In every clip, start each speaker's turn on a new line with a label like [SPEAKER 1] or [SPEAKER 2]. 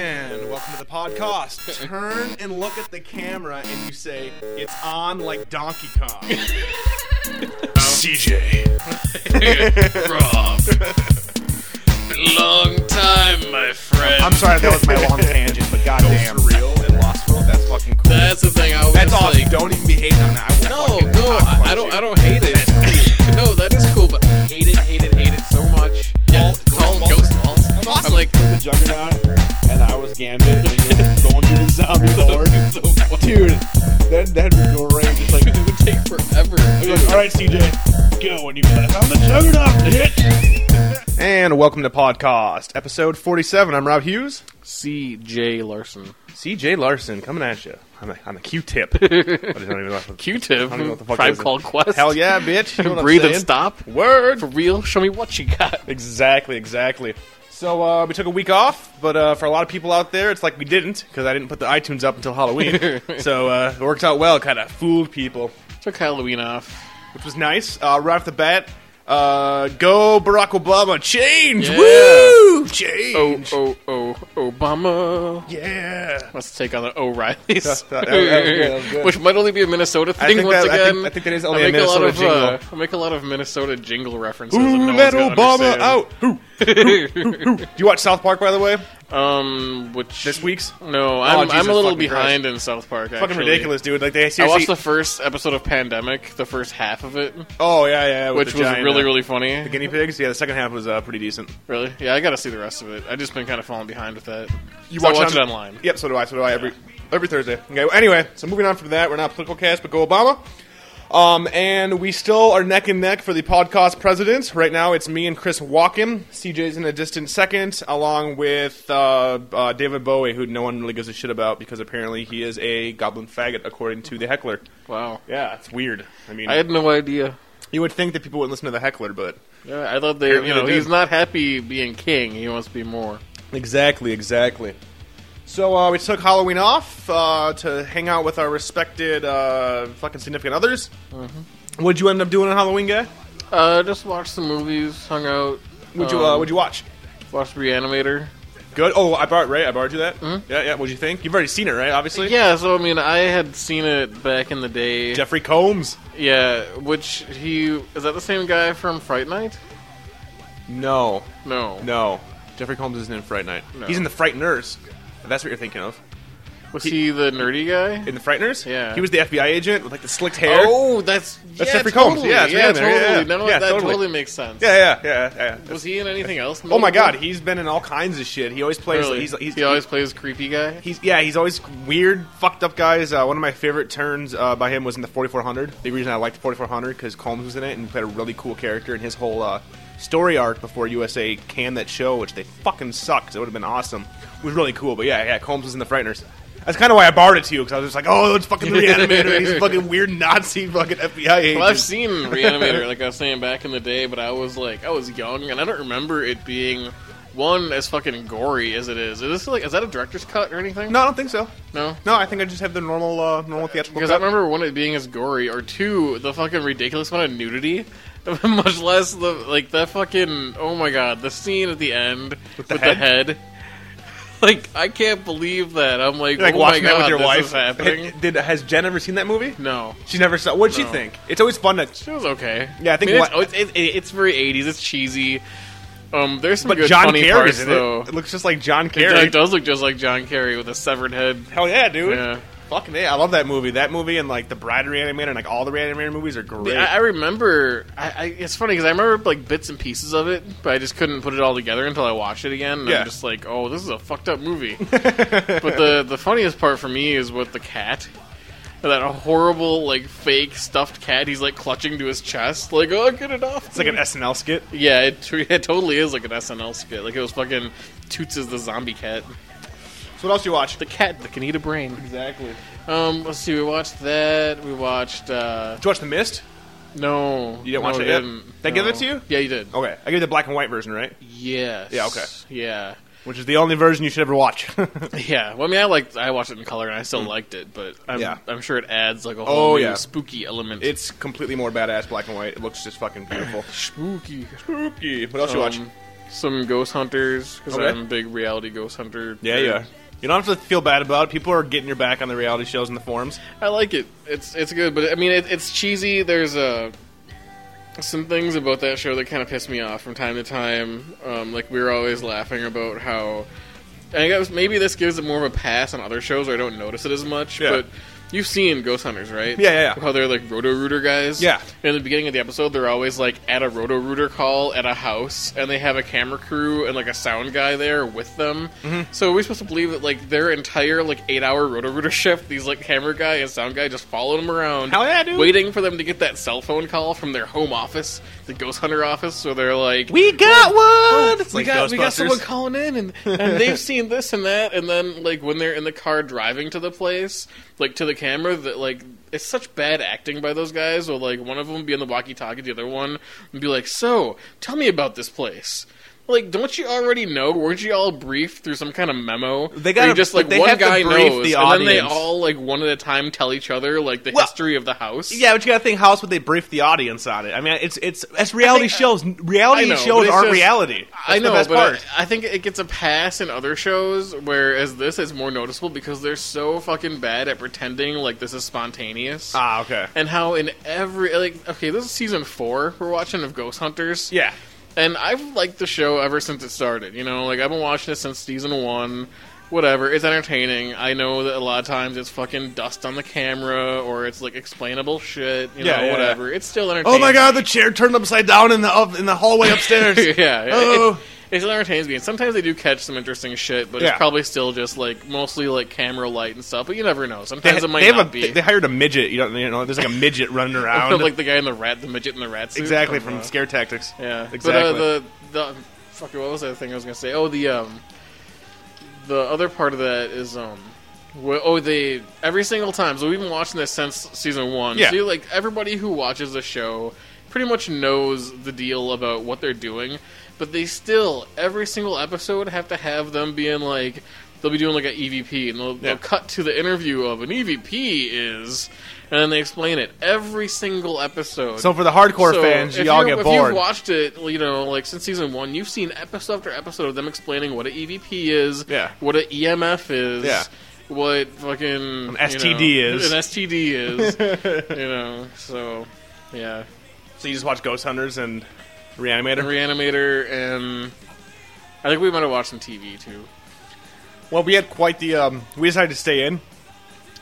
[SPEAKER 1] welcome to the podcast. Turn and look at the camera and you say, it's on like Donkey Kong.
[SPEAKER 2] CJ. Rob. Long time, my friend.
[SPEAKER 3] I'm sorry that was my long tangent, but goddamn.
[SPEAKER 1] Surreal and Lost World, that's fucking cool.
[SPEAKER 2] That's the thing I was
[SPEAKER 1] That's awesome.
[SPEAKER 2] like.
[SPEAKER 1] Don't even be hating on that. I will
[SPEAKER 2] No,
[SPEAKER 1] fucking
[SPEAKER 2] no,
[SPEAKER 1] cock
[SPEAKER 2] I, I
[SPEAKER 1] punch
[SPEAKER 2] don't.
[SPEAKER 1] you.
[SPEAKER 2] I don't hate it. no, that is cool, but I hate it, hate it, hate it so much. Yeah, call it ghost balls. I'm like,
[SPEAKER 4] the Juggernaut, and I was Gambit, and you were going through the zombie lord.
[SPEAKER 2] so fucking
[SPEAKER 4] Dude, that, that'd be great. Just like,
[SPEAKER 2] it would take forever.
[SPEAKER 4] be like, all right, CJ, go, and you'd be like, I'm the Juggernaut, bitch.
[SPEAKER 1] And welcome to podcast episode 47. I'm Rob Hughes.
[SPEAKER 2] CJ Larson.
[SPEAKER 1] CJ Larson coming at you. I'm a, I'm a Q-tip. I don't even know what the-
[SPEAKER 2] Q-tip.
[SPEAKER 1] I don't know what the fuck
[SPEAKER 2] Tribe
[SPEAKER 1] is it.
[SPEAKER 2] Called Quest.
[SPEAKER 1] Hell yeah, bitch. You know what I'm
[SPEAKER 2] Breathe and
[SPEAKER 1] saying?
[SPEAKER 2] stop.
[SPEAKER 1] Word.
[SPEAKER 2] For real, show me what you got.
[SPEAKER 1] Exactly, exactly. So uh, we took a week off, but uh, for a lot of people out there, it's like we didn't because I didn't put the iTunes up until Halloween. so uh, it worked out well, kind of fooled people,
[SPEAKER 2] Took Halloween off.
[SPEAKER 1] which was nice. Uh, right off the bat, uh, go Barack Obama, change, woo,
[SPEAKER 2] Yeah. Oh,
[SPEAKER 1] change,
[SPEAKER 2] oh, oh, Obama.
[SPEAKER 1] yeah.
[SPEAKER 2] Let's take on the O'Reillys.
[SPEAKER 1] That- that- that was good, that was good.
[SPEAKER 2] Which might only be a Minnesota
[SPEAKER 1] I
[SPEAKER 2] thing
[SPEAKER 1] think
[SPEAKER 2] once
[SPEAKER 1] that- I
[SPEAKER 2] again.
[SPEAKER 1] think- I think that is only
[SPEAKER 2] I
[SPEAKER 1] a
[SPEAKER 2] make
[SPEAKER 1] Minnesota
[SPEAKER 2] lot of, uh,
[SPEAKER 1] jingle.
[SPEAKER 2] I make a lot of Minnesota jingle references. that
[SPEAKER 1] Who
[SPEAKER 2] no
[SPEAKER 1] let
[SPEAKER 2] one's gonna
[SPEAKER 1] Obama
[SPEAKER 2] understand.
[SPEAKER 1] out? Who? Do you watch South Park, by the way?
[SPEAKER 2] Um, which
[SPEAKER 1] This week's
[SPEAKER 2] No, I'm,
[SPEAKER 1] Jesus
[SPEAKER 2] I'm a little
[SPEAKER 1] fucking
[SPEAKER 2] behind in South Park. Actually.
[SPEAKER 1] fucking ridiculous, dude. Like they
[SPEAKER 2] I
[SPEAKER 1] seriously.
[SPEAKER 2] watched the first episode of Pandemic, the first half of it,
[SPEAKER 1] oh yeah, yeah. with
[SPEAKER 2] which
[SPEAKER 1] the
[SPEAKER 2] was
[SPEAKER 1] giant,
[SPEAKER 2] really,
[SPEAKER 1] uh,
[SPEAKER 2] really funny.
[SPEAKER 1] the guinea pigs. Yeah, the second half was uh, pretty decent.
[SPEAKER 2] Really? Yeah, I gotta see the rest of it. I just been kind of falling behind with that.
[SPEAKER 1] You
[SPEAKER 2] So I watch it online.
[SPEAKER 1] Yep, so do I. So do I every every Thursday. Okay. Well, anyway, so moving on from that, we're not political cast, but go Obama. Um, and we still are neck and neck for the podcast presidents. Right now, it's me and Chris Walken. CJ's in a distant second, along with uh, uh, David Bowie, who no one really gives a shit about because apparently he is a goblin faggot, according to the heckler.
[SPEAKER 2] Wow.
[SPEAKER 1] Yeah, it's weird. I mean,
[SPEAKER 2] I had no idea.
[SPEAKER 1] you would think that people would listen to the heckler, but
[SPEAKER 2] Yeah, I thought they.
[SPEAKER 1] Apparently
[SPEAKER 2] You know,
[SPEAKER 1] they
[SPEAKER 2] he's
[SPEAKER 1] did.
[SPEAKER 2] not happy being king. He wants to be more.
[SPEAKER 1] Exactly, exactly. So uh, we took Halloween off uh, to hang out with our respected uh, fucking significant others.
[SPEAKER 2] Mm-hmm.
[SPEAKER 1] What'd you end up doing on Halloween, guy?
[SPEAKER 2] Uh, just watched some movies, hung out. um,
[SPEAKER 1] Would you uh, Would you watch?
[SPEAKER 2] watched Reanimator?
[SPEAKER 1] Good. Oh, I borrowed right. I borrowed you that. Yeah, yeah. What'd you think? You've already seen it, right? Obviously.
[SPEAKER 2] Mm-hmm. Yeah, so I mean, I had seen it back in the day.
[SPEAKER 1] Jeffrey Combs.
[SPEAKER 2] Yeah, which he is that the same guy from Fright Night?
[SPEAKER 1] No,
[SPEAKER 2] No,
[SPEAKER 1] no. Jeffrey Combs isn't in Fright Night.
[SPEAKER 2] No.
[SPEAKER 1] He's in the Frighteners. That's what you're thinking of.
[SPEAKER 2] was he, the nerdy guy?
[SPEAKER 1] In the Frighteners.
[SPEAKER 2] Yeah.
[SPEAKER 1] He was the FBI agent with like the slicked hair.
[SPEAKER 2] Oh, that's
[SPEAKER 1] That's
[SPEAKER 2] yeah,
[SPEAKER 1] Jeffrey
[SPEAKER 2] totally.
[SPEAKER 1] Combs. Yeah, it's
[SPEAKER 2] yeah,
[SPEAKER 1] him there.
[SPEAKER 2] totally.
[SPEAKER 1] Yeah, yeah.
[SPEAKER 2] No,
[SPEAKER 1] Yeah,
[SPEAKER 2] that
[SPEAKER 1] totally.
[SPEAKER 2] totally. makes sense.
[SPEAKER 1] Yeah, yeah, yeah, yeah.
[SPEAKER 2] Was he in anything else?
[SPEAKER 1] Oh my
[SPEAKER 2] notable?
[SPEAKER 1] God, he's been in all kinds of shit. He always plays.
[SPEAKER 2] Really?
[SPEAKER 1] He's, he's,
[SPEAKER 2] he always plays creepy guy.
[SPEAKER 1] He's yeah, he's always weird, fucked up guys. Uh, one of my favorite turns uh, by him was in the 4400. The reason I liked the 4400 because Combs was in it and he played a really cool character in his whole uh, story arc before USA canned that show, which they fucking sucked. It would have been awesome. It was really cool, but yeah, yeah, Combs was in the Frighteners. That's kind of why I borrowed it to you because I was just like, oh, it's fucking reanimator. he's a fucking weird Nazi fucking FBI agent.
[SPEAKER 2] Well, I've seen Reanimator, like I was saying back in the day, but I was like, I was young, and I don't remember it being one as fucking gory as it is. Is this like, is that a director's cut or anything?
[SPEAKER 1] no, I don't think so.
[SPEAKER 2] no.
[SPEAKER 1] No, I think I just have the normal, uh, normal theatrical.
[SPEAKER 2] Because I
[SPEAKER 1] cut.
[SPEAKER 2] remember one it being as gory, or two, the fucking ridiculous amount of nudity. Much less the like that fucking oh my god, the scene at the end with
[SPEAKER 1] the
[SPEAKER 2] the,
[SPEAKER 1] head?
[SPEAKER 2] head? Like I can't believe that. I'm like,
[SPEAKER 1] You're, like
[SPEAKER 2] oh
[SPEAKER 1] watching
[SPEAKER 2] my
[SPEAKER 1] that
[SPEAKER 2] god,
[SPEAKER 1] with your
[SPEAKER 2] this
[SPEAKER 1] wife.
[SPEAKER 2] is happening.
[SPEAKER 1] Did has Jen ever seen that movie?
[SPEAKER 2] no.
[SPEAKER 1] She never saw. What'd she
[SPEAKER 2] No.
[SPEAKER 1] think? It's always fun to
[SPEAKER 2] It was okay.
[SPEAKER 1] Yeah, I think
[SPEAKER 2] mean, it's, oh,
[SPEAKER 1] what-
[SPEAKER 2] it's, it's, it's very '80s. It's cheesy. Um, there's some
[SPEAKER 1] But
[SPEAKER 2] good
[SPEAKER 1] John
[SPEAKER 2] funny
[SPEAKER 1] Carrey's
[SPEAKER 2] parts
[SPEAKER 1] in
[SPEAKER 2] though.
[SPEAKER 1] it. It looks just like John
[SPEAKER 2] It,
[SPEAKER 1] Carrey.
[SPEAKER 2] does look just like John Carrey with a severed head.
[SPEAKER 1] Hell yeah, dude!
[SPEAKER 2] Yeah.
[SPEAKER 1] Fucking yeah, I love that movie. That movie and like the Bride Reanimator and like all the Reanimator movies are great.
[SPEAKER 2] I, I remember. I, I, it's funny because I remember like bits and pieces of it, but I just couldn't put it all together until I watched it again. And
[SPEAKER 1] Yeah.
[SPEAKER 2] I'm just like, oh, this is a fucked up movie. but the the funniest part for me is with the cat. That horrible, like fake stuffed cat. He's like clutching to his chest, like, "Oh, get it off!"
[SPEAKER 1] it's like an SNL skit.
[SPEAKER 2] Yeah, it, tr- it totally is like an SNL skit. Like it was fucking Toots is the zombie cat,
[SPEAKER 1] So what else you watch?
[SPEAKER 2] the cat that can eat a brain.
[SPEAKER 1] Exactly. Did
[SPEAKER 2] Um, let's see. We watched that. We watched. uh
[SPEAKER 1] you watch The Mist?
[SPEAKER 2] No,
[SPEAKER 1] You didn't
[SPEAKER 2] no,
[SPEAKER 1] watch
[SPEAKER 2] I
[SPEAKER 1] it yet?
[SPEAKER 2] didn't.
[SPEAKER 1] Did I give
[SPEAKER 2] No.
[SPEAKER 1] it to you?
[SPEAKER 2] Yeah, you did.
[SPEAKER 1] Okay, I give you the black and white version, right?
[SPEAKER 2] Yes.
[SPEAKER 1] Yeah, okay.
[SPEAKER 2] Yeah.
[SPEAKER 1] Which is the only version you should ever watch.
[SPEAKER 2] Yeah. Well, I mean, I liked. I watched it in color, and I still liked it. But I'm,
[SPEAKER 1] Mm. Yeah.
[SPEAKER 2] I'm sure it adds like a
[SPEAKER 1] Oh,
[SPEAKER 2] whole new
[SPEAKER 1] yeah.
[SPEAKER 2] spooky element.
[SPEAKER 1] it's completely more badass black and white. It looks just fucking beautiful.
[SPEAKER 2] spooky.
[SPEAKER 1] Spooky. What else you watch?
[SPEAKER 2] Um, Some Ghost Hunters because
[SPEAKER 1] Okay.
[SPEAKER 2] I'm a big reality Ghost Hunter.
[SPEAKER 1] Yeah, you are. You don't have to feel bad about it. People are getting your back on the reality shows and the forums.
[SPEAKER 2] I like it. It's it's good, but I mean, it, it's cheesy. There's uh, some things about that show that kind of piss me off from time to time. Um, like we were always laughing about how. And I guess maybe this gives it more of a pass on other shows where I don't notice it as much.
[SPEAKER 1] Yeah.
[SPEAKER 2] But you've seen Ghost Hunters, right?
[SPEAKER 1] Yeah, yeah, yeah.
[SPEAKER 2] How they're like Roto Rooter guys.
[SPEAKER 1] Yeah.
[SPEAKER 2] In the beginning of the episode, they're always like at a Roto Rooter call at a house, and they have a camera crew and like a sound guy there with them.
[SPEAKER 1] Mm-hmm.
[SPEAKER 2] So are we supposed to believe that like their entire like eight hour Roto Rooter shift, these like camera guy and sound guy just followed them around,
[SPEAKER 1] Hell yeah, dude.
[SPEAKER 2] waiting for them to get that cell phone call from their home office, the Ghost Hunter office. So they're like,
[SPEAKER 1] We got one. It's
[SPEAKER 2] Oh, we
[SPEAKER 1] like
[SPEAKER 2] got we
[SPEAKER 1] Ghostbusters.
[SPEAKER 2] got someone calling in and, and they've seen this and that and then like when they're in the car driving to the place like to the camera that like it's such bad acting by those guys or like one of them be on the walkie talkie the other one and be like so tell me about this place like don't you already know weren't you all briefed through some kind of memo Or
[SPEAKER 1] gotta-
[SPEAKER 2] you just
[SPEAKER 1] but
[SPEAKER 2] like
[SPEAKER 1] they
[SPEAKER 2] one
[SPEAKER 1] have to
[SPEAKER 2] guy
[SPEAKER 1] brief
[SPEAKER 2] knows
[SPEAKER 1] the
[SPEAKER 2] and then they
[SPEAKER 1] audience.
[SPEAKER 2] all like one at a time tell each other like the
[SPEAKER 1] Well-
[SPEAKER 2] history of the house
[SPEAKER 1] Yeah, but you gotta think, how else would they brief the audience on it? I mean, it's it's it's reality
[SPEAKER 2] I-
[SPEAKER 1] shows. Reality
[SPEAKER 2] I know, but
[SPEAKER 1] shows
[SPEAKER 2] it's
[SPEAKER 1] aren't
[SPEAKER 2] just-
[SPEAKER 1] reality. That's
[SPEAKER 2] I know,
[SPEAKER 1] the best
[SPEAKER 2] but
[SPEAKER 1] part.
[SPEAKER 2] I, I think it gets a pass in other shows, whereas this is more noticeable because they're so fucking bad at pretending like this is spontaneous.
[SPEAKER 1] ah, okay.
[SPEAKER 2] and how in every like okay, this is season four we're watching of Ghost Hunters.
[SPEAKER 1] Yeah,
[SPEAKER 2] and I've liked the show ever since it started. You know, like I've been watching it since season one. Whatever, it's entertaining. I know that a lot of times it's fucking dust on the camera or it's like explainable shit. You
[SPEAKER 1] Yeah,
[SPEAKER 2] know,
[SPEAKER 1] yeah, yeah.
[SPEAKER 2] whatever. It's still entertaining.
[SPEAKER 1] Oh my god, the chair turned upside down in the up, in the hallway upstairs.
[SPEAKER 2] yeah, yeah. It-
[SPEAKER 1] Oh.
[SPEAKER 2] It, still entertains me. And sometimes they do catch some interesting shit, but
[SPEAKER 1] Yeah.
[SPEAKER 2] it's probably still just like mostly like camera light and stuff. But you never know.
[SPEAKER 1] They,
[SPEAKER 2] Sometimes it might
[SPEAKER 1] they have
[SPEAKER 2] not
[SPEAKER 1] a,
[SPEAKER 2] be.
[SPEAKER 1] they hired a midget. You don't you know. There's like a midget running around.
[SPEAKER 2] like the guy in the rat, the midget in the rat suit.
[SPEAKER 1] exactly
[SPEAKER 2] I don't
[SPEAKER 1] from
[SPEAKER 2] know.
[SPEAKER 1] Scare Tactics.
[SPEAKER 2] Yeah,
[SPEAKER 1] exactly.
[SPEAKER 2] But uh, the the fuck, what was that thing I was gonna say? Oh, the um, the other part of that is um, wh- oh they every single time. So we've been watching this since season one.
[SPEAKER 1] Yeah.
[SPEAKER 2] So you, like everybody who watches the show pretty much knows the deal about what they're doing, but they still every single episode have to have them being like. They'll be doing like an EVP, and they'll,
[SPEAKER 1] Yeah.
[SPEAKER 2] they'll cut to the interview of an EVP is, and then they explain it every single episode.
[SPEAKER 1] so for the hardcore
[SPEAKER 2] So,
[SPEAKER 1] fans,
[SPEAKER 2] if
[SPEAKER 1] y'all
[SPEAKER 2] you-
[SPEAKER 1] get
[SPEAKER 2] if
[SPEAKER 1] bored.
[SPEAKER 2] you've watched it, you know, like since season one, you've seen episode after episode of them explaining what an EVP is,
[SPEAKER 1] Yeah.
[SPEAKER 2] what an EMF is,
[SPEAKER 1] Yeah.
[SPEAKER 2] what fucking
[SPEAKER 1] An STD
[SPEAKER 2] you know,
[SPEAKER 1] is.
[SPEAKER 2] an STD is, you know. So, yeah,
[SPEAKER 1] so you just watch Ghost Hunters and Reanimator.
[SPEAKER 2] and Reanimator, and I think we might have watched some TV too.
[SPEAKER 1] well, we had quite the. Um, we decided to stay in.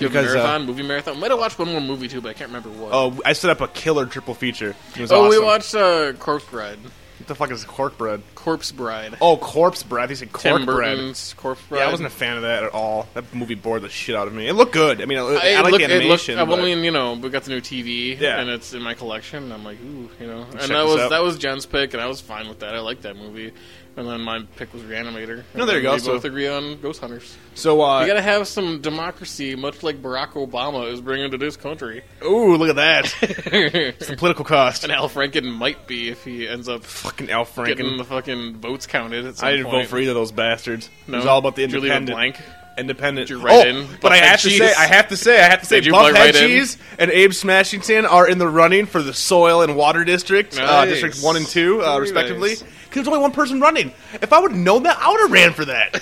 [SPEAKER 2] Do a
[SPEAKER 1] Because, uh,
[SPEAKER 2] marathon, movie marathon. We might have watched one more movie too, but I can't remember what.
[SPEAKER 1] Oh, I set up a killer triple feature. It was
[SPEAKER 2] Oh, we
[SPEAKER 1] awesome.
[SPEAKER 2] watched uh, Corpse Bride.
[SPEAKER 1] What the fuck is cork bread?
[SPEAKER 2] Corpse Bride.
[SPEAKER 1] Oh, corpse bread. He said cork
[SPEAKER 2] Tim
[SPEAKER 1] bread.
[SPEAKER 2] Burton's Corpse Bride.
[SPEAKER 1] Yeah, I wasn't a fan of that at all. That movie bored the shit out of me. It looked good. I mean, I,
[SPEAKER 2] I,
[SPEAKER 1] I
[SPEAKER 2] it
[SPEAKER 1] like the
[SPEAKER 2] looked- it looked-
[SPEAKER 1] animation.
[SPEAKER 2] I
[SPEAKER 1] but-
[SPEAKER 2] mean, you know, we got the new TV,
[SPEAKER 1] Yeah.
[SPEAKER 2] and it's in my collection. And I'm like, ooh, you know. And
[SPEAKER 1] check
[SPEAKER 2] that
[SPEAKER 1] this
[SPEAKER 2] was
[SPEAKER 1] out.
[SPEAKER 2] that was Jen's pick, and I was fine with that. I liked that movie. And then my pick was Reanimator.
[SPEAKER 1] No,
[SPEAKER 2] And
[SPEAKER 1] there you go,
[SPEAKER 2] We
[SPEAKER 1] so-
[SPEAKER 2] both agree on Ghost Hunters.
[SPEAKER 1] so, uh,
[SPEAKER 2] You gotta have some democracy, much like Barack Obama is bringing to this country.
[SPEAKER 1] ooh, look at that.
[SPEAKER 2] and
[SPEAKER 1] the political cost.
[SPEAKER 2] Al Franken might be if he ends up
[SPEAKER 1] fucking Al
[SPEAKER 2] getting
[SPEAKER 1] Franken.
[SPEAKER 2] the fucking votes counted. At some
[SPEAKER 1] I didn't
[SPEAKER 2] point.
[SPEAKER 1] vote for either of those bastards.
[SPEAKER 2] No,
[SPEAKER 1] It was all about the
[SPEAKER 2] Julia
[SPEAKER 1] independent.
[SPEAKER 2] Blank.
[SPEAKER 1] Independent.
[SPEAKER 2] you write in
[SPEAKER 1] oh,
[SPEAKER 2] Buff
[SPEAKER 1] but I
[SPEAKER 2] Head
[SPEAKER 1] have to
[SPEAKER 2] Cheese?
[SPEAKER 1] say, I have to say, I have to say,
[SPEAKER 2] Did you
[SPEAKER 1] Buff Head
[SPEAKER 2] write right in?
[SPEAKER 1] Cheese and Abe Smashington are in the running for the Soil and Water District, uh,
[SPEAKER 2] Nice.
[SPEAKER 1] District One and Two, uh,
[SPEAKER 2] Very
[SPEAKER 1] respectively.
[SPEAKER 2] nice.
[SPEAKER 1] Because there's only one person running. If I would have known that, I would have ran for that.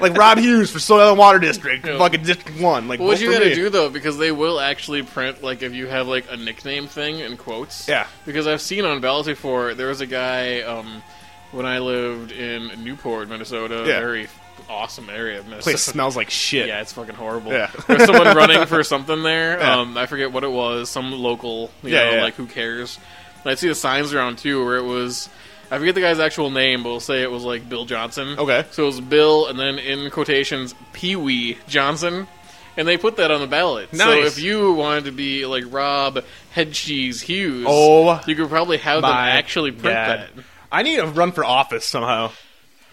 [SPEAKER 1] like Rob Hughes for Soil and Water District,
[SPEAKER 2] Yeah.
[SPEAKER 1] fucking District One. Like
[SPEAKER 2] What would
[SPEAKER 1] vote
[SPEAKER 2] you
[SPEAKER 1] for
[SPEAKER 2] gotta
[SPEAKER 1] me.
[SPEAKER 2] do though? Because they will actually print like if you have like a nickname thing in quotes.
[SPEAKER 1] Yeah.
[SPEAKER 2] Because I've seen on ballots before. There was a guy um, when I lived in Newport, Minnesota.
[SPEAKER 1] Yeah.
[SPEAKER 2] Very awesome area of Minnesota.
[SPEAKER 1] Place smells like shit.
[SPEAKER 2] Yeah, it's fucking horrible.
[SPEAKER 1] Yeah.
[SPEAKER 2] There's someone running for something there.
[SPEAKER 1] Yeah.
[SPEAKER 2] Um, I forget what it was. Some local, you
[SPEAKER 1] Yeah,
[SPEAKER 2] know,
[SPEAKER 1] yeah.
[SPEAKER 2] like who cares? And I see the signs around too, where it was. I forget the guy's actual name, but we'll say it was like Bill Johnson.
[SPEAKER 1] Okay.
[SPEAKER 2] So it was Bill, and then in quotations, Pee Wee Johnson. And they put that on the ballot. So
[SPEAKER 1] Nice.
[SPEAKER 2] if you wanted to be like Rob Headcheese Hughes,
[SPEAKER 1] Oh
[SPEAKER 2] you could probably have them
[SPEAKER 1] my
[SPEAKER 2] actually print
[SPEAKER 1] God.
[SPEAKER 2] that.
[SPEAKER 1] I need to run for office somehow,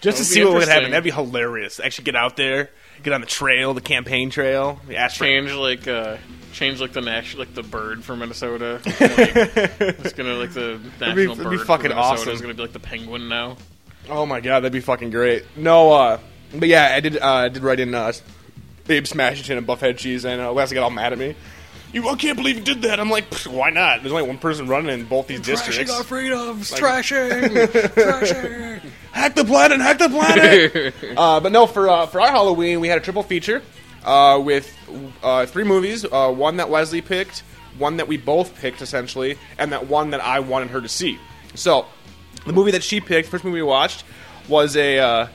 [SPEAKER 1] just to
[SPEAKER 2] That would
[SPEAKER 1] see
[SPEAKER 2] be
[SPEAKER 1] what would happen.
[SPEAKER 2] interesting.
[SPEAKER 1] That'd be hilarious. Actually, get out there, get on the trail, the campaign trail, the ashtray.
[SPEAKER 2] change like uh change like the national like the bird from Minnesota. Like, it's gonna like the
[SPEAKER 1] be-
[SPEAKER 2] national bird
[SPEAKER 1] that'd be
[SPEAKER 2] from
[SPEAKER 1] fucking
[SPEAKER 2] Minnesota
[SPEAKER 1] awesome.
[SPEAKER 2] is gonna be like the penguin now.
[SPEAKER 1] Oh my god, that'd be fucking great. No, uh, but yeah, I did. Uh, I did write in uh, Babe Smashington and Buffhead Cheese, and uh, Leslie got all mad at me. you, I can't believe you did that. I'm like, "Pfft, why not? There's only one person running in both these districts.
[SPEAKER 2] Trashing our freedoms, trashing, trashing.
[SPEAKER 1] Hack the planet, hack the planet. uh, but no, for uh, for our Halloween, we had a triple feature uh, with uh, three movies. Uh, one that Leslie picked, one that we both picked essentially, and that one that I wanted her to see. So, the movie that she picked, first movie we watched, was a uh,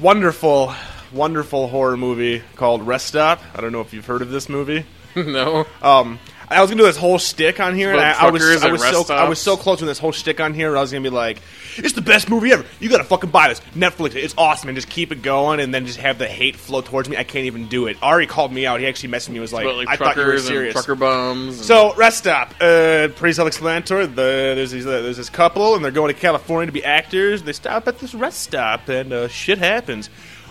[SPEAKER 1] wonderful, wonderful horror movie called Rest Stop. I don't know if you've heard of this movie.
[SPEAKER 2] no,
[SPEAKER 1] Um, I was gonna do this whole stick on here, and I, I
[SPEAKER 2] Fuckers
[SPEAKER 1] was, I
[SPEAKER 2] at
[SPEAKER 1] was
[SPEAKER 2] rest
[SPEAKER 1] so I was so
[SPEAKER 2] stops.
[SPEAKER 1] close with this whole stick on here. where I was gonna be like, "It's the best movie ever. You gotta fucking buy this. Netflix. it. It's awesome." And just keep it going, and then just have the hate flow towards me. I can't even do it. Ari called me out. He actually messaged me. and Was like,
[SPEAKER 2] but like
[SPEAKER 1] "I thought you were
[SPEAKER 2] truckers and
[SPEAKER 1] serious."
[SPEAKER 2] trucker bums. and-
[SPEAKER 1] So rest stop. Uh, pretty self-explanatory. The, there's these, uh, there's this couple, and they're going to California to be actors. They stop at this rest stop, and uh, shit happens.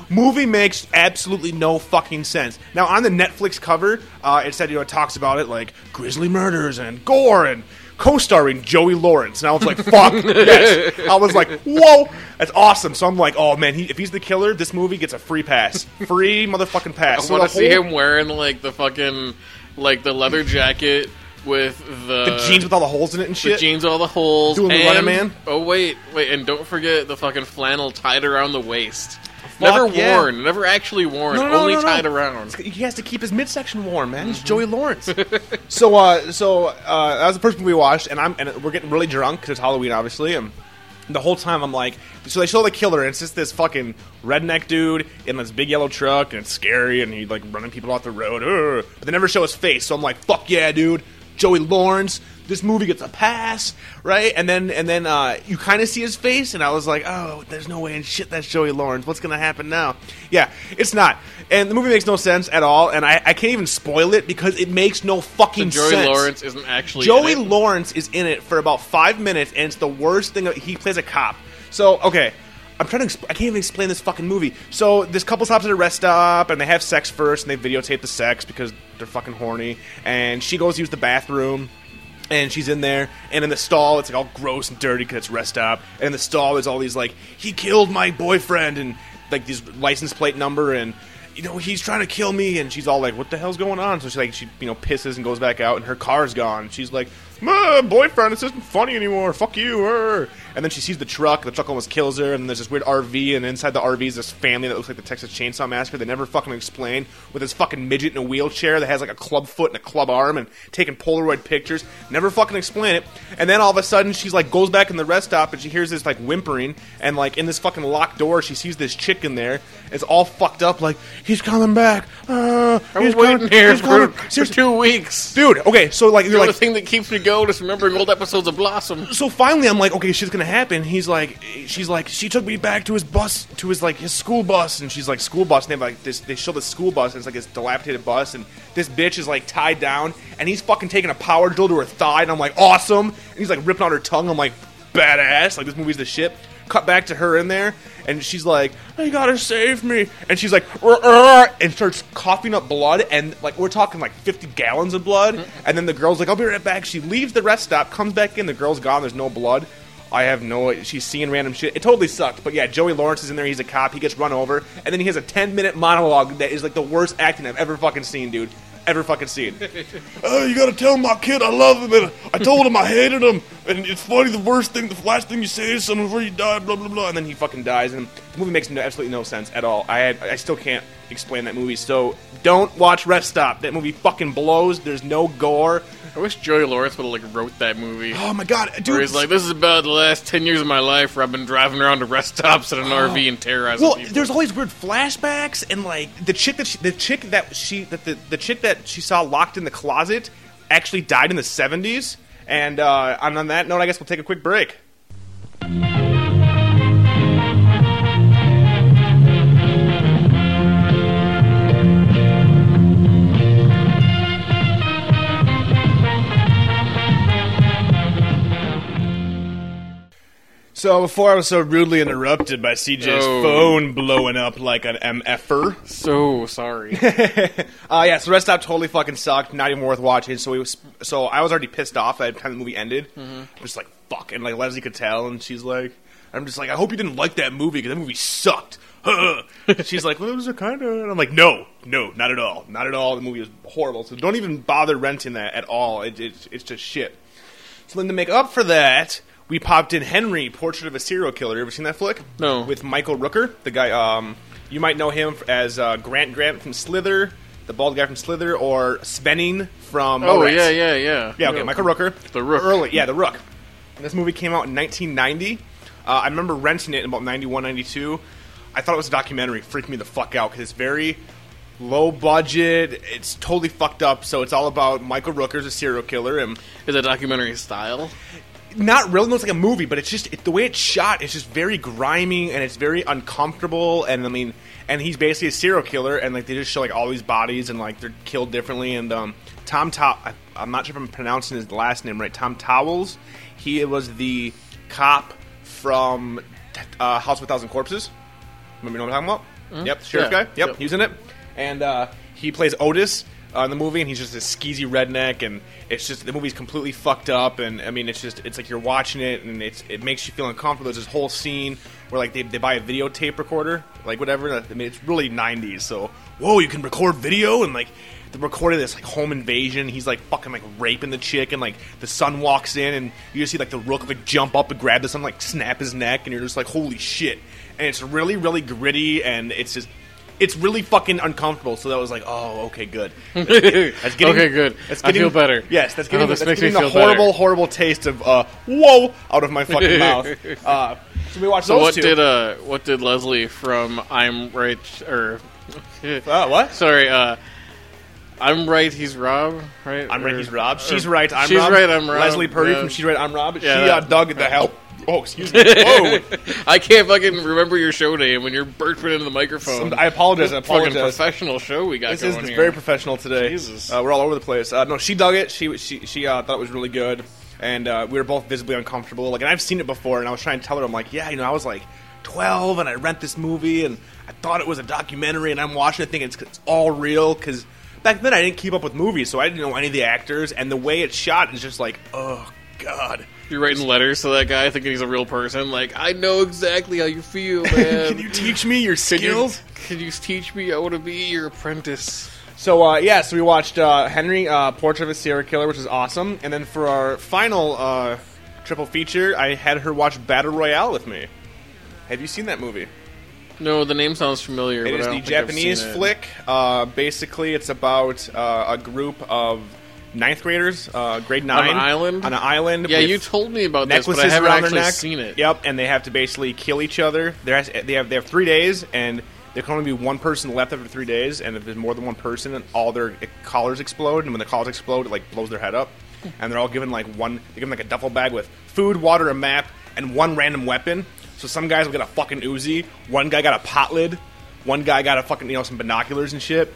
[SPEAKER 1] Movie makes absolutely no fucking sense. Now on the Netflix cover, uh, it said you know it talks about it like grisly murders and gore and co-starring Joey Lawrence. And I was like, fuck. yes. I was like, whoa, that's awesome. So I'm like, oh man, he, if he's the killer, this movie gets a free pass, free motherfucking pass.
[SPEAKER 2] I
[SPEAKER 1] So
[SPEAKER 2] want
[SPEAKER 1] the
[SPEAKER 2] to see
[SPEAKER 1] whole-
[SPEAKER 2] him wearing like the fucking like the leather jacket with the,
[SPEAKER 1] The jeans with all the holes in it and
[SPEAKER 2] the
[SPEAKER 1] shit.
[SPEAKER 2] jeans with all the holes.
[SPEAKER 1] Doing the
[SPEAKER 2] and-
[SPEAKER 1] running man.
[SPEAKER 2] Oh wait, wait, and don't forget the fucking flannel tied around the waist.
[SPEAKER 1] Fuck
[SPEAKER 2] never
[SPEAKER 1] yeah.
[SPEAKER 2] worn, never actually worn,
[SPEAKER 1] No, no, no,
[SPEAKER 2] only
[SPEAKER 1] no, no.
[SPEAKER 2] tied around.
[SPEAKER 1] He has to keep his midsection warm, man. It's Joey Lawrence. Mm-hmm. so, uh, so uh, that was the first movie we watched, and I'm and we're getting really drunk because it's Halloween, obviously, and the whole time I'm like, so they show the killer, and it's just this fucking redneck dude in this big yellow truck, and it's scary, and he's like running people off the road, Ugh. but they never show his face. So I'm like, fuck yeah, dude, Joey Lawrence. This movie gets a pass, right? And then and then uh, you kind of see his face, and I was like, oh, there's no way in shit that's Joey Lawrence. What's gonna happen now? Yeah, it's not. And the movie makes no sense at all, and I, I can't even spoil it because it makes no fucking
[SPEAKER 2] Joey
[SPEAKER 1] sense.
[SPEAKER 2] Lawrence isn't actually
[SPEAKER 1] Joey
[SPEAKER 2] in it.
[SPEAKER 1] Lawrence is in it for about five minutes, and it's the worst thing. He plays a cop. So okay, I'm trying to. Exp- I can't even explain this fucking movie. So this couple stops at a rest stop, and they have sex first, and they videotape the sex because they're fucking horny. And she goes to use the bathroom. And she's in there, and in the stall, it's like all gross and dirty because it's rest stop. And in the stall, there's all these like, he killed my boyfriend, and like these license plate number, and you know he's trying to kill me and she's all like what the hell's going on so she like she you know pisses and goes back out and her car's gone she's like my boyfriend this isn't funny anymore fuck you er." and then she sees the truck the truck almost kills her and then there's this weird rv and inside the rv is this family that looks like the texas chainsaw massacre they never fucking explain with this fucking midget in a wheelchair that has like a club foot and a club arm and taking polaroid pictures never fucking explain it and then all of a sudden she's like goes back in the rest stop and she hears this like whimpering and like in this fucking locked door she sees this chick in there it's all fucked up like he's coming back uh,
[SPEAKER 2] I was
[SPEAKER 1] he's
[SPEAKER 2] waiting
[SPEAKER 1] coming,
[SPEAKER 2] here
[SPEAKER 1] he's
[SPEAKER 2] for,
[SPEAKER 1] coming."
[SPEAKER 2] for
[SPEAKER 1] Seriously,
[SPEAKER 2] two weeks.
[SPEAKER 1] dude okay so like you're
[SPEAKER 2] The only
[SPEAKER 1] like
[SPEAKER 2] thing that keeps me going is remembering old episodes of Blossom.
[SPEAKER 1] so finally I'm like, okay, shit's gonna happen. He's like, she's like, she took me back to his bus, to his like his school bus, and she's like, school bus. And they have like this, they show the school bus, and it's like this dilapidated bus, and this bitch is like tied down, and he's fucking taking a power drill to her thigh, and I'm like, awesome. And he's like ripping out her tongue. I'm like, badass. Like this movie's the shit. Cut back to her in there, and she's like, "They gotta save me," and she's like, "Rrr, rrr," and starts coughing up blood, and like we're talking like fifty gallons of blood, and then the girl's like, "I'll be right back." She leaves the rest stop, comes back in, the girl's gone, there's no blood. I have no. She's seeing random shit. It totally sucked, but yeah, Joey Lawrence is in there. He's a cop. He gets run over, and then he has a ten-minute monologue that is like the worst acting I've ever fucking seen, dude. Ever fucking seen. oh, you gotta tell my kid I love him, and I told him I hated him, and it's funny. The worst thing, the last thing you say to someone before you die, blah blah blah, and then he fucking dies, and the movie makes no, absolutely no sense at all. I had, I still can't explain that movie. So don't watch Rest Stop. That movie fucking blows. There's no gore.
[SPEAKER 2] I wish Joey Lawrence would have like wrote that movie.
[SPEAKER 1] Oh my god, dude!
[SPEAKER 2] Where he's like, this is about the last ten years of my life where I've been driving around to rest stops in an RV and terrorizing
[SPEAKER 1] Well,
[SPEAKER 2] people.
[SPEAKER 1] there's all these weird flashbacks, and like the chick that she, the chick that she that the, the chick that she saw locked in the closet actually died in the 70s. And uh, and on that note, I guess we'll take a quick break. So before I was so rudely interrupted by CJ's
[SPEAKER 2] Oh.
[SPEAKER 1] phone blowing up like an MFer.
[SPEAKER 2] so sorry.
[SPEAKER 1] Uh, yeah, so Rest Stop totally fucking sucked. Not even worth watching. So we was, so I was already pissed off by the time the movie ended. I'm just like fuck, and like Leslie could tell, and she's like, I'm just like, I hope you didn't like that movie because that movie sucked. huh. She's like, well, it was a kind of. And I'm like, no, no, not at all, not at all. The movie was horrible, so don't even bother renting that at all. It, it's it's just shit. So then to make up for that, we popped in Henry, Portrait of a Serial Killer. You ever seen that flick?
[SPEAKER 2] No.
[SPEAKER 1] With Michael Rooker, the guy. Um, you might know him as uh, Grant Grant from Slither, the bald guy from Slither, or Svenning from.
[SPEAKER 2] Oh
[SPEAKER 1] Mallrats.
[SPEAKER 2] yeah, yeah, yeah.
[SPEAKER 1] Yeah, okay,
[SPEAKER 2] No.
[SPEAKER 1] Michael Rooker.
[SPEAKER 2] The Rook.
[SPEAKER 1] Early, yeah, The Rook. This movie came out in 1990. Uh, I remember renting it in about 91, 92. I thought it was a documentary. Freaked me the fuck out because it's very low budget. It's totally fucked up. So it's all about Michael Rooker's a serial killer and
[SPEAKER 2] Is a documentary style?
[SPEAKER 1] not really. No, it's like a movie, but it's just it, the way it's shot. It's just very grimy and it's very uncomfortable. And I mean, and he's basically a serial killer, and like they just show like all these bodies and like they're killed differently. And um, Tom Tow, I, I'm not sure if I'm pronouncing his last name right. Tom Towles, he was the cop from uh, House of a Thousand Corpses. Remember you know what I'm talking about? Yep, the sheriff
[SPEAKER 2] Yeah.
[SPEAKER 1] guy. Yep,
[SPEAKER 2] Yep.
[SPEAKER 1] he was in it, and uh, he plays Otis uh, in the movie, and he's just this skeezy redneck, and it's just the movie's completely fucked up, and I mean, it's just it's like you're watching it, and it's it makes you feel uncomfortable. There's this whole scene where like they, they buy a videotape recorder, like whatever. I mean, it's really '90s, so whoa, you can record video, and like the recording this like home invasion. He's like fucking like raping the chick, and like the son walks in, and you just see like the rook like jump up and grab the son, like snap his neck, and you're just like holy shit. And it's really really gritty, and it's just it's really fucking uncomfortable. So that was like oh okay good. That's get- that's
[SPEAKER 2] Okay, good.
[SPEAKER 1] that's
[SPEAKER 2] I feel better.
[SPEAKER 1] Yes, that's
[SPEAKER 2] Oh,
[SPEAKER 1] getting,
[SPEAKER 2] this
[SPEAKER 1] that's
[SPEAKER 2] makes me
[SPEAKER 1] getting the
[SPEAKER 2] feel better.
[SPEAKER 1] horrible horrible taste of uh whoa out of my fucking mouth. Uh, so we watched
[SPEAKER 2] So
[SPEAKER 1] those
[SPEAKER 2] what
[SPEAKER 1] two.
[SPEAKER 2] did uh what did Leslie from I'm Right or
[SPEAKER 1] uh, what?
[SPEAKER 2] sorry uh I'm Right He's Rob right
[SPEAKER 1] I'm right,
[SPEAKER 2] Or-
[SPEAKER 1] he's Rob. She's
[SPEAKER 2] or-
[SPEAKER 1] right, I'm
[SPEAKER 2] er, she's
[SPEAKER 1] Rob.
[SPEAKER 2] right I'm Rob
[SPEAKER 1] Leslie Purdy
[SPEAKER 2] Yeah.
[SPEAKER 1] from She's Right, I'm Rob.
[SPEAKER 2] Yeah,
[SPEAKER 1] she
[SPEAKER 2] that-
[SPEAKER 1] uh, dug the hell. Oh, excuse me. Whoa.
[SPEAKER 2] I can't fucking remember your show name when you're burping into the microphone.
[SPEAKER 1] Some- I apologize. I
[SPEAKER 2] fucking
[SPEAKER 1] apologize.
[SPEAKER 2] professional show we got
[SPEAKER 1] This is
[SPEAKER 2] going
[SPEAKER 1] this
[SPEAKER 2] here.
[SPEAKER 1] very professional today.
[SPEAKER 2] Jesus.
[SPEAKER 1] Uh, we're all over the place. Uh, no, she dug it. She she she uh, thought it was really good, and uh, we were both visibly uncomfortable. Like, and I've seen it before, and I was trying to tell her, I'm like, yeah, you know, I was like 12, and I rent this movie, and I thought it was a documentary, and I'm watching it thinking it's, it's all real because back then I didn't keep up with movies, so I didn't know any of the actors, and the way it's shot is just like, oh god.
[SPEAKER 2] You're writing letters to that guy thinking he's a real person. Like, I know exactly how you feel, man.
[SPEAKER 1] Can you teach me your
[SPEAKER 2] Can you-
[SPEAKER 1] skills?
[SPEAKER 2] Can you teach me? I want to be your apprentice.
[SPEAKER 1] So uh, yeah, so we watched uh, Henry uh, Portrait of a Serial Killer, which is awesome. And then for our final uh, triple feature, I had her watch Battle Royale with me. Have you seen that movie?
[SPEAKER 2] No, the name sounds familiar.
[SPEAKER 1] It
[SPEAKER 2] but
[SPEAKER 1] is
[SPEAKER 2] I don't
[SPEAKER 1] the
[SPEAKER 2] think I've
[SPEAKER 1] Japanese
[SPEAKER 2] seen it.
[SPEAKER 1] flick. Uh, basically, it's about uh, a group of ninth graders, uh, grade nine,
[SPEAKER 2] island?
[SPEAKER 1] on an island.
[SPEAKER 2] Yeah,
[SPEAKER 1] with
[SPEAKER 2] you told me about this,
[SPEAKER 1] necklaces
[SPEAKER 2] but I haven't
[SPEAKER 1] around
[SPEAKER 2] actually
[SPEAKER 1] their neck.
[SPEAKER 2] seen it.
[SPEAKER 1] Yep, and they have to basically kill each other. There has, they have they have three days, and there can only be one person left after three days. And if there's more than one person, then all their e, collars explode, and when the collars explode, it like blows their head up. And they're all given like one, they give them like a duffel bag with food, water, a map, and one random weapon. So some guys will get a fucking Uzi, one guy got a pot lid, one guy got a fucking you know some binoculars and shit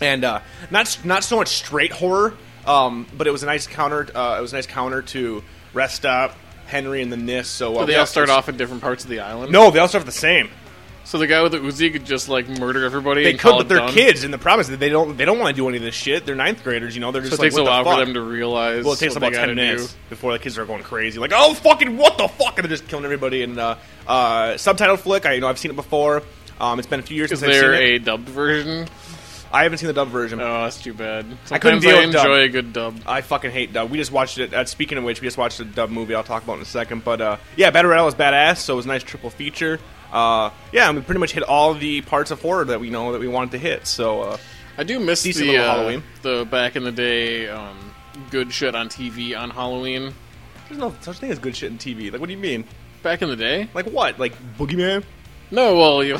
[SPEAKER 1] and uh, not not so much straight horror, um, but it was a nice counter. Uh, it was a nice counter to Rest Stop, Henry, and the Nis. So, uh,
[SPEAKER 2] So they
[SPEAKER 1] we
[SPEAKER 2] all
[SPEAKER 1] also-
[SPEAKER 2] start off in different parts of the island.
[SPEAKER 1] No, they all start off the same.
[SPEAKER 2] So the guy with the Uzi could just like murder everybody.
[SPEAKER 1] They
[SPEAKER 2] and call
[SPEAKER 1] could,
[SPEAKER 2] it
[SPEAKER 1] but they're
[SPEAKER 2] done.
[SPEAKER 1] kids, and the problem is that they don't they don't want to do any of this shit. They're ninth graders, you know. They're
[SPEAKER 2] So
[SPEAKER 1] just
[SPEAKER 2] it
[SPEAKER 1] like,
[SPEAKER 2] takes
[SPEAKER 1] what
[SPEAKER 2] a
[SPEAKER 1] the
[SPEAKER 2] while
[SPEAKER 1] fuck?
[SPEAKER 2] for them to realize.
[SPEAKER 1] Well, it takes
[SPEAKER 2] what
[SPEAKER 1] about
[SPEAKER 2] they
[SPEAKER 1] ten
[SPEAKER 2] gotta
[SPEAKER 1] minutes
[SPEAKER 2] do.
[SPEAKER 1] before the kids are going crazy, like "Oh fucking what the fuck!" and they're just killing everybody. And uh, uh, subtitle flick, I you know I've seen it before. Um, it's been a few years
[SPEAKER 2] Is
[SPEAKER 1] since I've seen
[SPEAKER 2] there
[SPEAKER 1] it.
[SPEAKER 2] a dubbed version?
[SPEAKER 1] I haven't seen the dub version.
[SPEAKER 2] Oh, that's too bad. Sometimes I,
[SPEAKER 1] couldn't deal with dub.
[SPEAKER 2] enjoy a good dub.
[SPEAKER 1] I fucking hate dub. We just watched it. Uh, speaking of which, we just watched a dub movie. I'll talk about in a second. But uh, yeah, Battle Royale was badass. So it was a nice triple feature. Uh, yeah, and we pretty much hit all the parts of horror that we know that we wanted to hit. So uh,
[SPEAKER 2] I do miss
[SPEAKER 1] Decent
[SPEAKER 2] the
[SPEAKER 1] little
[SPEAKER 2] uh,
[SPEAKER 1] Halloween.
[SPEAKER 2] the back in the day um, good shit on TV on Halloween.
[SPEAKER 1] there's no such thing as good shit in TV. Like, what do you mean?
[SPEAKER 2] Back in the day,
[SPEAKER 1] Like what? Like Boogeyman?
[SPEAKER 2] no, well, you,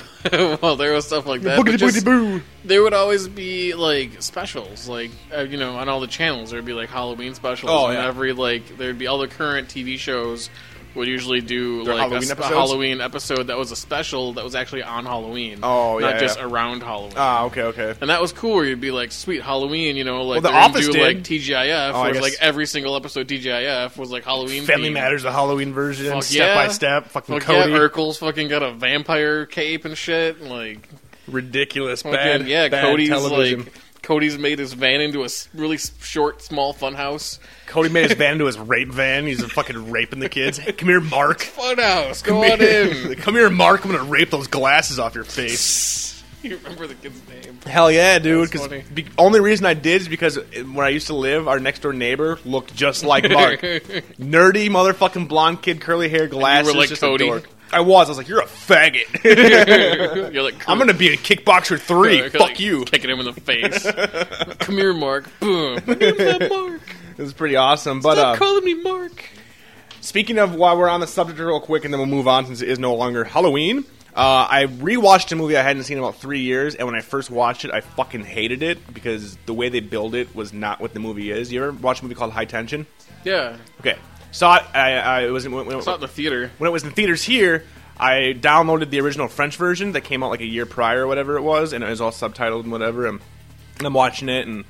[SPEAKER 2] well, there was stuff like that. but
[SPEAKER 1] Boogity boogity
[SPEAKER 2] just-
[SPEAKER 1] boo.
[SPEAKER 2] there would always be like specials, like uh, you know, on all the channels. There'd be like Halloween specials.
[SPEAKER 1] Oh,
[SPEAKER 2] and
[SPEAKER 1] yeah.
[SPEAKER 2] Every like there'd be all the current TV shows would usually do
[SPEAKER 1] Their
[SPEAKER 2] like a
[SPEAKER 1] Halloween
[SPEAKER 2] s- a,
[SPEAKER 1] episodes?
[SPEAKER 2] Halloween episode that was a special that was actually on Halloween.
[SPEAKER 1] Oh,
[SPEAKER 2] not
[SPEAKER 1] yeah,
[SPEAKER 2] just
[SPEAKER 1] yeah.
[SPEAKER 2] around Halloween.
[SPEAKER 1] Ah, okay, okay.
[SPEAKER 2] and that was cool. Where you'd be like, "Sweet Halloween," you know,
[SPEAKER 1] Well,
[SPEAKER 2] like
[SPEAKER 1] The
[SPEAKER 2] they're gonna
[SPEAKER 1] Office
[SPEAKER 2] do
[SPEAKER 1] did.
[SPEAKER 2] like TGIF,
[SPEAKER 1] Oh, I
[SPEAKER 2] where
[SPEAKER 1] guess-
[SPEAKER 2] like every single episode TGIF was like Halloween.
[SPEAKER 1] Family
[SPEAKER 2] themed.
[SPEAKER 1] Matters, the Halloween version,
[SPEAKER 2] Fuck
[SPEAKER 1] step
[SPEAKER 2] yeah.
[SPEAKER 1] by step. Fucking
[SPEAKER 2] Fuck yeah,
[SPEAKER 1] Cody,
[SPEAKER 2] Urkel's fucking got a vampire cape and shit. and, Like
[SPEAKER 1] ridiculous,
[SPEAKER 2] Fucking-
[SPEAKER 1] bad,
[SPEAKER 2] yeah,
[SPEAKER 1] bad
[SPEAKER 2] Cody's
[SPEAKER 1] television.
[SPEAKER 2] like Cody's made his van into a s- really s- short, small funhouse.
[SPEAKER 1] Cody made his van into his rape van. He's fucking raping the kids. Hey, come here, Mark.
[SPEAKER 2] Funhouse, go on in.
[SPEAKER 1] come here, Mark. I'm gonna rape those glasses off your face.
[SPEAKER 2] you remember the kid's name?
[SPEAKER 1] Hell yeah, dude!
[SPEAKER 2] was
[SPEAKER 1] Because
[SPEAKER 2] funny.
[SPEAKER 1] the only reason I did is because when I used to live, our next door neighbor looked just like Mark, nerdy motherfucking blonde kid, curly hair, glasses.
[SPEAKER 2] like
[SPEAKER 1] just
[SPEAKER 2] Cody?
[SPEAKER 1] A dork. I was. I was like, you're a faggot.
[SPEAKER 2] You're like,
[SPEAKER 1] I'm gonna be a kickboxer three.
[SPEAKER 2] Like,
[SPEAKER 1] Fuck you.
[SPEAKER 2] Kicking him in the face. Come here, Mark. Boom. My name's not Mark.
[SPEAKER 1] It was pretty awesome. But
[SPEAKER 2] Stop
[SPEAKER 1] uh,
[SPEAKER 2] calling me Mark.
[SPEAKER 1] Speaking of, while we're on the subject real quick, and then we'll move on since it is no longer Halloween. Uh, I rewatched a movie I hadn't seen in about three years, and when I first watched it, I fucking hated it because the way they build it was not what the movie is. You ever watch a movie called High Tension?
[SPEAKER 2] Yeah.
[SPEAKER 1] Okay, saw it. I, I it was in, when, when,
[SPEAKER 2] It's not in the theater.
[SPEAKER 1] when it was in theaters here. I downloaded the original French version that came out like a year prior, or whatever it was, and it was all subtitled and whatever. And I'm watching it and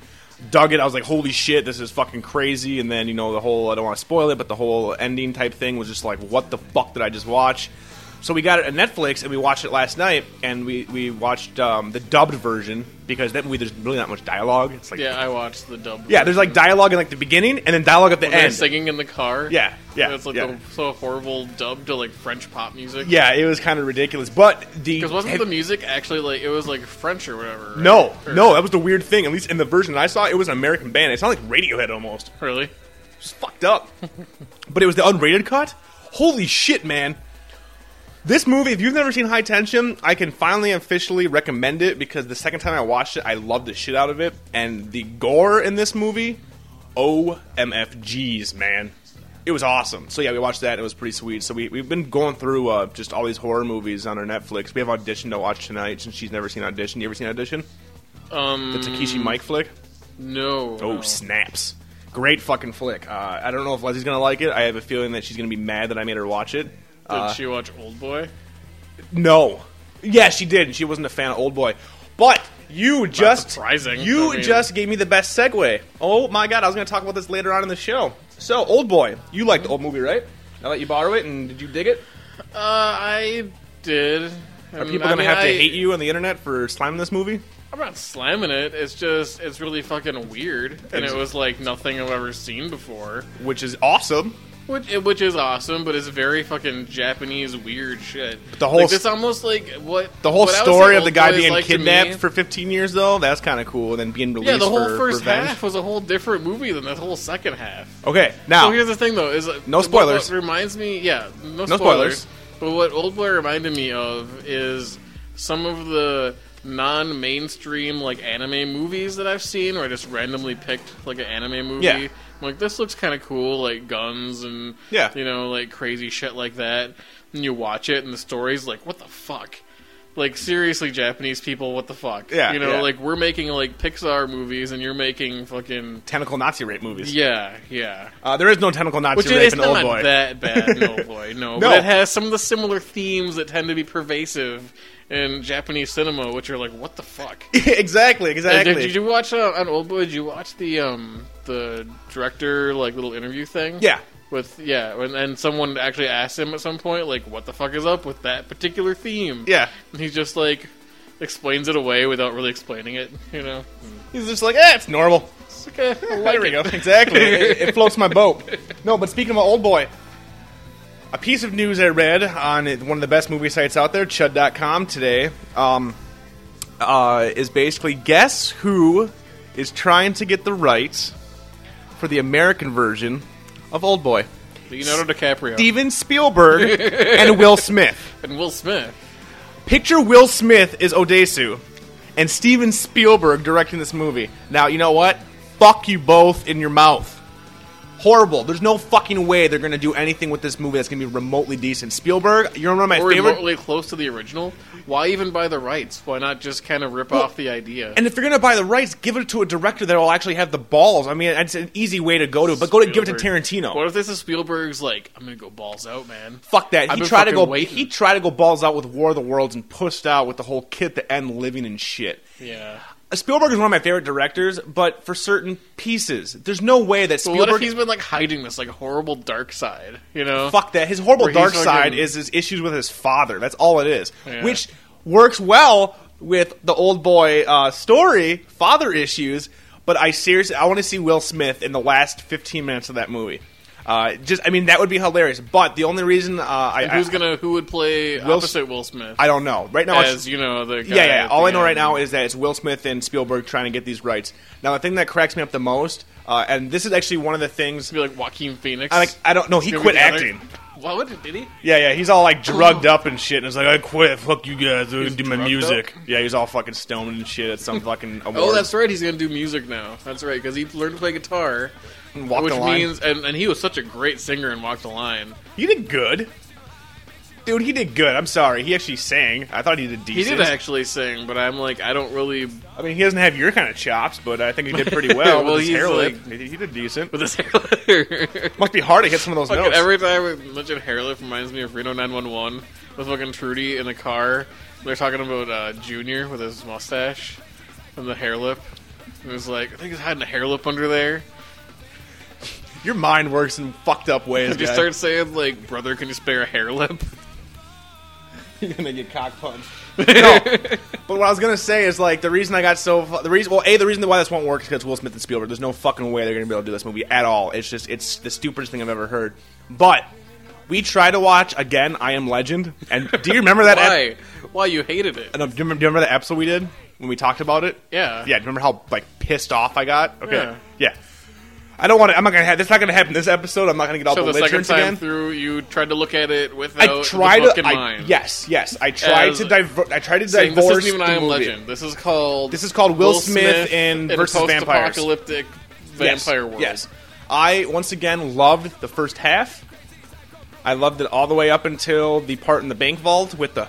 [SPEAKER 1] dug it. I was like, "Holy shit, this is fucking crazy!" And then you know the whole—I don't want to spoil it—but the whole ending type thing was just like, "What the fuck did I just watch?" So we got it on Netflix and we watched it last night, and we we watched um, the dubbed version because that movie there's really not much dialogue. It's like
[SPEAKER 2] Yeah, I watched the dub.
[SPEAKER 1] yeah, there's like dialogue in like the beginning and then dialogue at the
[SPEAKER 2] They're
[SPEAKER 1] end.
[SPEAKER 2] singing in the car.
[SPEAKER 1] Yeah, yeah,
[SPEAKER 2] It's like
[SPEAKER 1] yeah.
[SPEAKER 2] the, so horrible dub to like French pop music.
[SPEAKER 1] yeah, it was kind of ridiculous, but the
[SPEAKER 2] Because wasn't the music actually like it was like French or whatever? right?
[SPEAKER 1] No,
[SPEAKER 2] Or-
[SPEAKER 1] no, that was the weird thing. At least in the version that I saw, it was an American band. It sounded like Radiohead almost.
[SPEAKER 2] Really?
[SPEAKER 1] It was fucked up. but it was the unrated cut? Holy shit, man. This movie, if you've never seen High Tension, I can finally officially recommend it because the second time I watched it, I loved the shit out of it. And the gore in this movie, OMFGs, man. It was awesome. So yeah, we watched that. And it was pretty sweet. So we, we've been going through uh, just all these horror movies on our Netflix. We have Audition to watch tonight since she's never seen Audition. You ever seen Audition?
[SPEAKER 2] Um,
[SPEAKER 1] The Takeshi Mike flick?
[SPEAKER 2] no.
[SPEAKER 1] Oh,
[SPEAKER 2] no.
[SPEAKER 1] snaps. Great fucking flick. Uh, I don't know if Leslie's going to like it. I have a feeling that she's going to be mad that I made her watch it.
[SPEAKER 2] Did
[SPEAKER 1] Uh,
[SPEAKER 2] she watch Old Boy?
[SPEAKER 1] no. Yeah, she did. and She wasn't a fan of Old Boy. But you just
[SPEAKER 2] surprising.
[SPEAKER 1] you
[SPEAKER 2] I mean-
[SPEAKER 1] just gave me the best segue. Oh my god, I was going to talk about this later on in the show. So, Old Boy, you liked the old movie, right? I let you borrow it, and did you dig it?
[SPEAKER 2] Uh, I did.
[SPEAKER 1] Are people going to have to hate you on the internet for slamming this movie?
[SPEAKER 2] I'm not slamming it. It's just it's really fucking weird, and it was like nothing I've ever seen before,
[SPEAKER 1] Which is awesome.
[SPEAKER 2] which which is awesome, but it's very fucking Japanese weird shit. But
[SPEAKER 1] the whole
[SPEAKER 2] like,
[SPEAKER 1] s-
[SPEAKER 2] it's almost like what
[SPEAKER 1] The whole
[SPEAKER 2] what I would
[SPEAKER 1] story
[SPEAKER 2] say
[SPEAKER 1] of the
[SPEAKER 2] Old
[SPEAKER 1] guy
[SPEAKER 2] Boy is
[SPEAKER 1] being
[SPEAKER 2] like to
[SPEAKER 1] kidnapped
[SPEAKER 2] me-
[SPEAKER 1] for 15 years, though, that's kind of cool. And then being released
[SPEAKER 2] yeah, the whole
[SPEAKER 1] for
[SPEAKER 2] first
[SPEAKER 1] revenge.
[SPEAKER 2] half was a whole different movie than the whole second half.
[SPEAKER 1] Okay, now
[SPEAKER 2] So here's the thing, though, is uh,
[SPEAKER 1] No
[SPEAKER 2] what-
[SPEAKER 1] spoilers.
[SPEAKER 2] What, reminds me, yeah,
[SPEAKER 1] No
[SPEAKER 2] no,
[SPEAKER 1] spoilers.
[SPEAKER 2] spoilers. But what Old Boy reminded me of is some of the non-mainstream like anime movies that I've seen, where I just randomly picked like an anime movie.
[SPEAKER 1] Yeah.
[SPEAKER 2] I'm like this looks kind of cool, like guns and
[SPEAKER 1] Yeah.
[SPEAKER 2] you know, like crazy shit like that. And you watch it, and the story's like, what the fuck. Like seriously, Japanese people, what the fuck?
[SPEAKER 1] Yeah,
[SPEAKER 2] you know,
[SPEAKER 1] yeah.
[SPEAKER 2] like we're making like Pixar movies, and you're making fucking
[SPEAKER 1] tentacle Nazi rape movies.
[SPEAKER 2] yeah, yeah.
[SPEAKER 1] Uh, there is no tentacle Nazi
[SPEAKER 2] Which
[SPEAKER 1] rape
[SPEAKER 2] it's
[SPEAKER 1] in
[SPEAKER 2] not
[SPEAKER 1] Old Boy.
[SPEAKER 2] that bad, no boy, no.
[SPEAKER 1] No.
[SPEAKER 2] But it has some of the similar themes that tend to be pervasive in Japanese cinema, which are like, what the fuck?
[SPEAKER 1] exactly,
[SPEAKER 2] And
[SPEAKER 1] exactly.
[SPEAKER 2] Uh, Did, did you watch uh, on Old Boy? Did you watch the um the director like little interview thing?
[SPEAKER 1] Yeah.
[SPEAKER 2] With yeah, and, and someone actually asked him at some point like, what the fuck is up with that particular theme?
[SPEAKER 1] yeah,
[SPEAKER 2] And he just like explains it away without really explaining it. You know,
[SPEAKER 1] he's just like, eh, it's normal.
[SPEAKER 2] it's like, eh, I
[SPEAKER 1] there
[SPEAKER 2] like
[SPEAKER 1] we
[SPEAKER 2] it.
[SPEAKER 1] go. Exactly, it, it floats my boat. No, but speaking of Old Boy, a piece of news I read on one of the best movie sites out there, Chud.com, today, um, uh, is basically guess who is trying to get the rights for the American version of Old Boy.
[SPEAKER 2] Leonardo DiCaprio
[SPEAKER 1] Steven Spielberg and Will Smith.
[SPEAKER 2] and Will Smith.
[SPEAKER 1] Picture Will Smith is Odesu and Steven Spielberg directing this movie. Now, you know what? Fuck you both in your mouth. Horrible. There's no fucking way they're going to do anything with this movie that's going to be remotely decent. Spielberg, you're one of my
[SPEAKER 2] or
[SPEAKER 1] favorite.
[SPEAKER 2] remotely close to the original, why even buy the rights? Why not just kind of rip off the idea?
[SPEAKER 1] And if you're going to buy the rights, give it to a director that will actually have the balls. I mean, it's an easy way to go to, but go to give it to
[SPEAKER 2] Spielberg.
[SPEAKER 1] Tarantino.
[SPEAKER 2] What if this is Spielberg's like, I'm gonna go balls out, man?
[SPEAKER 1] Fuck that.
[SPEAKER 2] I've
[SPEAKER 1] He
[SPEAKER 2] been
[SPEAKER 1] tried to go.
[SPEAKER 2] fucking waiting.
[SPEAKER 1] He tried to go balls out with War of the Worlds and pushed out with the whole kit, the end, living and shit.
[SPEAKER 2] Yeah.
[SPEAKER 1] Spielberg is one of my favorite directors, but for certain pieces, there's no way that
[SPEAKER 2] But what
[SPEAKER 1] Spielberg.
[SPEAKER 2] if he's been like hiding this like horrible dark side? You know,
[SPEAKER 1] fuck that. His horrible
[SPEAKER 2] Where he's
[SPEAKER 1] dark
[SPEAKER 2] fucking-
[SPEAKER 1] side is his issues with his father. That's all it is,
[SPEAKER 2] Yeah.
[SPEAKER 1] which works well with the old boy uh, story, father issues. But I seriously, I want to see Will Smith in the last 15 minutes of that movie. Uh, just, I mean, that would be hilarious. But the only reason uh, I,
[SPEAKER 2] And who's
[SPEAKER 1] I-
[SPEAKER 2] gonna who would play
[SPEAKER 1] Will S-
[SPEAKER 2] opposite Will Smith?
[SPEAKER 1] I don't know. Right now, it's,
[SPEAKER 2] as you know the guy
[SPEAKER 1] yeah, yeah.
[SPEAKER 2] at
[SPEAKER 1] All
[SPEAKER 2] the
[SPEAKER 1] I know
[SPEAKER 2] end.
[SPEAKER 1] right now is that it's Will Smith and Spielberg trying to get these rights. Now, the thing that cracks me up the most, uh, and this is actually one of the things,
[SPEAKER 2] to be like Joaquin Phoenix.
[SPEAKER 1] I, like, I don't know, he
[SPEAKER 2] Gonna be
[SPEAKER 1] quit
[SPEAKER 2] the other-
[SPEAKER 1] acting.
[SPEAKER 2] What did he?
[SPEAKER 1] Yeah, yeah, he's all like drugged up and shit, and it's like, I quit, fuck you guys, I do my
[SPEAKER 2] drugged
[SPEAKER 1] music. Yeah, he's all fucking stoned and shit at some fucking award.
[SPEAKER 2] Oh, that's right. He's gonna do music now. That's right because he learned to play guitar,
[SPEAKER 1] And walked
[SPEAKER 2] which
[SPEAKER 1] the line.
[SPEAKER 2] means and, and he was such a great singer and walked the line.
[SPEAKER 1] He did good. Dude, he did good. I'm sorry. He actually sang. I thought he did
[SPEAKER 2] He
[SPEAKER 1] decent.
[SPEAKER 2] did actually sing, but I'm like I don't really
[SPEAKER 1] I mean, he doesn't have your kind of chops, but I think he did pretty well.
[SPEAKER 2] Well,
[SPEAKER 1] with his
[SPEAKER 2] he's
[SPEAKER 1] hair
[SPEAKER 2] like-
[SPEAKER 1] lip. He, he did decent.
[SPEAKER 2] with his hair.
[SPEAKER 1] Must be hard to hit some of those
[SPEAKER 2] Fucking
[SPEAKER 1] notes.
[SPEAKER 2] every time I mention Hairlift reminds me of Reno 911 with fucking Trudy in the car. They're talking about uh, Junior with his mustache and the hair lip. And it's like, I think he's hiding a hair lip under there.
[SPEAKER 1] Your mind works in fucked up ways.
[SPEAKER 2] And you
[SPEAKER 1] guy.
[SPEAKER 2] start saying, like, brother, can you spare a hair lip?
[SPEAKER 1] You're gonna get cock punched. no, but what I was gonna say is like the reason I got so fu- the reason well a the reason why this won't work is because Will Smith and Spielberg. There's no fucking way they're gonna be able to do this movie at all. It's just it's the stupidest thing I've ever heard. But we tried to watch again. I Am Legend, and do you remember that? ep-
[SPEAKER 2] Why? Why you hated it?
[SPEAKER 1] and, um, do, you remember, do you remember the episode we did when we talked about it?
[SPEAKER 2] Yeah.
[SPEAKER 1] Yeah. Do you remember how like pissed off I got? Okay.
[SPEAKER 2] Yeah.
[SPEAKER 1] Yeah. I don't want to. I'm not gonna. have This not gonna happen this episode. I'm not gonna get all
[SPEAKER 2] So the
[SPEAKER 1] belligerent
[SPEAKER 2] second time
[SPEAKER 1] again.
[SPEAKER 2] through, you tried to look at it without
[SPEAKER 1] I tried
[SPEAKER 2] the book
[SPEAKER 1] to.
[SPEAKER 2] in
[SPEAKER 1] I,
[SPEAKER 2] mind.
[SPEAKER 1] yes, yes. I tried
[SPEAKER 2] As-
[SPEAKER 1] to divert. I tried to
[SPEAKER 2] Saying,
[SPEAKER 1] divorce
[SPEAKER 2] this isn't
[SPEAKER 1] the
[SPEAKER 2] even I Am
[SPEAKER 1] movie.
[SPEAKER 2] Legend. This is called.
[SPEAKER 1] This is called Will Smith in versus vampires.
[SPEAKER 2] apocalyptic
[SPEAKER 1] Yes,
[SPEAKER 2] vampire world.
[SPEAKER 1] Yes. I once again loved the first half. I loved it all the way up until the part in the bank vault with the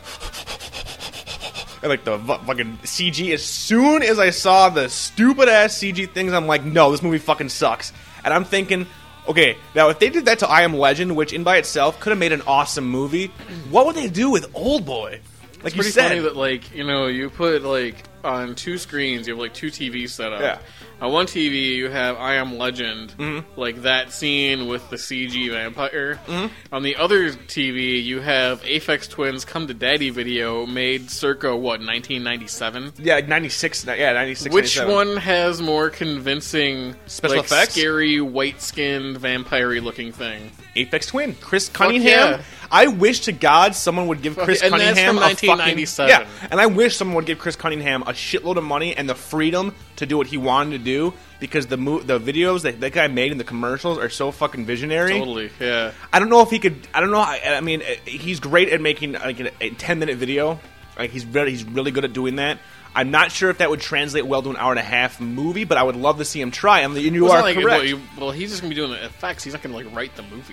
[SPEAKER 1] and like the v- fucking CG. As soon as I saw the stupid ass CG things, I'm like, no, this movie fucking sucks. And I'm thinking, okay, now if they did that to I Am Legend, which in by itself could have made an awesome movie, what would they do with Old Boy? Like you
[SPEAKER 2] pretty
[SPEAKER 1] said,
[SPEAKER 2] funny that like you know you put like on two screens you have like two TVs set up.
[SPEAKER 1] Yeah.
[SPEAKER 2] On one TV you have I Am Legend,
[SPEAKER 1] Mm-hmm.
[SPEAKER 2] like that scene with the CG vampire. On the other TV you have Aphex Twins Come to Daddy video made circa what 1997.
[SPEAKER 1] yeah, like 96, yeah, 96.
[SPEAKER 2] Which
[SPEAKER 1] 97.
[SPEAKER 2] one has more convincing,
[SPEAKER 1] Special
[SPEAKER 2] like,
[SPEAKER 1] effects?
[SPEAKER 2] scary, white-skinned, vampire-looking thing?
[SPEAKER 1] Apex Twin, Chris Cunningham.
[SPEAKER 2] yeah.
[SPEAKER 1] I wish to God someone would give Chris
[SPEAKER 2] and that's
[SPEAKER 1] Cunningham
[SPEAKER 2] from
[SPEAKER 1] a fucking
[SPEAKER 2] 1997.
[SPEAKER 1] yeah, and I wish someone would give Chris Cunningham a shitload of money and the freedom to do what he wanted to do because the mo- the videos that that guy made and the commercials are so fucking visionary.
[SPEAKER 2] Totally, yeah.
[SPEAKER 1] I don't know if he could. I don't know. I, I mean, uh, he's great at making like a, a ten minute video. Like he's really, he's really good at doing that. I'm not sure if that would translate well to an hour and a half movie, but I would love to see him try. And you
[SPEAKER 2] It's
[SPEAKER 1] are
[SPEAKER 2] not like,
[SPEAKER 1] correct.
[SPEAKER 2] Well, you- well, he's just gonna be doing the effects. He's not gonna like write the movie.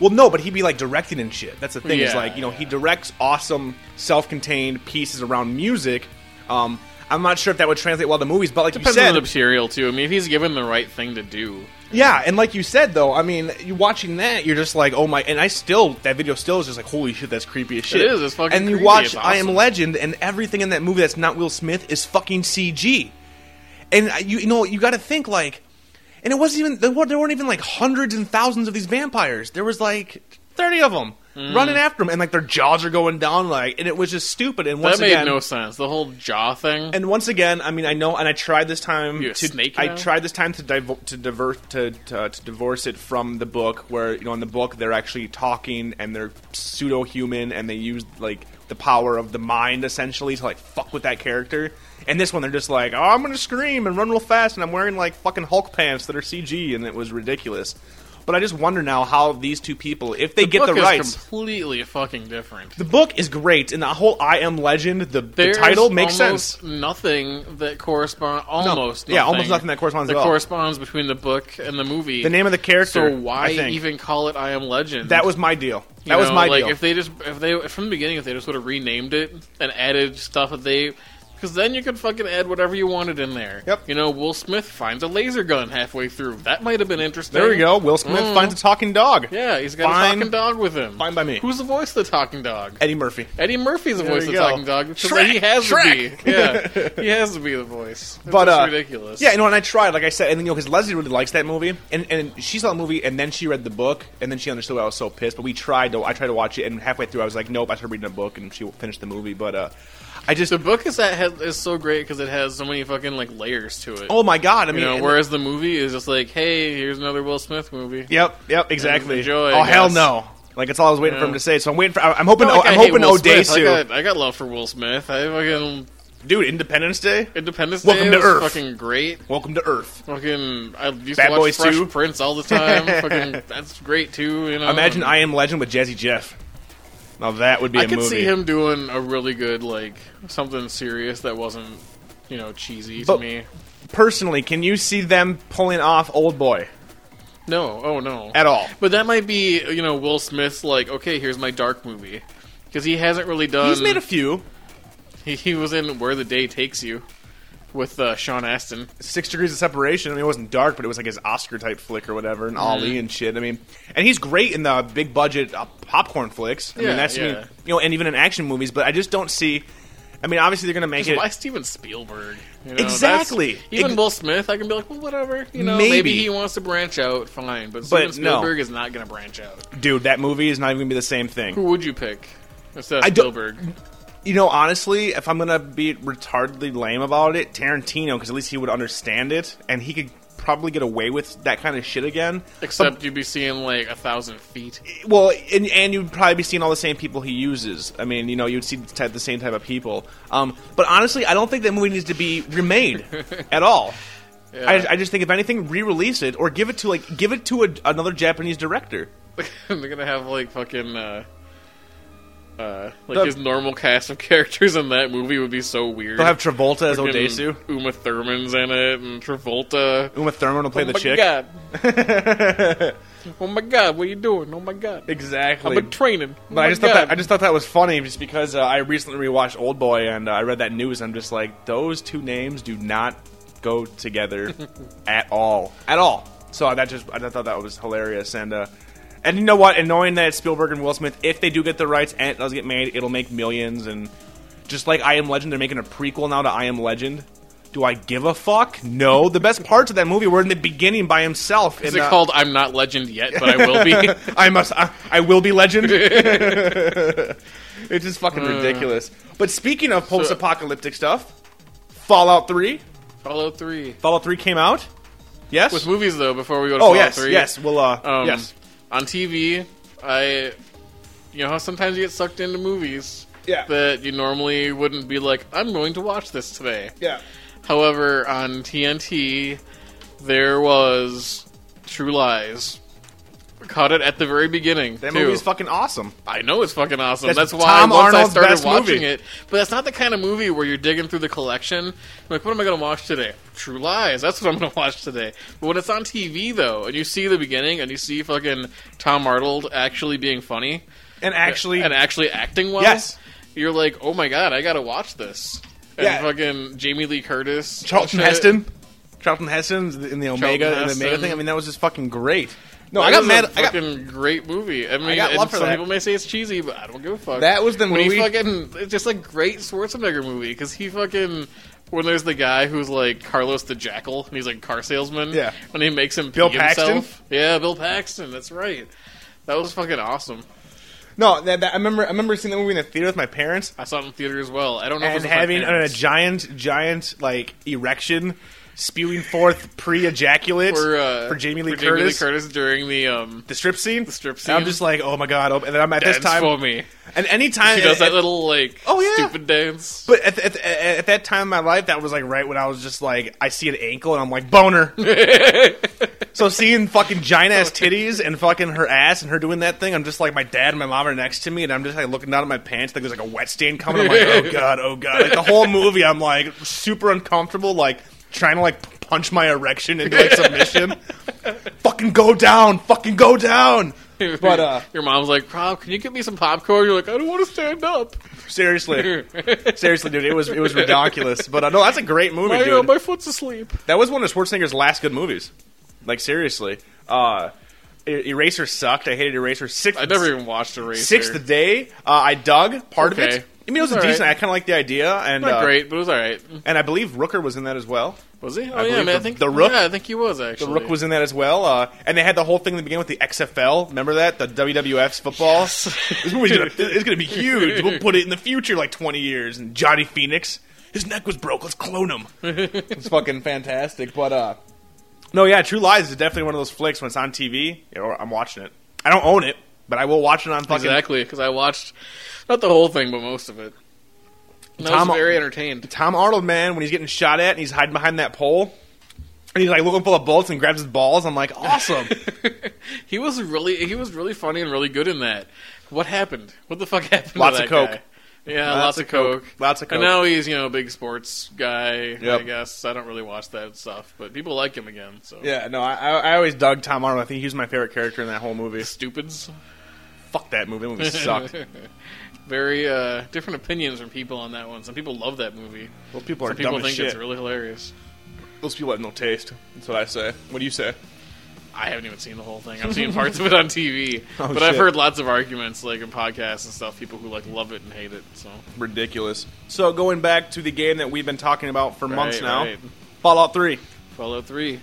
[SPEAKER 1] Well, no, but he'd be like directing and shit. That's the thing. Is
[SPEAKER 2] Yeah.
[SPEAKER 1] like you know he directs awesome, self-contained pieces around music. Um, I'm not sure if that would translate well to movies, but like
[SPEAKER 2] Depends
[SPEAKER 1] you
[SPEAKER 2] on the
[SPEAKER 1] said,
[SPEAKER 2] material too. I mean, if he's given the right thing to do,
[SPEAKER 1] yeah, and like you said though, I mean, you watching that, you're just like, oh my! And I still that video still is just like, holy shit, that's creepy as shit.
[SPEAKER 2] is, it's fucking
[SPEAKER 1] And you
[SPEAKER 2] creepy,
[SPEAKER 1] watch
[SPEAKER 2] it's
[SPEAKER 1] I Am
[SPEAKER 2] awesome.
[SPEAKER 1] Legend, and everything in that movie that's not Will Smith is fucking CG. And I- you, you know, you got to think like, and it wasn't even there weren't there weren't even like hundreds and thousands of these vampires. There was like thirty of them
[SPEAKER 2] Mm.
[SPEAKER 1] running after them, and like their jaws are going down, like, and it was just stupid. And once
[SPEAKER 2] that made
[SPEAKER 1] again,
[SPEAKER 2] no sense. The whole jaw thing.
[SPEAKER 1] and once again, I mean, I know, and I tried this time
[SPEAKER 2] You a
[SPEAKER 1] to
[SPEAKER 2] snake
[SPEAKER 1] I
[SPEAKER 2] now?
[SPEAKER 1] tried this time to divo- to divert to, to to divorce it from the book, where you know in the book they're actually talking and they're pseudo human and they use like the power of the mind essentially to like fuck with that character. And this one, they're just like, oh, I'm gonna scream and run real fast, and I'm wearing like fucking Hulk pants that are CG, and it was ridiculous. But I just wonder now how these two people, if they get
[SPEAKER 2] book
[SPEAKER 1] the
[SPEAKER 2] is
[SPEAKER 1] rights,
[SPEAKER 2] completely fucking different.
[SPEAKER 1] the book is great, and the whole I Am Legend, the, the
[SPEAKER 2] There's
[SPEAKER 1] title makes
[SPEAKER 2] almost
[SPEAKER 1] sense.
[SPEAKER 2] Nothing that corresponds. Almost.
[SPEAKER 1] yeah, almost nothing that corresponds
[SPEAKER 2] That
[SPEAKER 1] at all.
[SPEAKER 2] corresponds between the book and the movie.
[SPEAKER 1] The name of the character.
[SPEAKER 2] So
[SPEAKER 1] I
[SPEAKER 2] why
[SPEAKER 1] think.
[SPEAKER 2] even call it "I Am Legend"?
[SPEAKER 1] That was my deal.
[SPEAKER 2] You
[SPEAKER 1] That was
[SPEAKER 2] know,
[SPEAKER 1] my
[SPEAKER 2] like
[SPEAKER 1] deal.
[SPEAKER 2] if they just if they from the beginning if they just would have renamed it and added stuff that they because then you could fucking add whatever you wanted in there.
[SPEAKER 1] Yep.
[SPEAKER 2] You know, Will Smith finds a laser gun halfway through. That might have been interesting.
[SPEAKER 1] there we go. Will Smith
[SPEAKER 2] Mm.
[SPEAKER 1] finds a talking dog.
[SPEAKER 2] Yeah, he's got
[SPEAKER 1] Fine.
[SPEAKER 2] a talking dog with him.
[SPEAKER 1] Fine by me.
[SPEAKER 2] Who's the voice of the talking dog?
[SPEAKER 1] Eddie Murphy.
[SPEAKER 2] Eddie Murphy's the
[SPEAKER 1] There
[SPEAKER 2] voice of
[SPEAKER 1] you
[SPEAKER 2] the
[SPEAKER 1] go.
[SPEAKER 2] talking dog. 'cause
[SPEAKER 1] Shrek,
[SPEAKER 2] he has
[SPEAKER 1] Shrek.
[SPEAKER 2] to be. Yeah, he has to be the voice. It's
[SPEAKER 1] But
[SPEAKER 2] just
[SPEAKER 1] uh,
[SPEAKER 2] ridiculous.
[SPEAKER 1] Yeah, you know, and I tried, like I said, and then you know, because Leslie really likes that movie, and and she saw the movie, and then she read the book, and then she understood why I was so pissed. But we tried to, I tried to watch it, and halfway through, I was like, nope, I started reading the book, and she finished the movie. But uh, I just
[SPEAKER 2] The book is that has, is so great because it has so many fucking like layers to it.
[SPEAKER 1] oh my god. I mean,
[SPEAKER 2] you know,
[SPEAKER 1] and-
[SPEAKER 2] whereas the movie is just like, hey, here's another Will Smith movie.
[SPEAKER 1] Yep, yep, exactly.
[SPEAKER 2] enjoy, I
[SPEAKER 1] oh hell
[SPEAKER 2] guess.
[SPEAKER 1] no! Like it's all I was waiting for him
[SPEAKER 2] Yeah.
[SPEAKER 1] to say. So I'm waiting for. I- I'm hoping.
[SPEAKER 2] Not like
[SPEAKER 1] I'm
[SPEAKER 2] I hate
[SPEAKER 1] hoping
[SPEAKER 2] Will Smith.
[SPEAKER 1] Odesu,
[SPEAKER 2] I got, I got love for Will Smith. I fucking
[SPEAKER 1] dude. Independence Day.
[SPEAKER 2] Independence
[SPEAKER 1] Welcome
[SPEAKER 2] Day
[SPEAKER 1] to
[SPEAKER 2] was
[SPEAKER 1] Earth.
[SPEAKER 2] fucking great.
[SPEAKER 1] Welcome to Earth.
[SPEAKER 2] Fucking, I used
[SPEAKER 1] Bad
[SPEAKER 2] to watch
[SPEAKER 1] Boys
[SPEAKER 2] Fresh
[SPEAKER 1] 2.
[SPEAKER 2] Prince all the time. fucking, that's great too. You know,
[SPEAKER 1] Imagine
[SPEAKER 2] And
[SPEAKER 1] I Am Legend with Jazzy Jeff. Now that would be
[SPEAKER 2] Um, I
[SPEAKER 1] a
[SPEAKER 2] could
[SPEAKER 1] movie.
[SPEAKER 2] see him doing a really good like something serious that wasn't you know cheesy
[SPEAKER 1] But-
[SPEAKER 2] to me.
[SPEAKER 1] Personally, can you see them pulling off Old Boy
[SPEAKER 2] No, oh no,
[SPEAKER 1] at all?
[SPEAKER 2] But that might be, you know, Will Smith's like, okay, here's my dark movie. Because he hasn't really done.
[SPEAKER 1] He's made a few.
[SPEAKER 2] he, he was in Where the Day Takes You with uh, Sean Astin.
[SPEAKER 1] Six Degrees of Separation. I mean, it wasn't dark, but it was like his Oscar type flick or whatever, and
[SPEAKER 2] Mm-hmm.
[SPEAKER 1] Ollie and shit. I mean, and he's great in the big budget uh, popcorn flicks. I
[SPEAKER 2] Yeah,
[SPEAKER 1] mean, that's I mean,
[SPEAKER 2] yeah.
[SPEAKER 1] you know, and even in action movies. But I just don't see. I mean, obviously they're gonna make it.
[SPEAKER 2] Why Steven Spielberg? You know, that's-
[SPEAKER 1] Exactly.
[SPEAKER 2] Even
[SPEAKER 1] Ex-
[SPEAKER 2] Will Smith, I can be like, well, whatever. You know,
[SPEAKER 1] Maybe.
[SPEAKER 2] maybe, he wants to branch out, fine. But,
[SPEAKER 1] But
[SPEAKER 2] Steven
[SPEAKER 1] no.
[SPEAKER 2] Spielberg is not going to branch out.
[SPEAKER 1] Dude, that movie is not even gonna be the same thing.
[SPEAKER 2] Who would you pick? Instead of
[SPEAKER 1] I don't-
[SPEAKER 2] Spielberg.
[SPEAKER 1] You know, honestly, if I'm gonna be retardedly lame about it, Tarantino, because at least he would understand it, and he could probably get away with that kind of shit again.
[SPEAKER 2] Except you'd be seeing like a thousand feet.
[SPEAKER 1] Well, and, and you'd probably be seeing all the same people he uses. I mean, you know, you'd see the type- the same type of people. Um, but honestly, I don't think that movie needs to be remade at all.
[SPEAKER 2] Yeah.
[SPEAKER 1] I, I just think if anything, re-release it or give it to like give it to a, another Japanese director.
[SPEAKER 2] They're gonna have like fucking uh, uh, like
[SPEAKER 1] The-
[SPEAKER 2] his normal cast of characters in that movie would be so weird.
[SPEAKER 1] They'll have Travolta as
[SPEAKER 2] Fucking
[SPEAKER 1] Odesu.
[SPEAKER 2] Uma Thurman's in it, and Travolta.
[SPEAKER 1] Uma Thurman will play the
[SPEAKER 2] oh my
[SPEAKER 1] chick.
[SPEAKER 2] god! oh my god! What are you doing? Oh my god! I've
[SPEAKER 1] Exactly.
[SPEAKER 2] been training. Oh
[SPEAKER 1] But
[SPEAKER 2] my
[SPEAKER 1] I just thought
[SPEAKER 2] God.
[SPEAKER 1] that I just thought that was funny, just because uh, I recently rewatched Old Boy and uh, I read that news. I'm just like, those two names do not go together at all, at all. So that just I thought that was hilarious, and uh, and you know what? And knowing that Spielberg and Will Smith, if they do get the rights and it does get made, it'll make millions. And just like I Am Legend, they're making a prequel now to I Am Legend. Do I give a fuck? No. the best parts of that movie were in the beginning by himself.
[SPEAKER 2] Is
[SPEAKER 1] in,
[SPEAKER 2] it
[SPEAKER 1] uh,
[SPEAKER 2] called "I'm Not Legend Yet, but I Will Be"?
[SPEAKER 1] I must. I, I will be legend. it's just fucking
[SPEAKER 2] Uh.
[SPEAKER 1] ridiculous. But speaking of post-apocalyptic stuff, Fallout Three.
[SPEAKER 2] Fallout Three.
[SPEAKER 1] Fallout Three came out. Yes.
[SPEAKER 2] With movies though, before we go to
[SPEAKER 1] oh
[SPEAKER 2] Fallout
[SPEAKER 1] yes.
[SPEAKER 2] Three,
[SPEAKER 1] Yes. Well. Uh,
[SPEAKER 2] Um,
[SPEAKER 1] yes.
[SPEAKER 2] On TV, I, you know how sometimes you get sucked into movies
[SPEAKER 1] Yeah.
[SPEAKER 2] that you normally wouldn't be like, I'm going to watch this today.
[SPEAKER 1] Yeah.
[SPEAKER 2] However, on TNT, there was True Lies. Caught it at the very beginning.
[SPEAKER 1] That
[SPEAKER 2] too.
[SPEAKER 1] movie is fucking awesome.
[SPEAKER 2] I know it's fucking awesome.
[SPEAKER 1] That's
[SPEAKER 2] That's, why
[SPEAKER 1] Tom
[SPEAKER 2] once
[SPEAKER 1] Arnold's
[SPEAKER 2] I started
[SPEAKER 1] best
[SPEAKER 2] watching
[SPEAKER 1] movie.
[SPEAKER 2] it, but that's not the kind of movie where you're digging through the collection. I'm like, what am I going to watch today? True Lies. That's what I'm going to watch today. But when it's on TV though, and you see the beginning, and you see fucking Tom Arnold actually being funny,
[SPEAKER 1] And actually,
[SPEAKER 2] and actually acting well,
[SPEAKER 1] Yes.
[SPEAKER 2] you're like, oh my god, I got to watch this. And
[SPEAKER 1] Yeah.
[SPEAKER 2] fucking Jamie Lee Curtis,
[SPEAKER 1] Charlton
[SPEAKER 2] shit.
[SPEAKER 1] Heston. Charlton Heston in the Omega, in the
[SPEAKER 2] Heston.
[SPEAKER 1] Omega thing. I mean, that was just fucking great. No,
[SPEAKER 2] That
[SPEAKER 1] I got
[SPEAKER 2] is
[SPEAKER 1] mad.
[SPEAKER 2] A
[SPEAKER 1] I got
[SPEAKER 2] fucking great movie. I mean,
[SPEAKER 1] got
[SPEAKER 2] and
[SPEAKER 1] love for
[SPEAKER 2] some
[SPEAKER 1] that.
[SPEAKER 2] people may say it's cheesy, but I don't give a fuck.
[SPEAKER 1] That was the
[SPEAKER 2] when
[SPEAKER 1] movie-
[SPEAKER 2] He fucking, it's just a great Schwarzenegger movie because he fucking. When there's the guy who's like Carlos the Jackal, and he's like car salesman.
[SPEAKER 1] Yeah.
[SPEAKER 2] When he makes him
[SPEAKER 1] Bill
[SPEAKER 2] pee
[SPEAKER 1] Paxton?
[SPEAKER 2] himself. Yeah, Bill Paxton. That's right. That was fucking awesome.
[SPEAKER 1] no. That, that, I remember. I remember seeing that movie in the theater with my parents.
[SPEAKER 2] I saw it in theater as well. I don't know.
[SPEAKER 1] and
[SPEAKER 2] if it was with my
[SPEAKER 1] having a
[SPEAKER 2] parents.
[SPEAKER 1] giant, giant like erection spewing forth pre-ejaculate
[SPEAKER 2] for, uh,
[SPEAKER 1] for Jamie Lee
[SPEAKER 2] for
[SPEAKER 1] Curtis.
[SPEAKER 2] during the um
[SPEAKER 1] The strip scene. The
[SPEAKER 2] strip
[SPEAKER 1] I'm
[SPEAKER 2] scene.
[SPEAKER 1] just like, oh my god! oh- And I'm at
[SPEAKER 2] dance
[SPEAKER 1] this time,
[SPEAKER 2] for me.
[SPEAKER 1] and any time,
[SPEAKER 2] She does that little like
[SPEAKER 1] Oh, yeah.
[SPEAKER 2] stupid dance.
[SPEAKER 1] but at, at, at, at that time in my life, that was like right when I was just like, I see an ankle and I'm like boner. so seeing fucking giant ass titties and fucking her ass and her doing that thing, I'm just like, my dad and my mom are next to me, and I'm just like looking down at my pants, like there's like a wet stain coming. I'm like, oh god, oh god. Like the whole movie, I'm like super uncomfortable, like trying to like p- punch my erection into like submission. fucking go down, fucking go down. But uh,
[SPEAKER 2] your mom's like, "Rob, can you get me some popcorn?" You're like, "I don't want to stand up.
[SPEAKER 1] seriously. Seriously, dude, it was it was ridiculous. But uh, no, that's a great movie,
[SPEAKER 2] my,
[SPEAKER 1] dude.
[SPEAKER 2] uh, my foot's asleep."
[SPEAKER 1] that was one of Schwarzenegger's last good movies. Like seriously, uh, E- Eraser sucked. I hated Eraser. Sixth,
[SPEAKER 2] I never even watched a race.
[SPEAKER 1] Sixth Day. Uh, I dug part
[SPEAKER 2] Okay.
[SPEAKER 1] of it. I mean, it was
[SPEAKER 2] It's all
[SPEAKER 1] decent.
[SPEAKER 2] right.
[SPEAKER 1] I kind of like the idea, and
[SPEAKER 2] Not
[SPEAKER 1] uh,
[SPEAKER 2] great, but it was all right.
[SPEAKER 1] And I believe Rooker was in that as well.
[SPEAKER 2] Was he? Oh
[SPEAKER 1] I
[SPEAKER 2] yeah,
[SPEAKER 1] believe
[SPEAKER 2] man. I
[SPEAKER 1] the-
[SPEAKER 2] think
[SPEAKER 1] the Rook-
[SPEAKER 2] Yeah, I think he was actually.
[SPEAKER 1] The Rook was in that as well, uh, and they had the whole thing that began with the XFL. Remember that the WWF's football. This movie's gonna, it's going to be huge. We'll put it in the future, like twenty years. And Johnny Phoenix, his neck was broke. Let's clone him. it's fucking fantastic. But uh, no, yeah, True Lies is definitely one of those flicks when it's on TV. you know, I'm watching it. I don't own it, but I will watch it on fucking.
[SPEAKER 2] exactly because I watched not the whole thing, but most of it. And I
[SPEAKER 1] Tom-
[SPEAKER 2] was very entertained.
[SPEAKER 1] Tom Arnold, man, when he's getting shot at and he's hiding behind that pole. And he's like looking full of bullets and grabs his balls. I'm like, awesome.
[SPEAKER 2] he was really he was really funny and really good in that. What happened? What the fuck happened? to
[SPEAKER 1] Lots of
[SPEAKER 2] that
[SPEAKER 1] coke.
[SPEAKER 2] guy? Yeah,
[SPEAKER 1] Lots
[SPEAKER 2] lots,
[SPEAKER 1] of
[SPEAKER 2] of,
[SPEAKER 1] coke.
[SPEAKER 2] coke.
[SPEAKER 1] Lots of coke.
[SPEAKER 2] And now he's you know a big sports guy. I
[SPEAKER 1] Yep.
[SPEAKER 2] guess I don't really watch that stuff, but people like him again. So
[SPEAKER 1] Yeah, no, I, I I always dug Tom Arnold. I think he was my favorite character in that whole movie.
[SPEAKER 2] stupids.
[SPEAKER 1] Fuck that movie. That movie sucked.
[SPEAKER 2] Very uh, different opinions from people on that one. Some people love that movie.
[SPEAKER 1] Those people are
[SPEAKER 2] Some people
[SPEAKER 1] dumb as
[SPEAKER 2] think
[SPEAKER 1] shit.
[SPEAKER 2] it's really hilarious.
[SPEAKER 1] Those people have no taste. That's what I say. What do you say?
[SPEAKER 2] I haven't even seen the whole thing. I've seen parts of it on TV,
[SPEAKER 1] Oh,
[SPEAKER 2] but I've
[SPEAKER 1] shit.
[SPEAKER 2] heard lots of arguments, like in podcasts and stuff. People who like love it and hate it. So
[SPEAKER 1] Ridiculous. So going back to the game that we've been talking about for months
[SPEAKER 2] Right,
[SPEAKER 1] now,
[SPEAKER 2] right.
[SPEAKER 1] Fallout Three.
[SPEAKER 2] Fallout Three.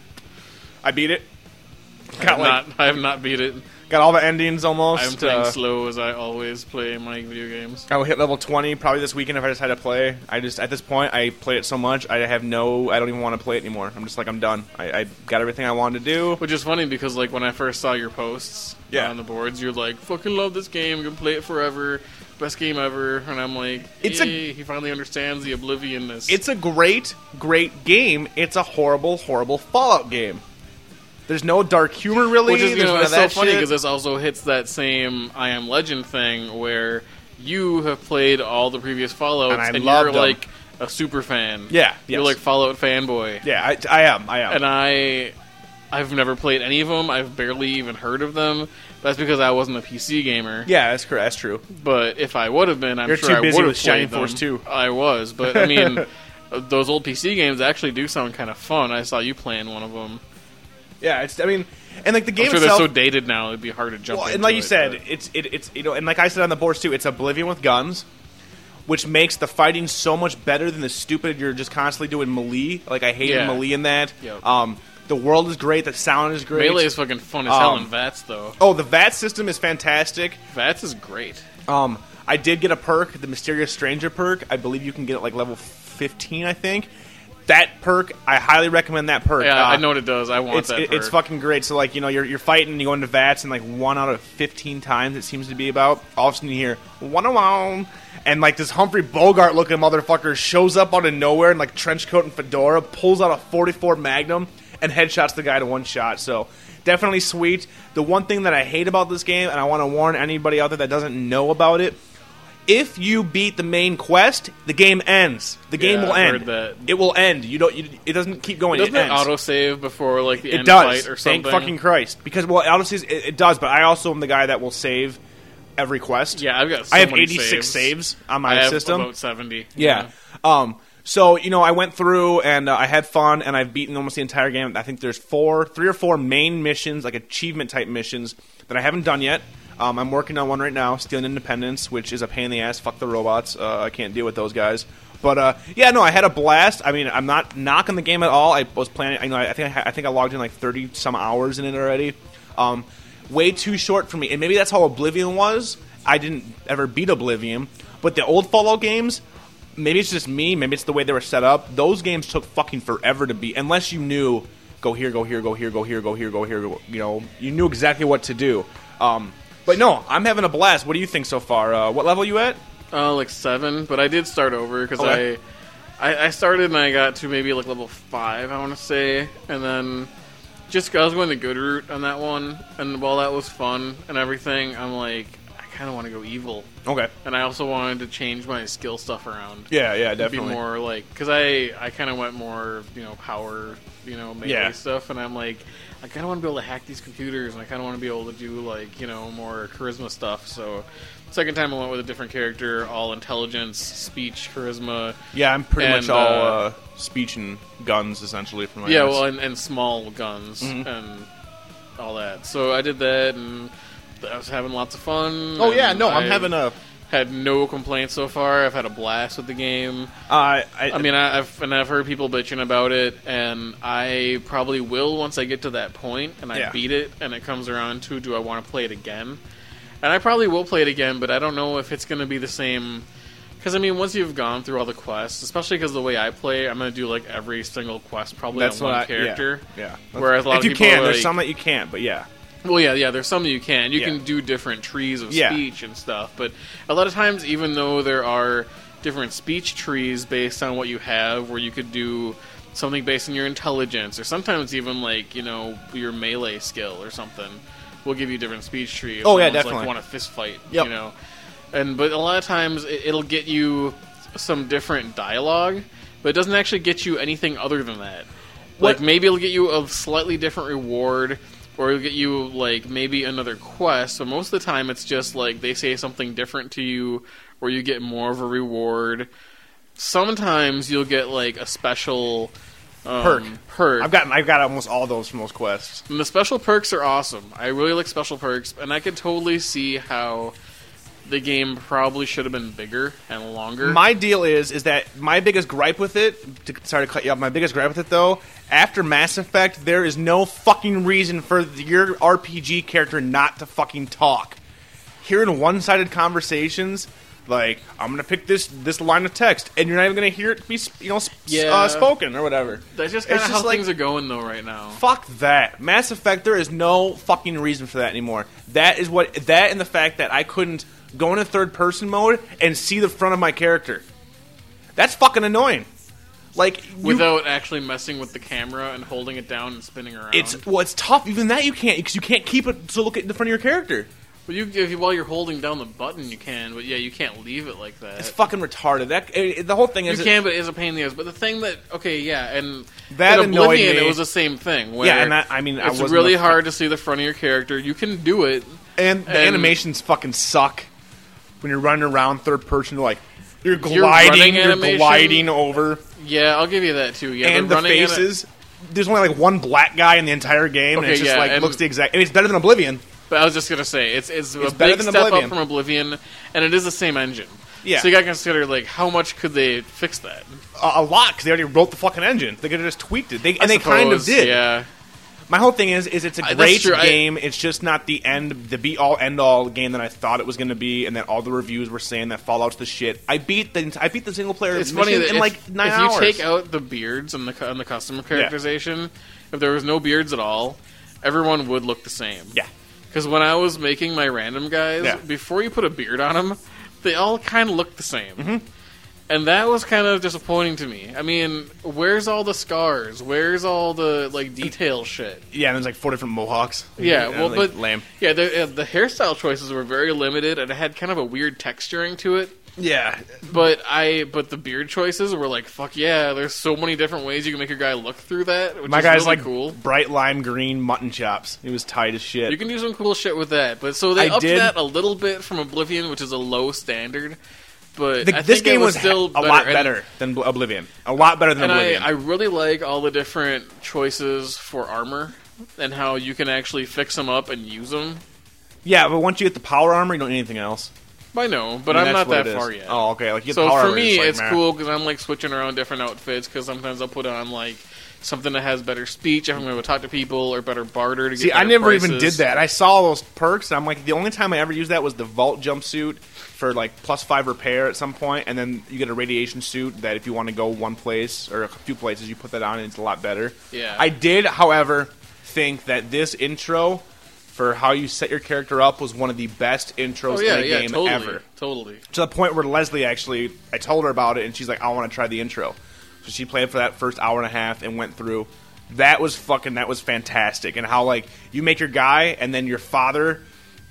[SPEAKER 1] I beat it.
[SPEAKER 2] I have
[SPEAKER 1] Got like,
[SPEAKER 2] not. I have not beat it.
[SPEAKER 1] got all the endings almost.
[SPEAKER 2] I'm playing
[SPEAKER 1] Uh,
[SPEAKER 2] slow as I always play my video games.
[SPEAKER 1] I will hit level twenty probably this weekend if I decide to play. I just at this point I play it so much I have no I don't even want to play it anymore. I'm just like I'm done. I, I got everything I wanted to do.
[SPEAKER 2] Which is funny because like when I first saw your posts
[SPEAKER 1] Yeah.
[SPEAKER 2] on the boards, you're like, "Fucking love this game. Gonna play it forever. Best game ever." And I'm like,
[SPEAKER 1] It's
[SPEAKER 2] "It's
[SPEAKER 1] a-
[SPEAKER 2] he finally understands the oblivionness."
[SPEAKER 1] It's a great, great game. It's a horrible, horrible Fallout game. There's no dark humor really.
[SPEAKER 2] Which is you
[SPEAKER 1] There's
[SPEAKER 2] know,
[SPEAKER 1] none of
[SPEAKER 2] it's so
[SPEAKER 1] that
[SPEAKER 2] funny
[SPEAKER 1] shit.
[SPEAKER 2] because this also hits that same I Am Legend thing where you have played all the previous Fallouts
[SPEAKER 1] And I
[SPEAKER 2] and,
[SPEAKER 1] loved
[SPEAKER 2] you're
[SPEAKER 1] 'em.
[SPEAKER 2] like a super fan.
[SPEAKER 1] Yeah,
[SPEAKER 2] you're
[SPEAKER 1] yes.
[SPEAKER 2] like Fallout fanboy.
[SPEAKER 1] yeah, I, I am. I am.
[SPEAKER 2] And I, I've never played any of them. I've barely even heard of them. That's because I wasn't a PC gamer.
[SPEAKER 1] yeah, that's correct. That's true.
[SPEAKER 2] But if I would have been, I'm
[SPEAKER 1] You're
[SPEAKER 2] sure
[SPEAKER 1] too
[SPEAKER 2] I
[SPEAKER 1] busy
[SPEAKER 2] would have
[SPEAKER 1] with Shining
[SPEAKER 2] played them.
[SPEAKER 1] Force 2.
[SPEAKER 2] I was, but I mean, uh, those old PC games actually do sound kind of fun. I saw you playing one of them.
[SPEAKER 1] Yeah, it's. I mean, and like the game
[SPEAKER 2] I'm sure they're
[SPEAKER 1] itself.
[SPEAKER 2] so dated now; it'd be hard to jump.
[SPEAKER 1] well, and
[SPEAKER 2] into
[SPEAKER 1] like you
[SPEAKER 2] it,
[SPEAKER 1] said,
[SPEAKER 2] but-
[SPEAKER 1] it's it, it's you know, and like I said on the boards too, it's Oblivion with guns, which makes the fighting so much better than the stupid you're just constantly doing melee. Like I hated
[SPEAKER 2] Yeah.
[SPEAKER 1] melee in that.
[SPEAKER 2] Yep.
[SPEAKER 1] Um, the world is great. The sound is great.
[SPEAKER 2] Melee is fucking fun as hell
[SPEAKER 1] Um,
[SPEAKER 2] in Vats, though.
[SPEAKER 1] oh, the VAT system is fantastic.
[SPEAKER 2] Vats is great.
[SPEAKER 1] Um, I did get a perk, the Mysterious Stranger perk. I believe you can get it like level 15, I think. That perk, I highly recommend that perk.
[SPEAKER 2] Yeah,
[SPEAKER 1] Uh,
[SPEAKER 2] I know what it does. I want
[SPEAKER 1] It's,
[SPEAKER 2] that.
[SPEAKER 1] it- it's
[SPEAKER 2] perk.
[SPEAKER 1] fucking great. So like you know you're, you're fighting, you go into vats, and like one out of fifteen times it seems to be about. All of a sudden you hear one one, and like this Humphrey Bogart looking motherfucker shows up out of nowhere in like trench coat and fedora, pulls out a 44 Magnum, and headshots the guy to one shot. So definitely sweet. The one thing that I hate about this game, and I want to warn anybody out there that doesn't know about it. If you beat the main quest, the game ends. The game
[SPEAKER 2] Yeah,
[SPEAKER 1] will
[SPEAKER 2] I've
[SPEAKER 1] end.
[SPEAKER 2] heard that.
[SPEAKER 1] It will end. You don't. You, it doesn't keep going.
[SPEAKER 2] Doesn't
[SPEAKER 1] it
[SPEAKER 2] it
[SPEAKER 1] ends
[SPEAKER 2] autosave before like the
[SPEAKER 1] it
[SPEAKER 2] end
[SPEAKER 1] does.
[SPEAKER 2] fight or something?
[SPEAKER 1] Thank fucking Christ. Because well, honestly, it, it does. But I also am the guy that will save every quest.
[SPEAKER 2] yeah, I've got. So
[SPEAKER 1] I have
[SPEAKER 2] many
[SPEAKER 1] 86 saves. on
[SPEAKER 2] I
[SPEAKER 1] my
[SPEAKER 2] have
[SPEAKER 1] system.
[SPEAKER 2] about seventy.
[SPEAKER 1] yeah. Um. So you know, I went through and uh, I had fun, and I've beaten almost the entire game. I think there's four, three or four main missions, like achievement type missions, that I haven't done yet. Um, I'm working on one right now, Stealing Independence, which is a pain in the ass. Fuck the robots. Uh, I can't deal with those guys. But uh, yeah, no, I had a blast. I mean, I'm not knocking the game at all. I was planning. I know. I think I, ha- I think I logged in like 30 some hours in it already. Um, way too short for me, and maybe that's how Oblivion was. I didn't ever beat Oblivion, but the old Fallout games, maybe it's just me, maybe it's the way they were set up. Those games took fucking forever to beat, unless you knew go here, go here, go here, go here, go here, go here. Go, you know, you knew exactly what to do. Um, but no, I'm having a blast. What do you think so far? Uh, what level you at?
[SPEAKER 2] Uh, like seven, but I did start over because
[SPEAKER 1] Okay.
[SPEAKER 2] I, I, I started and I got to maybe like level five, I want to say, and then just I was going the good route on that one, and while that was fun and everything, I'm like, I kind of want to go evil,
[SPEAKER 1] Okay.
[SPEAKER 2] and I also wanted to change my skill stuff around.
[SPEAKER 1] Yeah, yeah,
[SPEAKER 2] Be
[SPEAKER 1] definitely.
[SPEAKER 2] more like because I I kind of went more you know power you know melee
[SPEAKER 1] Yeah.
[SPEAKER 2] stuff and I'm like I kind of want to be able to hack these computers and I kind of want to be able to do like you know more charisma stuff. So second time I went with a different character, all intelligence, speech, charisma.
[SPEAKER 1] Yeah, I'm pretty
[SPEAKER 2] And,
[SPEAKER 1] much all
[SPEAKER 2] uh,
[SPEAKER 1] uh, speech and guns essentially for my
[SPEAKER 2] Yeah,
[SPEAKER 1] ass.
[SPEAKER 2] well, and, and small guns
[SPEAKER 1] Mm-hmm.
[SPEAKER 2] and all that. So I did that and I was having lots of fun.
[SPEAKER 1] Oh yeah,
[SPEAKER 2] and
[SPEAKER 1] no, I'm
[SPEAKER 2] I-
[SPEAKER 1] having a
[SPEAKER 2] Had no complaints so far. I've had a blast with the game.
[SPEAKER 1] Uh, I,
[SPEAKER 2] I mean, I, I've and I've heard people bitching about it, and I probably will once I get to that point and I
[SPEAKER 1] Yeah.
[SPEAKER 2] beat it, and it comes around to do I want to play it again? And I probably will play it again, but I don't know if it's going to be the same. Because I mean, once you've gone through all the quests, especially because the way I play, I'm going to do like every single quest probably
[SPEAKER 1] that's
[SPEAKER 2] on
[SPEAKER 1] what
[SPEAKER 2] one
[SPEAKER 1] I,
[SPEAKER 2] character.
[SPEAKER 1] Yeah. yeah. That's-
[SPEAKER 2] Whereas a lot
[SPEAKER 1] if
[SPEAKER 2] of
[SPEAKER 1] you
[SPEAKER 2] people
[SPEAKER 1] can,
[SPEAKER 2] are
[SPEAKER 1] there's
[SPEAKER 2] like-
[SPEAKER 1] some that you can't, but yeah.
[SPEAKER 2] Well, yeah, yeah. There's some that you can. You
[SPEAKER 1] Yeah.
[SPEAKER 2] can do different trees of
[SPEAKER 1] Yeah.
[SPEAKER 2] speech and stuff. But a lot of times, even though there are different speech trees based on what you have, where you could do something based on your intelligence, or sometimes even like you know your melee skill or something, will give you different speech tree. If
[SPEAKER 1] Oh, yeah,
[SPEAKER 2] someone's,
[SPEAKER 1] definitely.
[SPEAKER 2] Like, want a fist fight?
[SPEAKER 1] Yep.
[SPEAKER 2] You know, and but a lot of times it, it'll get you some different dialogue, but it doesn't actually get you anything other than that. Like
[SPEAKER 1] What-
[SPEAKER 2] maybe it'll get you a slightly different reward, or it'll get you like maybe another quest. So most of the time it's just like they say something different to you, or you get more of a reward. Sometimes you'll get like a special um,
[SPEAKER 1] Perk.
[SPEAKER 2] Perk.
[SPEAKER 1] I've gotten I've got almost all those from those quests.
[SPEAKER 2] And the special perks are awesome. I really like special perks, and I could totally see how the game probably should have been bigger and longer.
[SPEAKER 1] My deal is is that my biggest gripe with it. To, sorry to cut you off. My biggest gripe with it though, after Mass Effect, there is no fucking reason for your RPG character not to fucking talk. Hearing one-sided conversations, like I'm gonna pick this this line of text, and you're not even gonna hear it be sp- you know sp-
[SPEAKER 2] Yeah.
[SPEAKER 1] uh, spoken or whatever.
[SPEAKER 2] That's just
[SPEAKER 1] It's
[SPEAKER 2] kind of how
[SPEAKER 1] just like-
[SPEAKER 2] things are going though right now.
[SPEAKER 1] Fuck that. Mass Effect, there is no fucking reason for that anymore. That is what that and the fact that I couldn't go into third person mode and see the front of my character. That's fucking annoying. Like you-
[SPEAKER 2] Without actually messing with the camera and holding it down and spinning around.
[SPEAKER 1] it's well, it's tough. Even that you can't because you can't keep it to look at the front of your character.
[SPEAKER 2] Well, you, if you, while you're holding down the button, you can, but yeah, you can't leave it like that.
[SPEAKER 1] It's fucking retarded. That it, it- the whole thing
[SPEAKER 2] Uh, you
[SPEAKER 1] is
[SPEAKER 2] can, but it is a pain in the ass. But the thing that okay, yeah, and
[SPEAKER 1] That
[SPEAKER 2] in
[SPEAKER 1] annoyed
[SPEAKER 2] Oblivion,
[SPEAKER 1] me.
[SPEAKER 2] It was the same thing. Where
[SPEAKER 1] Yeah, and I, I mean, I
[SPEAKER 2] it's
[SPEAKER 1] wasn't
[SPEAKER 2] really
[SPEAKER 1] a-
[SPEAKER 2] hard to see the front of your character. You can do it.
[SPEAKER 1] and the
[SPEAKER 2] and-
[SPEAKER 1] animations fucking suck when you're running around third person. Like you're
[SPEAKER 2] running
[SPEAKER 1] gliding, you're
[SPEAKER 2] animation-
[SPEAKER 1] gliding over.
[SPEAKER 2] Yeah, I'll give you that too. Yeah,
[SPEAKER 1] and the
[SPEAKER 2] running in it-
[SPEAKER 1] faces. There's only like one black guy in the entire game, and
[SPEAKER 2] Okay,
[SPEAKER 1] it's just
[SPEAKER 2] yeah,
[SPEAKER 1] like
[SPEAKER 2] and-
[SPEAKER 1] looks the exact. And it's better than Oblivion.
[SPEAKER 2] But I was just gonna say it's it's, a
[SPEAKER 1] better
[SPEAKER 2] big
[SPEAKER 1] than
[SPEAKER 2] step
[SPEAKER 1] Oblivion.
[SPEAKER 2] up from Oblivion, and it is the same engine.
[SPEAKER 1] Yeah.
[SPEAKER 2] So you gotta consider like how much could they fix that?
[SPEAKER 1] A, a lot because they already wrote the fucking engine. They could have just tweaked it, they, and they kind of
[SPEAKER 2] Suppose,
[SPEAKER 1] did.
[SPEAKER 2] Yeah.
[SPEAKER 1] My whole thing is, is it's a
[SPEAKER 2] I- that's
[SPEAKER 1] great
[SPEAKER 2] true, I-
[SPEAKER 1] game. it's just not the end, the be all end all game that I thought it was going to be, and that all the reviews were saying that Fallout's the shit. I beat the I beat the single player
[SPEAKER 2] It's
[SPEAKER 1] mission
[SPEAKER 2] funny that
[SPEAKER 1] in
[SPEAKER 2] if,
[SPEAKER 1] like nine
[SPEAKER 2] if
[SPEAKER 1] hours.
[SPEAKER 2] you take out the beards and the cu- and the customer characterization, if there was no beards at all, everyone would look the same.
[SPEAKER 1] yeah,
[SPEAKER 2] Because when I was making my random guys,
[SPEAKER 1] Yeah.
[SPEAKER 2] before you put a beard on them, they all kind of looked the same.
[SPEAKER 1] Mm-hmm.
[SPEAKER 2] And that was kind of disappointing to me. I mean, where's all the scars? Where's all the like detail shit?
[SPEAKER 1] yeah, and there's like four different mohawks.
[SPEAKER 2] Yeah,
[SPEAKER 1] And,
[SPEAKER 2] well,
[SPEAKER 1] like,
[SPEAKER 2] but
[SPEAKER 1] lame.
[SPEAKER 2] Yeah, the, uh, the hairstyle choices were very limited, and it had kind of a weird texturing to it.
[SPEAKER 1] Yeah,
[SPEAKER 2] But I, but the beard choices were like, fuck yeah! There's so many different ways you can make your guy look through that. Which
[SPEAKER 1] my
[SPEAKER 2] is
[SPEAKER 1] guy's
[SPEAKER 2] really
[SPEAKER 1] like
[SPEAKER 2] cool.
[SPEAKER 1] bright lime green mutton chops. He was tight as shit.
[SPEAKER 2] You can do some cool shit with that. But so they
[SPEAKER 1] I
[SPEAKER 2] upped
[SPEAKER 1] did-
[SPEAKER 2] that a little bit from Oblivion, which is a low standard. But
[SPEAKER 1] The-
[SPEAKER 2] I
[SPEAKER 1] this
[SPEAKER 2] think it
[SPEAKER 1] game was,
[SPEAKER 2] was still
[SPEAKER 1] a lot
[SPEAKER 2] and-
[SPEAKER 1] better than Bl- Oblivion. A lot better than
[SPEAKER 2] And I,
[SPEAKER 1] Oblivion.
[SPEAKER 2] I really like all the different choices for armor and how you can actually fix them up and use them.
[SPEAKER 1] yeah, but once you get the power armor, you don't need anything else.
[SPEAKER 2] I know, but
[SPEAKER 1] I
[SPEAKER 2] I
[SPEAKER 1] mean,
[SPEAKER 2] am
[SPEAKER 1] that's
[SPEAKER 2] not
[SPEAKER 1] what
[SPEAKER 2] that
[SPEAKER 1] it is.
[SPEAKER 2] far yet.
[SPEAKER 1] Oh, okay. Like you get
[SPEAKER 2] so
[SPEAKER 1] the power
[SPEAKER 2] for
[SPEAKER 1] armor,
[SPEAKER 2] me,
[SPEAKER 1] like,
[SPEAKER 2] it's
[SPEAKER 1] meh.
[SPEAKER 2] cool because I'm like switching around different outfits because sometimes I'll put on like something that has better speech if I'm going to talk to people or better barter to get.
[SPEAKER 1] See, I
[SPEAKER 2] better
[SPEAKER 1] never even did
[SPEAKER 2] prices.
[SPEAKER 1] that. I saw those perks. And I'm like, the only time I ever used that was the vault jumpsuit for like plus five repair at some point, and then you get a radiation suit that if you want to go one place or a few places, you put that on and it's a lot better.
[SPEAKER 2] Yeah.
[SPEAKER 1] I did, however, think that this intro for how you set your character up was one of the best intros
[SPEAKER 2] Oh yeah,
[SPEAKER 1] in a
[SPEAKER 2] yeah,
[SPEAKER 1] game
[SPEAKER 2] totally,
[SPEAKER 1] ever.
[SPEAKER 2] totally.
[SPEAKER 1] to the point where Leslie actually, I told her about it, and she's like, "I want to try the intro." So she played for that first hour and a half and went through. That was fucking. That was fantastic. And how like you make your guy, and then your father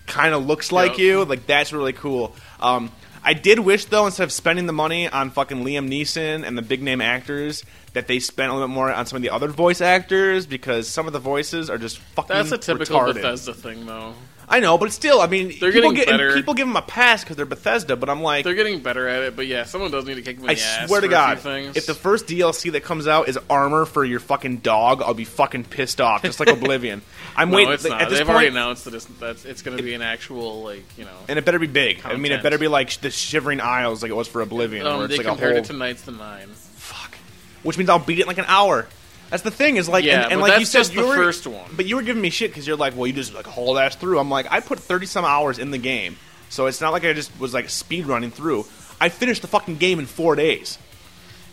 [SPEAKER 1] kind of looks like
[SPEAKER 2] Yep.
[SPEAKER 1] you. Like that's really cool. Um, I did wish though, instead of spending the money on fucking Liam Neeson and the big name actors, that they spent a little bit more on some of the other voice actors because some of the voices are just fucking.
[SPEAKER 2] That's a typical
[SPEAKER 1] retarded.
[SPEAKER 2] Bethesda thing, though.
[SPEAKER 1] I know, but still, I mean,
[SPEAKER 2] They're
[SPEAKER 1] people
[SPEAKER 2] getting
[SPEAKER 1] get, and
[SPEAKER 2] better.
[SPEAKER 1] People give them a pass because they're Bethesda, but I'm like,
[SPEAKER 2] They're getting better at it, but yeah, someone does need to kick them in
[SPEAKER 1] I
[SPEAKER 2] the ass
[SPEAKER 1] swear to
[SPEAKER 2] for a few
[SPEAKER 1] God,
[SPEAKER 2] things.
[SPEAKER 1] if the first DLC that comes out is armor for your fucking dog, I'll be fucking pissed off, just like Oblivion. I'm
[SPEAKER 2] no,
[SPEAKER 1] waiting
[SPEAKER 2] it's
[SPEAKER 1] like,
[SPEAKER 2] not.
[SPEAKER 1] at this
[SPEAKER 2] They've
[SPEAKER 1] point,
[SPEAKER 2] already announced that it's, that's, it's going to be an actual like you know.
[SPEAKER 1] and it better be big. I mean, it
[SPEAKER 2] Content.
[SPEAKER 1] better be like sh- the Shivering Isles, like it was for Oblivion, where
[SPEAKER 2] Um,
[SPEAKER 1] it's
[SPEAKER 2] they
[SPEAKER 1] like a
[SPEAKER 2] compared
[SPEAKER 1] whole
[SPEAKER 2] it to Knights to Nine.
[SPEAKER 1] fuck. Which means I'll beat it in like an hour. That's the thing is like,
[SPEAKER 2] Yeah,
[SPEAKER 1] and, and
[SPEAKER 2] but
[SPEAKER 1] like
[SPEAKER 2] that's
[SPEAKER 1] you said,
[SPEAKER 2] just
[SPEAKER 1] you
[SPEAKER 2] the
[SPEAKER 1] were,
[SPEAKER 2] first one.
[SPEAKER 1] But you were giving me shit because you're like, well, you just like whole ass through. I'm like, I put thirty some hours in the game, so it's not like I just was like speed running through. I finished the fucking game in four days.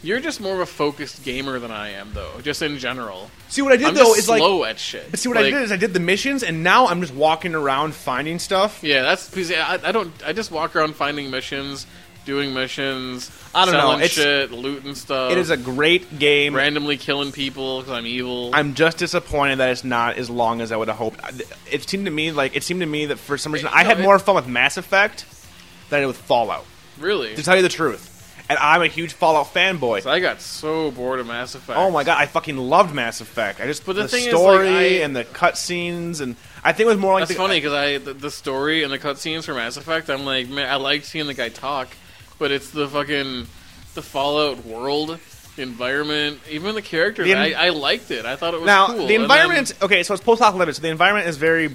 [SPEAKER 2] You're just more of a focused gamer than I am, though. Just in general,
[SPEAKER 1] See what I did
[SPEAKER 2] I'm
[SPEAKER 1] though
[SPEAKER 2] just
[SPEAKER 1] is like
[SPEAKER 2] slow at shit.
[SPEAKER 1] But see what I
[SPEAKER 2] Like,
[SPEAKER 1] did is I did the missions, and now I'm just walking around finding stuff.
[SPEAKER 2] Yeah, that's because I, I don't. I just walk around finding missions, doing missions.
[SPEAKER 1] I don't know,
[SPEAKER 2] selling
[SPEAKER 1] it's-
[SPEAKER 2] shit, looting stuff.
[SPEAKER 1] It is a great game.
[SPEAKER 2] randomly killing people because I'm evil.
[SPEAKER 1] I'm just disappointed that it's not as long as I would have hoped. I- It seemed to me like it seemed to me that for some reason
[SPEAKER 2] It-
[SPEAKER 1] I
[SPEAKER 2] no,
[SPEAKER 1] had
[SPEAKER 2] it-
[SPEAKER 1] more fun with Mass Effect than I did with Fallout.
[SPEAKER 2] really.
[SPEAKER 1] To tell you the truth, and I'm a huge Fallout fanboy.
[SPEAKER 2] So I got so bored of Mass Effect.
[SPEAKER 1] Oh my god, I fucking loved Mass Effect. I just
[SPEAKER 2] But the thing is, like,
[SPEAKER 1] story
[SPEAKER 2] I-
[SPEAKER 1] and the cutscenes, and I think it was more like the,
[SPEAKER 2] That's funny because I the, the story and the cutscenes for Mass Effect. I'm like, man, I like seeing the guy talk, but it's the fucking the Fallout world environment, even the characters.
[SPEAKER 1] The en-
[SPEAKER 2] I, I liked it. I thought it was
[SPEAKER 1] Now
[SPEAKER 2] cool.
[SPEAKER 1] the
[SPEAKER 2] And
[SPEAKER 1] environment. okay, so it's post-apocalyptic. So the environment is very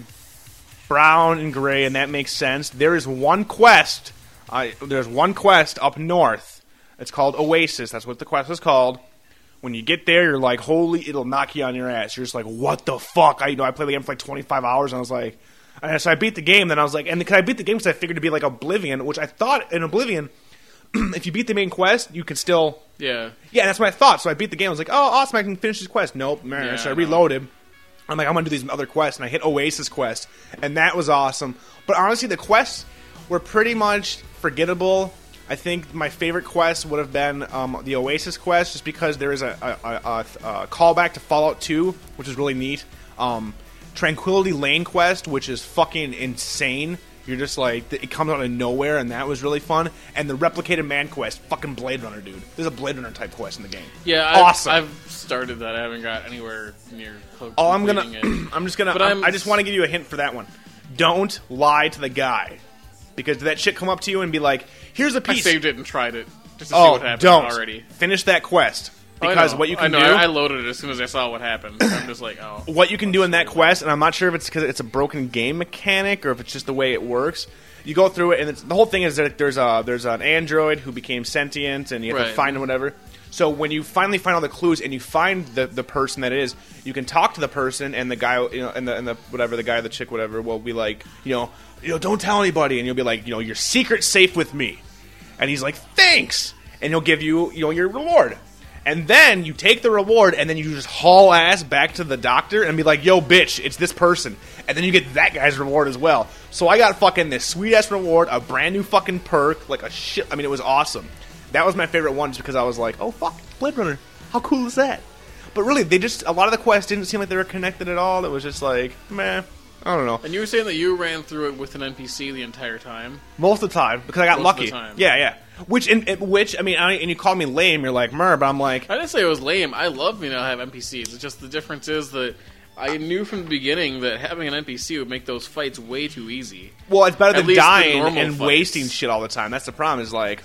[SPEAKER 1] brown and gray, and that makes sense. There is one quest. I there's one quest up north. It's called Oasis. That's what the quest is called. When you get there, you're like, holy! It'll knock you on your ass. You're just like, what the fuck? I you know I played the game for like 25 hours, and I was like, and so I beat the game. Then I was like, and because I beat the game, because I figured it'd be like Oblivion, which I thought in Oblivion, if you beat the main quest, you can still
[SPEAKER 2] then- yeah,
[SPEAKER 1] yeah, that's what I thought. So I beat the game. I was like, oh, awesome, I can finish this quest. Nope, man.
[SPEAKER 2] Yeah,
[SPEAKER 1] so I
[SPEAKER 2] no.
[SPEAKER 1] reloaded. I'm like, I'm gonna do these other quests, and I hit Oasis quest, and that was awesome. But honestly, the quests were pretty much forgettable. I think my favorite quest would have been um, the Oasis quest, just because there is a, a, a, a, a callback to Fallout 2, which is really neat. Um, Tranquility Lane quest, which is fucking insane. You're just like it comes out of nowhere, and that was really fun. And the replicated man quest, fucking Blade Runner, dude. There's a Blade Runner type quest in the game.
[SPEAKER 2] yeah, I've,
[SPEAKER 1] awesome.
[SPEAKER 2] I've started that. I haven't got anywhere near. clo-
[SPEAKER 1] Oh, I'm gonna.
[SPEAKER 2] completing it.
[SPEAKER 1] I'm just gonna.
[SPEAKER 2] But
[SPEAKER 1] I'm-
[SPEAKER 2] I'm-
[SPEAKER 1] i just want to give you a hint for that one. Don't lie to the guy, because did that shit come up to you and be like, "Here's a
[SPEAKER 2] I
[SPEAKER 1] piece."
[SPEAKER 2] saved it and tried it just to see
[SPEAKER 1] oh,
[SPEAKER 2] what happened
[SPEAKER 1] don't
[SPEAKER 2] already.
[SPEAKER 1] finish that quest
[SPEAKER 2] Oh, I
[SPEAKER 1] because
[SPEAKER 2] know.
[SPEAKER 1] what you
[SPEAKER 2] I
[SPEAKER 1] can
[SPEAKER 2] know,
[SPEAKER 1] do.
[SPEAKER 2] I I loaded it as soon as I saw what happened. I'm just like, oh,
[SPEAKER 1] what you can do in that quest, and I'm not sure if it's because it's a broken game mechanic or if it's just the way it works. You go through it, and it's, the whole thing is that there's a there's an android who became sentient, and you have to
[SPEAKER 2] Right.
[SPEAKER 1] find him, whatever. So when you finally find all the clues and you find the, the person that it is, you can talk to the person, and the guy, you know, and the and the whatever the guy, the chick, whatever, will be like, you know, you know, don't tell anybody, and you'll be like, you know, your secret's safe with me. And he's like, thanks. And he'll give you, you know, your reward. And then you take the reward and then you just haul ass back to the doctor and be like, yo, bitch, it's this person. And then you get that guy's reward as well. So I got fucking this sweet ass reward, a brand new fucking perk, like a shit. I mean, it was awesome. That was my favorite one just because I was like, oh, fuck, Blade Runner. How cool is that? But really, they just, a lot of the quests didn't seem like they were connected at all. It was just like, meh, I don't know.
[SPEAKER 2] And you were saying that you ran through it with an NPC the entire time.
[SPEAKER 1] Most of the time, because I got
[SPEAKER 2] Most of the
[SPEAKER 1] lucky.
[SPEAKER 2] time.
[SPEAKER 1] Yeah, yeah. Which, and, and- which, I mean, I, and you call me lame, you're like, mer, but I'm like,
[SPEAKER 2] I didn't say it was lame. I love me now have NPCs. It's just the difference is that I knew from the beginning that having an NPC would make those fights way too easy.
[SPEAKER 1] well, it's better
[SPEAKER 2] At
[SPEAKER 1] than
[SPEAKER 2] least the
[SPEAKER 1] dying
[SPEAKER 2] normal
[SPEAKER 1] and
[SPEAKER 2] fights.
[SPEAKER 1] wasting shit all the time. That's the problem, is like,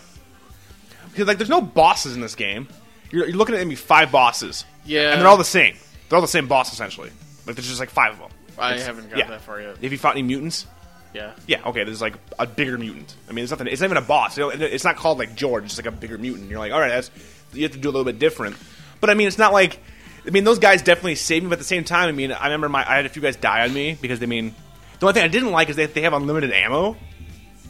[SPEAKER 1] because, like, there's no bosses in this game. You're, you're looking at maybe five bosses.
[SPEAKER 2] Yeah.
[SPEAKER 1] And they're all the same. They're all the same boss, essentially. Like, there's just like five of them.
[SPEAKER 2] I
[SPEAKER 1] It's-
[SPEAKER 2] haven't got
[SPEAKER 1] yeah.
[SPEAKER 2] that far yet.
[SPEAKER 1] Have you fought any mutants?
[SPEAKER 2] Yeah.
[SPEAKER 1] Yeah, okay, there's like a bigger mutant. I mean, it's nothing. It's not even a boss. You know, It's not called like George. It's like a bigger mutant. You're like, all right, that's you have to do a little bit different. But I mean, it's not like. I mean, those guys definitely saved me. But at the same time, I mean, I remember my I had a few guys die on me because they mean the only thing I didn't like is that they have unlimited ammo,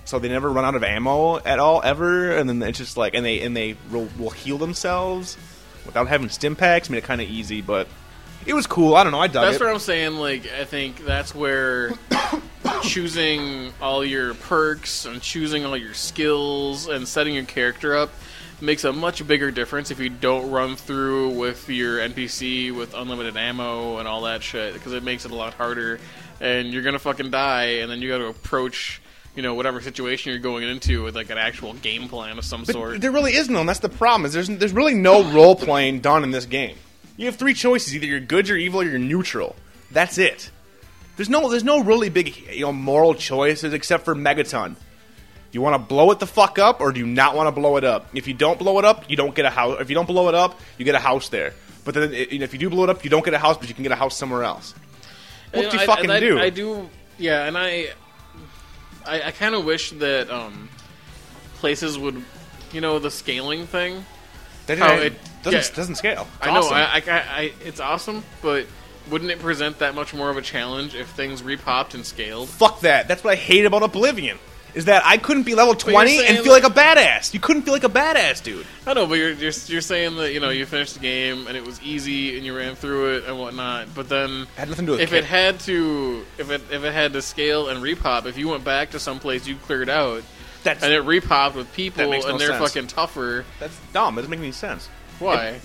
[SPEAKER 1] so they never run out of ammo at all ever. And then it's just like and they and they will, will heal themselves without having stim packs. I mean, it's kind of easy, but it was cool. I don't know. I dug
[SPEAKER 2] That's
[SPEAKER 1] it.
[SPEAKER 2] what I'm saying. Like, I think that's where choosing all your perks and choosing all your skills and setting your character up makes a much bigger difference if you don't run through with your NPC with unlimited ammo and all that shit because it makes it a lot harder and you're gonna fucking die and then you got to approach you know whatever situation you're going into with like an actual game plan of some sort.
[SPEAKER 1] There really is none. That's the problem. Is there's there's really no role playing done in this game. You have three choices: either you're good, you're evil, or you're neutral. That's it. There's no there's no really big you know moral choices except for Megaton. Do you want to blow it the fuck up or do you not want to blow it up? If you don't blow it up, you don't get a house. If you don't blow it up, you get a house there. But then i- if you do blow it up, you don't get a house, but you can get a house somewhere else. What
[SPEAKER 2] And
[SPEAKER 1] do you
[SPEAKER 2] I-
[SPEAKER 1] fucking
[SPEAKER 2] and I,
[SPEAKER 1] do?
[SPEAKER 2] I do, yeah, and I, I, I kind of wish that um, places would, you know, the scaling thing.
[SPEAKER 1] That
[SPEAKER 2] how
[SPEAKER 1] doesn't,
[SPEAKER 2] it-
[SPEAKER 1] doesn't,
[SPEAKER 2] yeah.
[SPEAKER 1] doesn't scale. It's
[SPEAKER 2] I know,
[SPEAKER 1] awesome.
[SPEAKER 2] I, I, I, I- it's awesome, but wouldn't it present that much more of a challenge if things repopped and scaled?
[SPEAKER 1] Fuck that. That's what I hate about Oblivion. Is that I couldn't be level
[SPEAKER 2] you're
[SPEAKER 1] 20 and
[SPEAKER 2] saying
[SPEAKER 1] feel like
[SPEAKER 2] like-
[SPEAKER 1] a badass. You couldn't feel like a badass, dude.
[SPEAKER 2] I know, but you're, you're you're saying that you know you finished the game and it was easy and you ran through it and whatnot, but then
[SPEAKER 1] Had nothing to do with
[SPEAKER 2] if
[SPEAKER 1] kid.
[SPEAKER 2] it had to if it if it had to scale and repop, if you went back to some place you cleared out
[SPEAKER 1] That's,
[SPEAKER 2] and it repopped with people
[SPEAKER 1] That makes no
[SPEAKER 2] and they're
[SPEAKER 1] sense.
[SPEAKER 2] fucking tougher,
[SPEAKER 1] that's dumb. It doesn't make any sense.
[SPEAKER 2] why?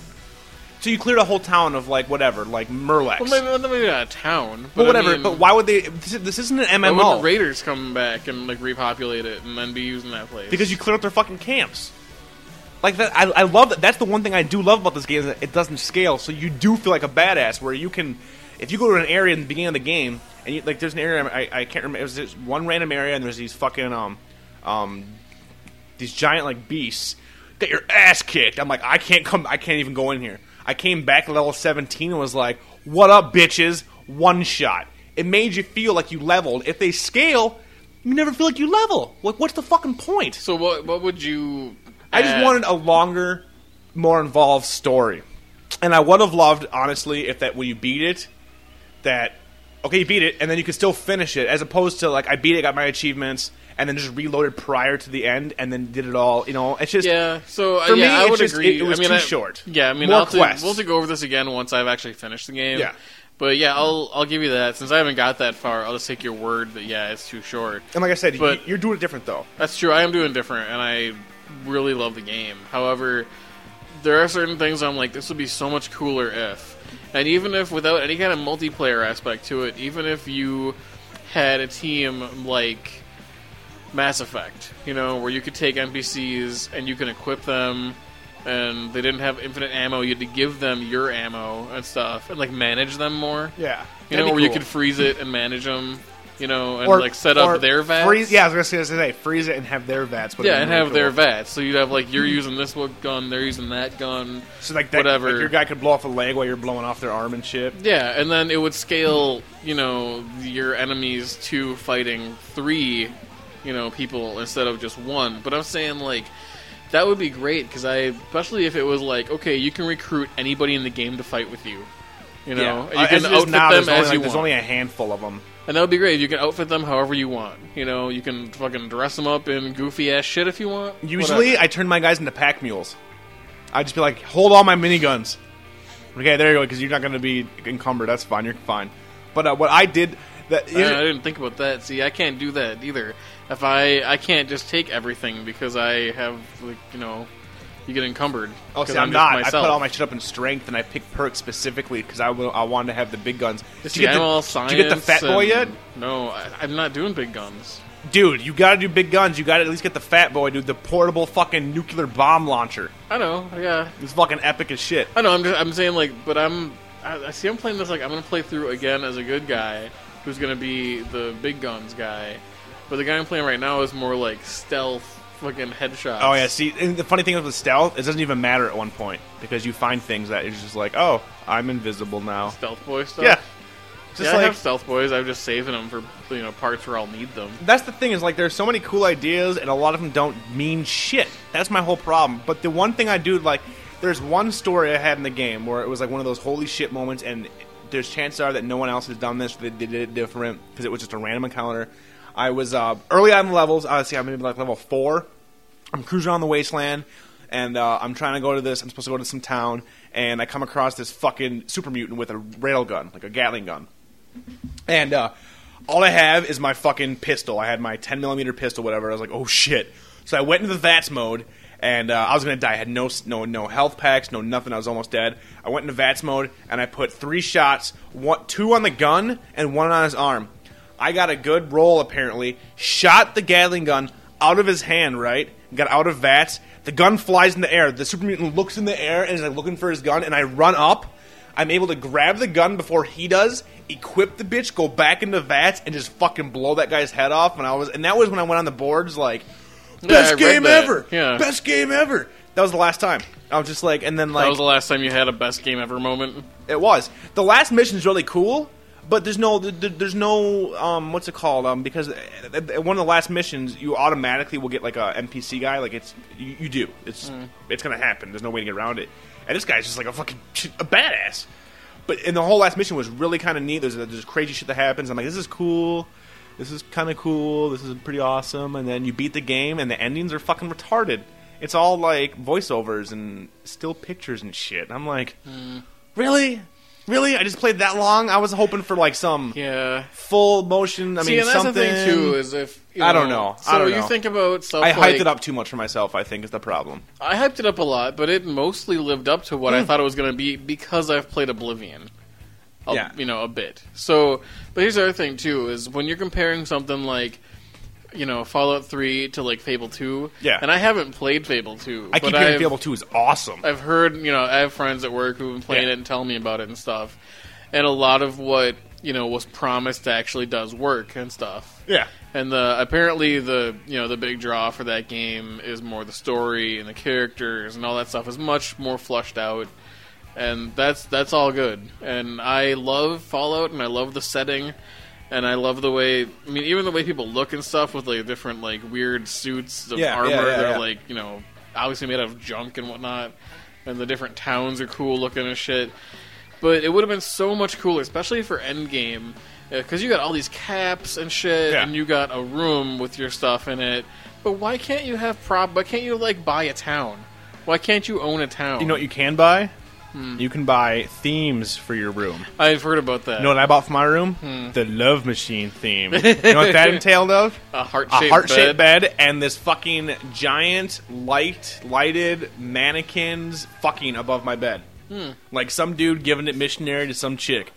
[SPEAKER 1] So you cleared a whole town of like whatever, like Murlex.
[SPEAKER 2] well, maybe, maybe not a town, but
[SPEAKER 1] but whatever.
[SPEAKER 2] I mean,
[SPEAKER 1] but why would they? This, this isn't an
[SPEAKER 2] why would the
[SPEAKER 1] MMO
[SPEAKER 2] raiders come back and like repopulate it and then be using that place?
[SPEAKER 1] because you cleared up their fucking camps. Like that, I, I love that. That's the one thing I do love about this game is that it doesn't scale. So you do feel like a badass, where you can, if you go to an area in the beginning of the game, and you, like there's an area I, I can't remember. It was just one random area, and there's these fucking um, um, these giant like beasts. Get your ass kicked. I'm like, I can't come. I can't even go in here. I came back to level 17 and was like, what up, bitches? One shot. It made you feel like you leveled. If they scale, you never feel like you level. Like, what's the fucking point?
[SPEAKER 2] so what what would you?
[SPEAKER 1] I just
[SPEAKER 2] add?
[SPEAKER 1] wanted a longer, more involved story. And I would have loved, honestly, if that when you beat it, that okay, you beat it, and then you could still finish it, as opposed to like I beat it, got my achievements, and then just reloaded prior to the end, and then did it all. You know, it's just
[SPEAKER 2] Yeah, so uh,
[SPEAKER 1] For
[SPEAKER 2] yeah,
[SPEAKER 1] me,
[SPEAKER 2] I
[SPEAKER 1] it's
[SPEAKER 2] would
[SPEAKER 1] just-
[SPEAKER 2] agree.
[SPEAKER 1] it- it was
[SPEAKER 2] I mean,
[SPEAKER 1] too
[SPEAKER 2] I-
[SPEAKER 1] short.
[SPEAKER 2] Yeah, I mean,
[SPEAKER 1] More
[SPEAKER 2] I'll have to-
[SPEAKER 1] quests.
[SPEAKER 2] we'll have to go over this again once I've actually finished the game.
[SPEAKER 1] Yeah.
[SPEAKER 2] but yeah, I'll I'll give you that. Since I haven't got that far, I'll just take your word that yeah, it's too short.
[SPEAKER 1] And like I said,
[SPEAKER 2] But-
[SPEAKER 1] y- you're doing it different though.
[SPEAKER 2] That's true. I am doing different, and I really love the game. However, there are certain things I'm like, this would be so much cooler if. And even if without any kind of multiplayer aspect to it, even if you had a team like Mass Effect, you know, where you could take NPCs and you can equip them, and they didn't have infinite ammo, you had to give them your ammo and stuff, and like manage them more.
[SPEAKER 1] Yeah,
[SPEAKER 2] You know, where you could freeze it and manage them, you know, and
[SPEAKER 1] Or-
[SPEAKER 2] like set
[SPEAKER 1] or
[SPEAKER 2] up their vats.
[SPEAKER 1] Freeze, yeah, I was gonna say, I was gonna say, freeze it and have their vats. would've
[SPEAKER 2] Yeah,
[SPEAKER 1] been
[SPEAKER 2] and
[SPEAKER 1] really
[SPEAKER 2] have their
[SPEAKER 1] cool.
[SPEAKER 2] vats. So you'd have like you're
[SPEAKER 1] Mm-hmm.
[SPEAKER 2] using this one gun, they're using that gun.
[SPEAKER 1] So like that,
[SPEAKER 2] whatever.
[SPEAKER 1] like, your guy could blow off a leg while you're blowing off their arm and shit.
[SPEAKER 2] Yeah, and then it would scale, you know, your enemies to fighting three, you know, people instead of just one. But I'm saying like that would be great because I, especially if it was like, okay, you can recruit anybody in the game to fight with you. You know,
[SPEAKER 1] yeah. Uh,
[SPEAKER 2] and you
[SPEAKER 1] as
[SPEAKER 2] can
[SPEAKER 1] it is
[SPEAKER 2] outfit
[SPEAKER 1] now,
[SPEAKER 2] them
[SPEAKER 1] there's only,
[SPEAKER 2] as
[SPEAKER 1] like,
[SPEAKER 2] you
[SPEAKER 1] there's
[SPEAKER 2] want,
[SPEAKER 1] only a handful of them.
[SPEAKER 2] and that would be great. You can outfit them however you want. You know, you can fucking dress them up in goofy ass shit if you want.
[SPEAKER 1] Usually,
[SPEAKER 2] whatever.
[SPEAKER 1] I turn my guys into pack mules. I'd just be like, hold all my miniguns. Okay, there you go, because you're not going to be encumbered. That's fine. You're fine. But uh, what I did, that
[SPEAKER 2] Uh, I didn't think about that. See, I can't do that either. If I I can't just take everything because I have like you know, you get encumbered.
[SPEAKER 1] oh, see,
[SPEAKER 2] 'Cause
[SPEAKER 1] I'm,
[SPEAKER 2] just
[SPEAKER 1] not. I
[SPEAKER 2] myself.
[SPEAKER 1] put all my shit up in strength, and I picked perks specifically because I will- I wanted to have the big guns. Did
[SPEAKER 2] See,
[SPEAKER 1] you get
[SPEAKER 2] I'm
[SPEAKER 1] the-
[SPEAKER 2] all science.
[SPEAKER 1] did you get the fat boy
[SPEAKER 2] and-
[SPEAKER 1] yet?
[SPEAKER 2] No, I, I'm not doing big guns.
[SPEAKER 1] Dude, you got to do big guns. You got to at least get the fat boy, dude. The portable fucking nuclear bomb launcher.
[SPEAKER 2] I know. Yeah,
[SPEAKER 1] It's fucking epic as shit.
[SPEAKER 2] I know. I'm just I'm saying like, but I'm I, I see I'm playing this like I'm gonna play through again as a good guy who's gonna be the big guns guy, but the guy I'm playing right now is more like stealth fucking headshots.
[SPEAKER 1] Oh yeah, see, and the funny thing is with stealth, it doesn't even matter at one point because you find things that is just like, oh, I'm invisible now.
[SPEAKER 2] stealth boy stuff.
[SPEAKER 1] Yeah, just
[SPEAKER 2] yeah, I
[SPEAKER 1] like
[SPEAKER 2] have stealth boys. I'm just saving them for you know parts where I'll need them.
[SPEAKER 1] that's the thing is like there's so many cool ideas and a lot of them don't mean shit. That's my whole problem. But the one thing I do like, there's one story I had in the game where it was like one of those holy shit moments, and there's chances are that no one else has done this. They did it different because it was just a random encounter. I was uh, early on in the levels. Honestly, I'm maybe like level four. I'm cruising on the wasteland, and uh, I'm trying to go to this. I'm supposed to go to some town, and I come across this fucking super mutant with a railgun, like a Gatling gun. And uh, all I have is my fucking pistol. I had my 10 millimeter pistol, whatever. I was like, oh shit. So I went into the VATS mode, and uh, I was gonna die. I had no s- no no health packs, no nothing. I was almost dead. I went into VATS mode, and I put three shots, one, two on the gun and one on his arm. I got a good roll apparently. Shot the Gatling gun out of his hand, right? Got out of VATS. The gun flies in the air. The super mutant looks in the air and is like looking for his gun, and I run up. I'm able to grab the gun before he does, equip the bitch, go back into VATS, and just fucking blow that guy's head off. And I was, and that was when I went on the boards like,
[SPEAKER 2] I
[SPEAKER 1] best
[SPEAKER 2] read
[SPEAKER 1] game
[SPEAKER 2] that.
[SPEAKER 1] ever,
[SPEAKER 2] Yeah.
[SPEAKER 1] best game ever. That was the last time. I was just like, and then like
[SPEAKER 2] that was the last time you had a best game ever moment.
[SPEAKER 1] it was. The last mission's really cool, but there's no th- th- there's no um what's it called um because at- at- at one of the last missions you automatically will get like a NPC guy like it's you, you do it's it's gonna happen. There's no way to get around it. And this guy's just like a fucking a badass. But and the whole last mission was really kind of neat. There's uh, there's crazy shit that happens. I'm like this is cool. This is kind of cool. This is pretty awesome. And then you beat the game, and the endings are fucking retarded. It's all like voiceovers and still pictures and shit. And I'm like, Really? Really? I just played that long? I was hoping for like some
[SPEAKER 2] Yeah.
[SPEAKER 1] full motion. I
[SPEAKER 2] See,
[SPEAKER 1] mean,
[SPEAKER 2] and that's
[SPEAKER 1] something.
[SPEAKER 2] the thing too is if you
[SPEAKER 1] I don't know.
[SPEAKER 2] So
[SPEAKER 1] I don't
[SPEAKER 2] you
[SPEAKER 1] know.
[SPEAKER 2] think about stuff.
[SPEAKER 1] I hyped
[SPEAKER 2] like-
[SPEAKER 1] it up too much for myself. I think is the problem.
[SPEAKER 2] I hyped it up a lot, but it mostly lived up to
[SPEAKER 1] Hmm.
[SPEAKER 2] what I thought it was going to be because I've played Oblivion. A,
[SPEAKER 1] Yeah.
[SPEAKER 2] You know, a bit. So, but here's the other thing, too, is when you're comparing something like, you know, Fallout 3 to, like, Fable 2.
[SPEAKER 1] Yeah.
[SPEAKER 2] And I haven't played Fable 2.
[SPEAKER 1] I keep
[SPEAKER 2] but
[SPEAKER 1] hearing
[SPEAKER 2] I've-
[SPEAKER 1] Fable Two is awesome.
[SPEAKER 2] I've heard, you know, I have friends at work who've been playing
[SPEAKER 1] Yeah.
[SPEAKER 2] it and telling me about it and stuff. And a lot of what, you know, was promised actually does work and stuff.
[SPEAKER 1] yeah.
[SPEAKER 2] And the apparently the you know the big draw for that game is more the story and the characters and all that stuff is much more flushed out, and that's that's all good. And I love Fallout and I love the setting, and I love the way I mean even the way people look and stuff with like different like weird suits of
[SPEAKER 1] Yeah, yeah,
[SPEAKER 2] armor
[SPEAKER 1] yeah,
[SPEAKER 2] that are
[SPEAKER 1] yeah.
[SPEAKER 2] like you know obviously made out of junk and whatnot, and the different towns are cool looking and shit. But it would have been so much cooler, especially for Endgame, because you got all these caps and shit,
[SPEAKER 1] Yeah.
[SPEAKER 2] and you got a room with your stuff in it. But why can't you have prop? Why can't you like buy a town? Why can't you own a town?
[SPEAKER 1] You know what you can buy?
[SPEAKER 2] Hmm.
[SPEAKER 1] You can buy themes for your room.
[SPEAKER 2] I've heard about that.
[SPEAKER 1] You know what I bought for my room?
[SPEAKER 2] Hmm.
[SPEAKER 1] The Love Machine theme. you know what that entailed of?
[SPEAKER 2] a heart
[SPEAKER 1] A
[SPEAKER 2] shaped
[SPEAKER 1] heart shaped
[SPEAKER 2] bed.
[SPEAKER 1] bed and this fucking giant light lighted mannequins fucking above my bed.
[SPEAKER 2] Hmm.
[SPEAKER 1] Like some dude giving it missionary to some chick.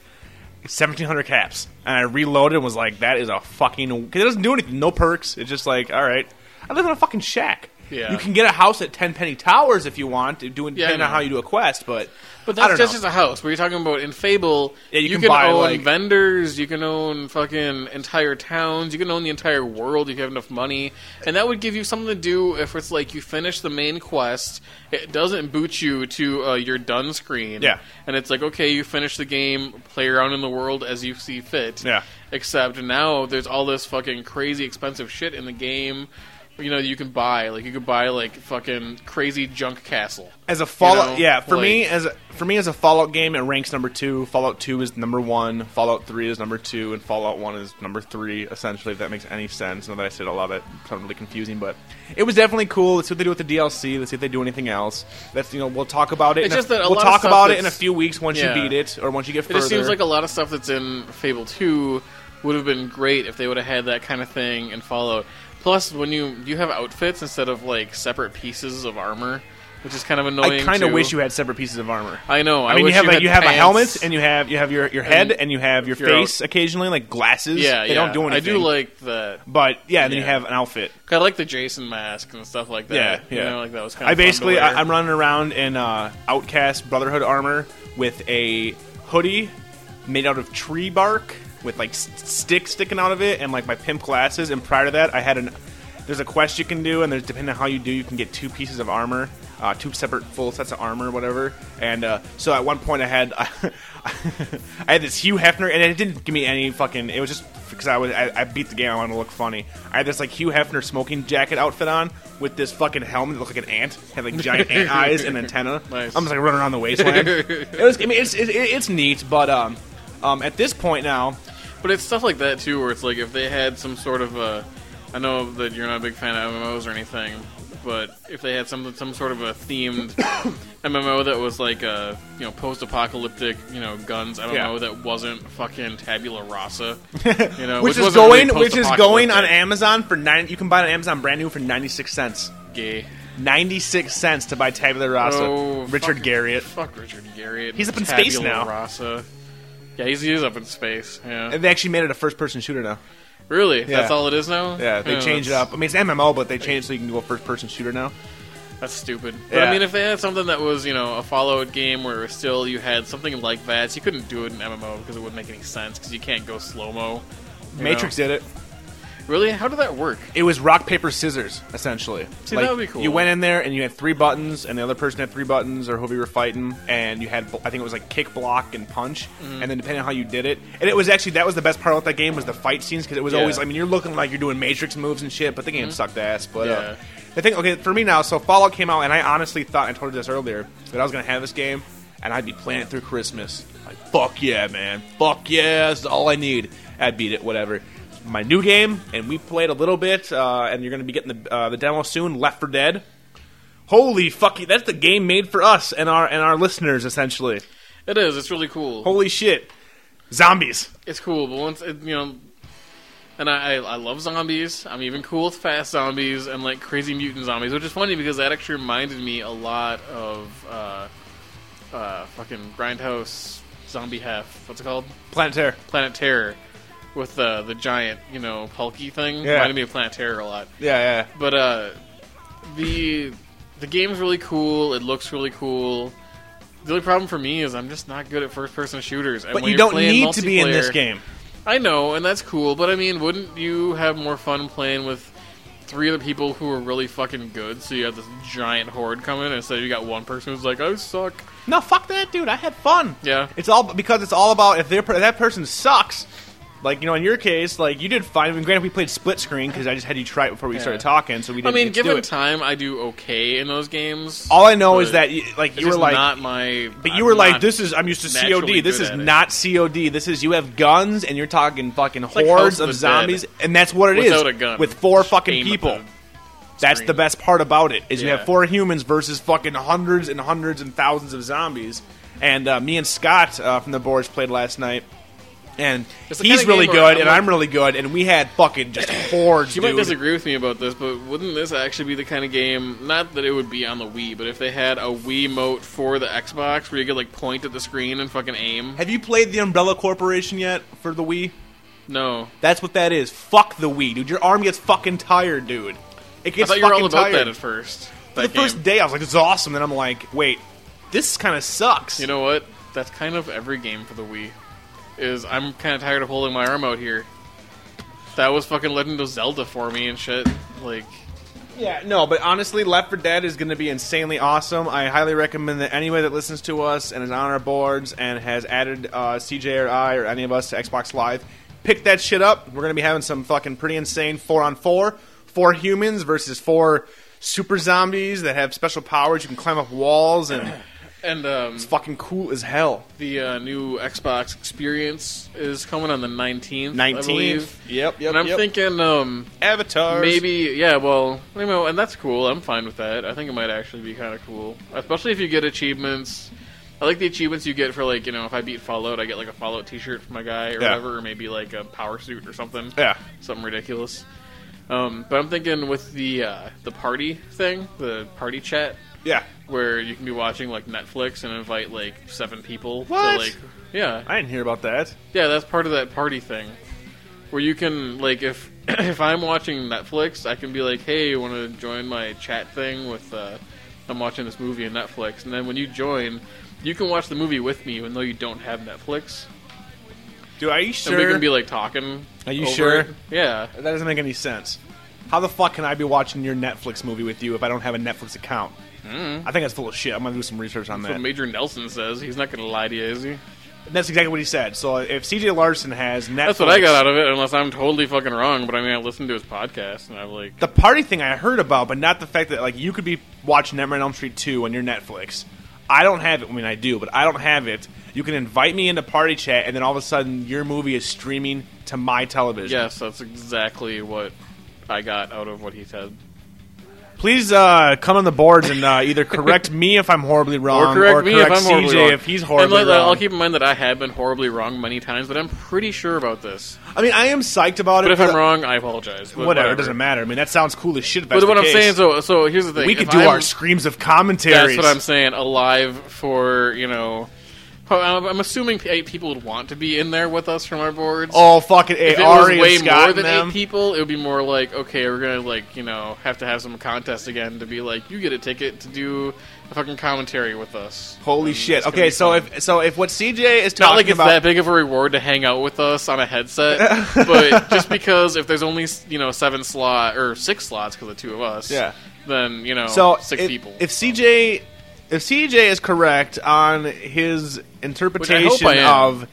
[SPEAKER 1] 1700 caps. And I reloaded and was like, that is a fucking. Cause it doesn't do anything. No perks. It's just like, all right. I live in a fucking shack.
[SPEAKER 2] Yeah.
[SPEAKER 1] You can get a house at 10 penny towers if you want, doing,
[SPEAKER 2] Yeah, I
[SPEAKER 1] depending on
[SPEAKER 2] know.
[SPEAKER 1] how you do a quest, but.
[SPEAKER 2] But
[SPEAKER 1] I
[SPEAKER 2] that's
[SPEAKER 1] don't
[SPEAKER 2] just
[SPEAKER 1] know.
[SPEAKER 2] as a house. Where you're talking about in Fable,
[SPEAKER 1] Yeah, you
[SPEAKER 2] you
[SPEAKER 1] can
[SPEAKER 2] can,
[SPEAKER 1] buy,
[SPEAKER 2] own
[SPEAKER 1] like-
[SPEAKER 2] vendors, you can own fucking entire towns, you can own the entire world if you have enough money, and that would give you something to do if it's like you finish the main quest, it doesn't boot you to uh, your done screen,
[SPEAKER 1] Yeah.
[SPEAKER 2] and it's like okay, you finish the game, play around in the world as you see fit,
[SPEAKER 1] Yeah.
[SPEAKER 2] Except now there's all this fucking crazy expensive shit in the game. You know, you can buy like you could buy like fucking crazy junk castle.
[SPEAKER 1] as a Fallout,
[SPEAKER 2] know,
[SPEAKER 1] yeah. For me,
[SPEAKER 2] like-
[SPEAKER 1] as a, for me as a Fallout game, it ranks number two. Fallout Two is number one. Fallout Three is number two, and Fallout One is number three. Essentially, if that makes any sense. Now that I said a lot, that sounded really confusing, but it was definitely cool. Let's see what they do with the DLC. Let's see if they do anything else. That's you know we'll talk about it.
[SPEAKER 2] It's
[SPEAKER 1] in a-
[SPEAKER 2] just that a
[SPEAKER 1] we'll
[SPEAKER 2] lot of
[SPEAKER 1] talk
[SPEAKER 2] stuff
[SPEAKER 1] about it in a
[SPEAKER 2] that's-
[SPEAKER 1] few weeks once
[SPEAKER 2] Yeah.
[SPEAKER 1] you beat it or once you get
[SPEAKER 2] It
[SPEAKER 1] further.
[SPEAKER 2] just seems like a lot of stuff that's in Fable 2 would have been great if they would have had that kind of thing in Fallout. Plus, when you you have outfits instead of like separate pieces of armor, which is kind of
[SPEAKER 1] I
[SPEAKER 2] annoying.
[SPEAKER 1] kind of
[SPEAKER 2] too.
[SPEAKER 1] wish you had separate pieces of armor.
[SPEAKER 2] I know. I,
[SPEAKER 1] I mean, you
[SPEAKER 2] wish
[SPEAKER 1] have
[SPEAKER 2] had
[SPEAKER 1] a, you have a
[SPEAKER 2] pants.
[SPEAKER 1] helmet, and you have you have your, your head, and,
[SPEAKER 2] And
[SPEAKER 1] you have your
[SPEAKER 2] if you're out-
[SPEAKER 1] face occasionally, like glasses.
[SPEAKER 2] yeah,
[SPEAKER 1] they
[SPEAKER 2] yeah.
[SPEAKER 1] don't do anything.
[SPEAKER 2] I do like that.
[SPEAKER 1] but yeah, then you
[SPEAKER 2] Yeah.
[SPEAKER 1] have an outfit.
[SPEAKER 2] I like the Jason mask and stuff like that.
[SPEAKER 1] Yeah, yeah.
[SPEAKER 2] You know, like that was kind of.
[SPEAKER 1] I basically
[SPEAKER 2] fun to
[SPEAKER 1] I,
[SPEAKER 2] wear.
[SPEAKER 1] I'm running around in uh, Outcast Brotherhood armor with a hoodie made out of tree bark with like s- sticks sticking out of it and like my pimp glasses. And prior to that, I had an there's a quest you can do, and there's depending on how you do, you can get two pieces of armor. Uh, two separate full sets of armor, whatever, and uh, so at one point I had I had this Hugh Hefner, and it didn't give me any fucking. It was just because I was I, I beat the game. I wanted to look funny. I had this like Hugh Hefner smoking jacket outfit on with this fucking helmet that looked like an ant, had like giant ant eyes and antenna.
[SPEAKER 2] Nice.
[SPEAKER 1] I'm just like running around the wasteland. it was. I mean, it's it, it's neat, but um, um, at this point now,
[SPEAKER 2] But it's stuff like that too, where it's like if they had some sort of a, I know that you're not a big fan of MMOs or anything, but if they had some some sort of a themed MMO that was like a you know post-apocalyptic you know guns MMO
[SPEAKER 1] Yeah.
[SPEAKER 2] that wasn't fucking tabula rasa, you know,
[SPEAKER 1] which, is
[SPEAKER 2] wasn't really
[SPEAKER 1] going, which is going on
[SPEAKER 2] post-apocalyptic.
[SPEAKER 1] Amazon for nine. You can buy it on Amazon brand new for ninety six cents.
[SPEAKER 2] Gay.
[SPEAKER 1] 96 cents to buy Tabula Rasa.
[SPEAKER 2] Oh,
[SPEAKER 1] Richard
[SPEAKER 2] fuck-
[SPEAKER 1] Garriott.
[SPEAKER 2] Fuck Richard Garriott.
[SPEAKER 1] He's up in space
[SPEAKER 2] Tabula
[SPEAKER 1] now.
[SPEAKER 2] Rasa. Yeah, he's, he's up in space. Yeah,
[SPEAKER 1] And they actually made it a first person shooter now.
[SPEAKER 2] really?
[SPEAKER 1] Yeah.
[SPEAKER 2] That's all it is now.
[SPEAKER 1] Yeah, they changed it
[SPEAKER 2] that's-
[SPEAKER 1] up. I mean, it's MMO, but they changed it so you can go first person shooter now.
[SPEAKER 2] That's stupid. But I
[SPEAKER 1] Yeah.
[SPEAKER 2] mean, if they had something that was, you know, a Fallout game where still you had something like that, you couldn't do it in MMO because it wouldn't make any sense because you can't go slow mo.
[SPEAKER 1] Matrix did it.
[SPEAKER 2] Really? How did that work?
[SPEAKER 1] It was rock paper scissors essentially.
[SPEAKER 2] See, that would be cool.
[SPEAKER 1] You went in there and you had three buttons, and the other person had three buttons, or whoever you were fighting, and you had I think it was like kick, block, and punch,
[SPEAKER 2] Mm-hmm.
[SPEAKER 1] and then depending on how you did it, and it was actually that was the best part about that game was the fight scenes because it was
[SPEAKER 2] Yeah. Mm-hmm.
[SPEAKER 1] always I mean you're looking like you're doing Matrix moves and shit, but the game sucked ass. But
[SPEAKER 2] Yeah.
[SPEAKER 1] uh, the thing okay for me now, so Fallout came out, and I honestly thought I told you this earlier that I was gonna have this game, and I'd be playing it through Christmas. Like fuck yeah, man, fuck yeah, this is all I need. I beat it, whatever. My new game, and we played a little bit, uh, and you're gonna be getting the uh, the demo soon. Left for Dead. Holy fucking! That's the game made for us and our and our listeners, essentially.
[SPEAKER 2] It is. It's really cool.
[SPEAKER 1] Holy shit! Zombies.
[SPEAKER 2] It's cool, but once it, you know, and I, I I love zombies. I'm even cool with fast zombies and like crazy mutant zombies, which is funny because that actually reminded me a lot of uh, uh, fucking Grindhouse Zombie Half. What's it called?
[SPEAKER 1] Planet Terror.
[SPEAKER 2] Planet Terror, with the the giant you know bulky thing.
[SPEAKER 1] Yeah.
[SPEAKER 2] Reminded me of Planet Terror a lot.
[SPEAKER 1] Yeah,
[SPEAKER 2] But uh, the the game's really cool. It looks really cool. The only problem for me is I'm just not good at first person shooters. And
[SPEAKER 1] But
[SPEAKER 2] when
[SPEAKER 1] you
[SPEAKER 2] you're
[SPEAKER 1] don't
[SPEAKER 2] playing
[SPEAKER 1] need to be in this
[SPEAKER 2] multiplayer-
[SPEAKER 1] game.
[SPEAKER 2] I know, and that's cool, but I mean, wouldn't you have more fun playing with three other people who are really fucking good? So you have this giant horde coming, and so you got one person who's like, "I suck."
[SPEAKER 1] No, fuck that, dude. I had fun.
[SPEAKER 2] Yeah.
[SPEAKER 1] It's all because it's all about if, they're, if that person sucks. Like you know, in your case, like you did fine. I mean, granted, we played split screen because I just had you try it before we started talking, so we
[SPEAKER 2] I
[SPEAKER 1] didn't.
[SPEAKER 2] mean,
[SPEAKER 1] get to do
[SPEAKER 2] given
[SPEAKER 1] it.
[SPEAKER 2] time, I do okay in those games.
[SPEAKER 1] all I know is
[SPEAKER 2] but
[SPEAKER 1] that you, like
[SPEAKER 2] it's
[SPEAKER 1] you were
[SPEAKER 2] just
[SPEAKER 1] like,
[SPEAKER 2] not my.
[SPEAKER 1] But
[SPEAKER 2] I'm
[SPEAKER 1] you were like,
[SPEAKER 2] not-
[SPEAKER 1] "This is I'm used to COD.
[SPEAKER 2] naturally
[SPEAKER 1] This
[SPEAKER 2] good
[SPEAKER 1] is
[SPEAKER 2] at it."
[SPEAKER 1] not COD. This is you have guns and you're talking fucking
[SPEAKER 2] like
[SPEAKER 1] hordes
[SPEAKER 2] House of
[SPEAKER 1] of
[SPEAKER 2] the
[SPEAKER 1] zombies,
[SPEAKER 2] Dead
[SPEAKER 1] and that's what it is
[SPEAKER 2] without a gun.
[SPEAKER 1] with four
[SPEAKER 2] Just
[SPEAKER 1] fucking
[SPEAKER 2] aim at
[SPEAKER 1] people.
[SPEAKER 2] the
[SPEAKER 1] That's
[SPEAKER 2] screen.
[SPEAKER 1] the best part about it is you
[SPEAKER 2] Yeah.
[SPEAKER 1] have four humans versus fucking hundreds and hundreds and thousands of zombies. And uh, me and Scott uh, from the boards played last night, and
[SPEAKER 2] It's the
[SPEAKER 1] he's
[SPEAKER 2] kinda
[SPEAKER 1] really
[SPEAKER 2] game where
[SPEAKER 1] good
[SPEAKER 2] I'm
[SPEAKER 1] and
[SPEAKER 2] like-
[SPEAKER 1] I'm really good, and we had fucking just hordes.
[SPEAKER 2] You
[SPEAKER 1] dude.
[SPEAKER 2] might disagree with me about this, but wouldn't this actually be the kind of game? Not that it would be on the Wii, but if they had a Wii mote for the Xbox, where you could like point at the screen and fucking aim.
[SPEAKER 1] Have you played the Umbrella Corporation yet for the Wii?
[SPEAKER 2] No,
[SPEAKER 1] That's what that is. Fuck the Wii, dude. Your arm gets fucking tired, dude. It
[SPEAKER 2] I
[SPEAKER 1] gets
[SPEAKER 2] thought you were
[SPEAKER 1] fucking
[SPEAKER 2] all about
[SPEAKER 1] tired.
[SPEAKER 2] that at first.
[SPEAKER 1] the
[SPEAKER 2] That
[SPEAKER 1] first
[SPEAKER 2] game.
[SPEAKER 1] day, I was like, "This is awesome." Then I'm like, "Wait, this kind of sucks."
[SPEAKER 2] You know what? That's kind of every game for the Wii. Is I'm kind of tired of holding my arm out here. That was fucking Legend of Zelda for me and shit. Like,
[SPEAKER 1] yeah, no, but honestly, Left 4 Dead is going to be insanely awesome. I highly recommend that anyone that listens to us and is on our boards and has added uh, CJ or I or any of us to Xbox Live, pick that shit up. We're going to be having some fucking pretty insane four on four, four humans versus four super zombies that have special powers. You can climb up walls and
[SPEAKER 2] and um,
[SPEAKER 1] fucking cool as hell.
[SPEAKER 2] the uh, new Xbox Experience is coming on the 19th. I
[SPEAKER 1] 19.
[SPEAKER 2] believe.
[SPEAKER 1] Yep, yep.
[SPEAKER 2] and I'm
[SPEAKER 1] yep.
[SPEAKER 2] thinking, um,
[SPEAKER 1] Avatars.
[SPEAKER 2] Maybe, yeah. Well, you know, and that's cool. I'm fine with that. I think it might actually be kind of cool, especially if you get achievements. I like the achievements you get for like you know, if I beat Fallout, I get like a Fallout T-shirt from my guy or
[SPEAKER 1] Yeah.
[SPEAKER 2] whatever, or maybe like a power suit or something.
[SPEAKER 1] Yeah.
[SPEAKER 2] something ridiculous. Um, but I'm thinking with the uh, the party thing, the party chat,
[SPEAKER 1] Yeah.
[SPEAKER 2] where you can be watching like Netflix and invite like seven people.
[SPEAKER 1] What?
[SPEAKER 2] To, like, yeah,
[SPEAKER 1] I didn't hear about that.
[SPEAKER 2] yeah, that's part of that party thing, where you can like if if I'm watching Netflix, I can be like, hey, you want to join my chat thing with uh, I'm watching this movie on Netflix, and then when you join, you can watch the movie with me, even though you don't have Netflix,
[SPEAKER 1] Dude, are you
[SPEAKER 2] and we
[SPEAKER 1] sure?
[SPEAKER 2] can be like talking.
[SPEAKER 1] Are you
[SPEAKER 2] over
[SPEAKER 1] sure?
[SPEAKER 2] it. Yeah,
[SPEAKER 1] that doesn't make any sense. How the fuck can I be watching your Netflix movie with you if I don't have a Netflix account? I think that's full of shit. I'm gonna do some research on
[SPEAKER 2] Mm-hmm. that's what
[SPEAKER 1] that.
[SPEAKER 2] Major Nelson says. He's not gonna lie to you, is he?
[SPEAKER 1] That's exactly what he said. So if CJ Larson has Netflix,
[SPEAKER 2] That's what I got out of it, unless I'm totally fucking wrong. But I mean, I listened to his podcast, and I'm like,
[SPEAKER 1] The party thing I heard about, but not the fact that like you could be watching Nightmare on Elm Street two on your Netflix. I don't have it. I mean, I do, but I don't have it. You can invite me into party chat, and then all of a sudden, your movie is streaming to my television.
[SPEAKER 2] yes, that's exactly what I got out of what he said.
[SPEAKER 1] Please uh, come on the boards and uh, either correct me if I'm horribly wrong,
[SPEAKER 2] Or correct me if
[SPEAKER 1] correct
[SPEAKER 2] I'm horribly
[SPEAKER 1] CJ
[SPEAKER 2] wrong.
[SPEAKER 1] if he's horribly
[SPEAKER 2] and let- uh,
[SPEAKER 1] wrong.
[SPEAKER 2] I'll keep in mind that I have been horribly wrong many times, but I'm pretty sure about this.
[SPEAKER 1] I mean, I am psyched about it.
[SPEAKER 2] But if I'm
[SPEAKER 1] but-
[SPEAKER 2] wrong, I apologize. But
[SPEAKER 1] whatever, it doesn't matter. I mean, that sounds cool as shit. If that's
[SPEAKER 2] But what
[SPEAKER 1] the
[SPEAKER 2] I'm
[SPEAKER 1] case.
[SPEAKER 2] saying, so so here's the thing:
[SPEAKER 1] we
[SPEAKER 2] if
[SPEAKER 1] could do
[SPEAKER 2] I'm-
[SPEAKER 1] our screams of commentaries.
[SPEAKER 2] That's what I'm saying. Alive for you know Pro- I'm I'm assuming p- eight people would want to be in there with us from our boards.
[SPEAKER 1] Oh fucking a
[SPEAKER 2] if it was
[SPEAKER 1] Ari
[SPEAKER 2] way
[SPEAKER 1] and Scott
[SPEAKER 2] more than
[SPEAKER 1] and them.
[SPEAKER 2] eight people, it would be more like, okay, we're gonna like you know have to have some contest again to be like, you get a ticket to do a fucking commentary with us.
[SPEAKER 1] Holy
[SPEAKER 2] And it's
[SPEAKER 1] shit!
[SPEAKER 2] gonna
[SPEAKER 1] Okay,
[SPEAKER 2] be
[SPEAKER 1] so
[SPEAKER 2] fun.
[SPEAKER 1] if so if what CJ is
[SPEAKER 2] It's not
[SPEAKER 1] talking
[SPEAKER 2] like it's
[SPEAKER 1] about,
[SPEAKER 2] that big of a reward to hang out with us on a headset, but just because if there's only you know seven slot or six slots because of the two of us,
[SPEAKER 1] Yeah.
[SPEAKER 2] then you know
[SPEAKER 1] so
[SPEAKER 2] six
[SPEAKER 1] if,
[SPEAKER 2] people.
[SPEAKER 1] If CJ, if CJ is correct on his interpretation
[SPEAKER 2] I am.
[SPEAKER 1] of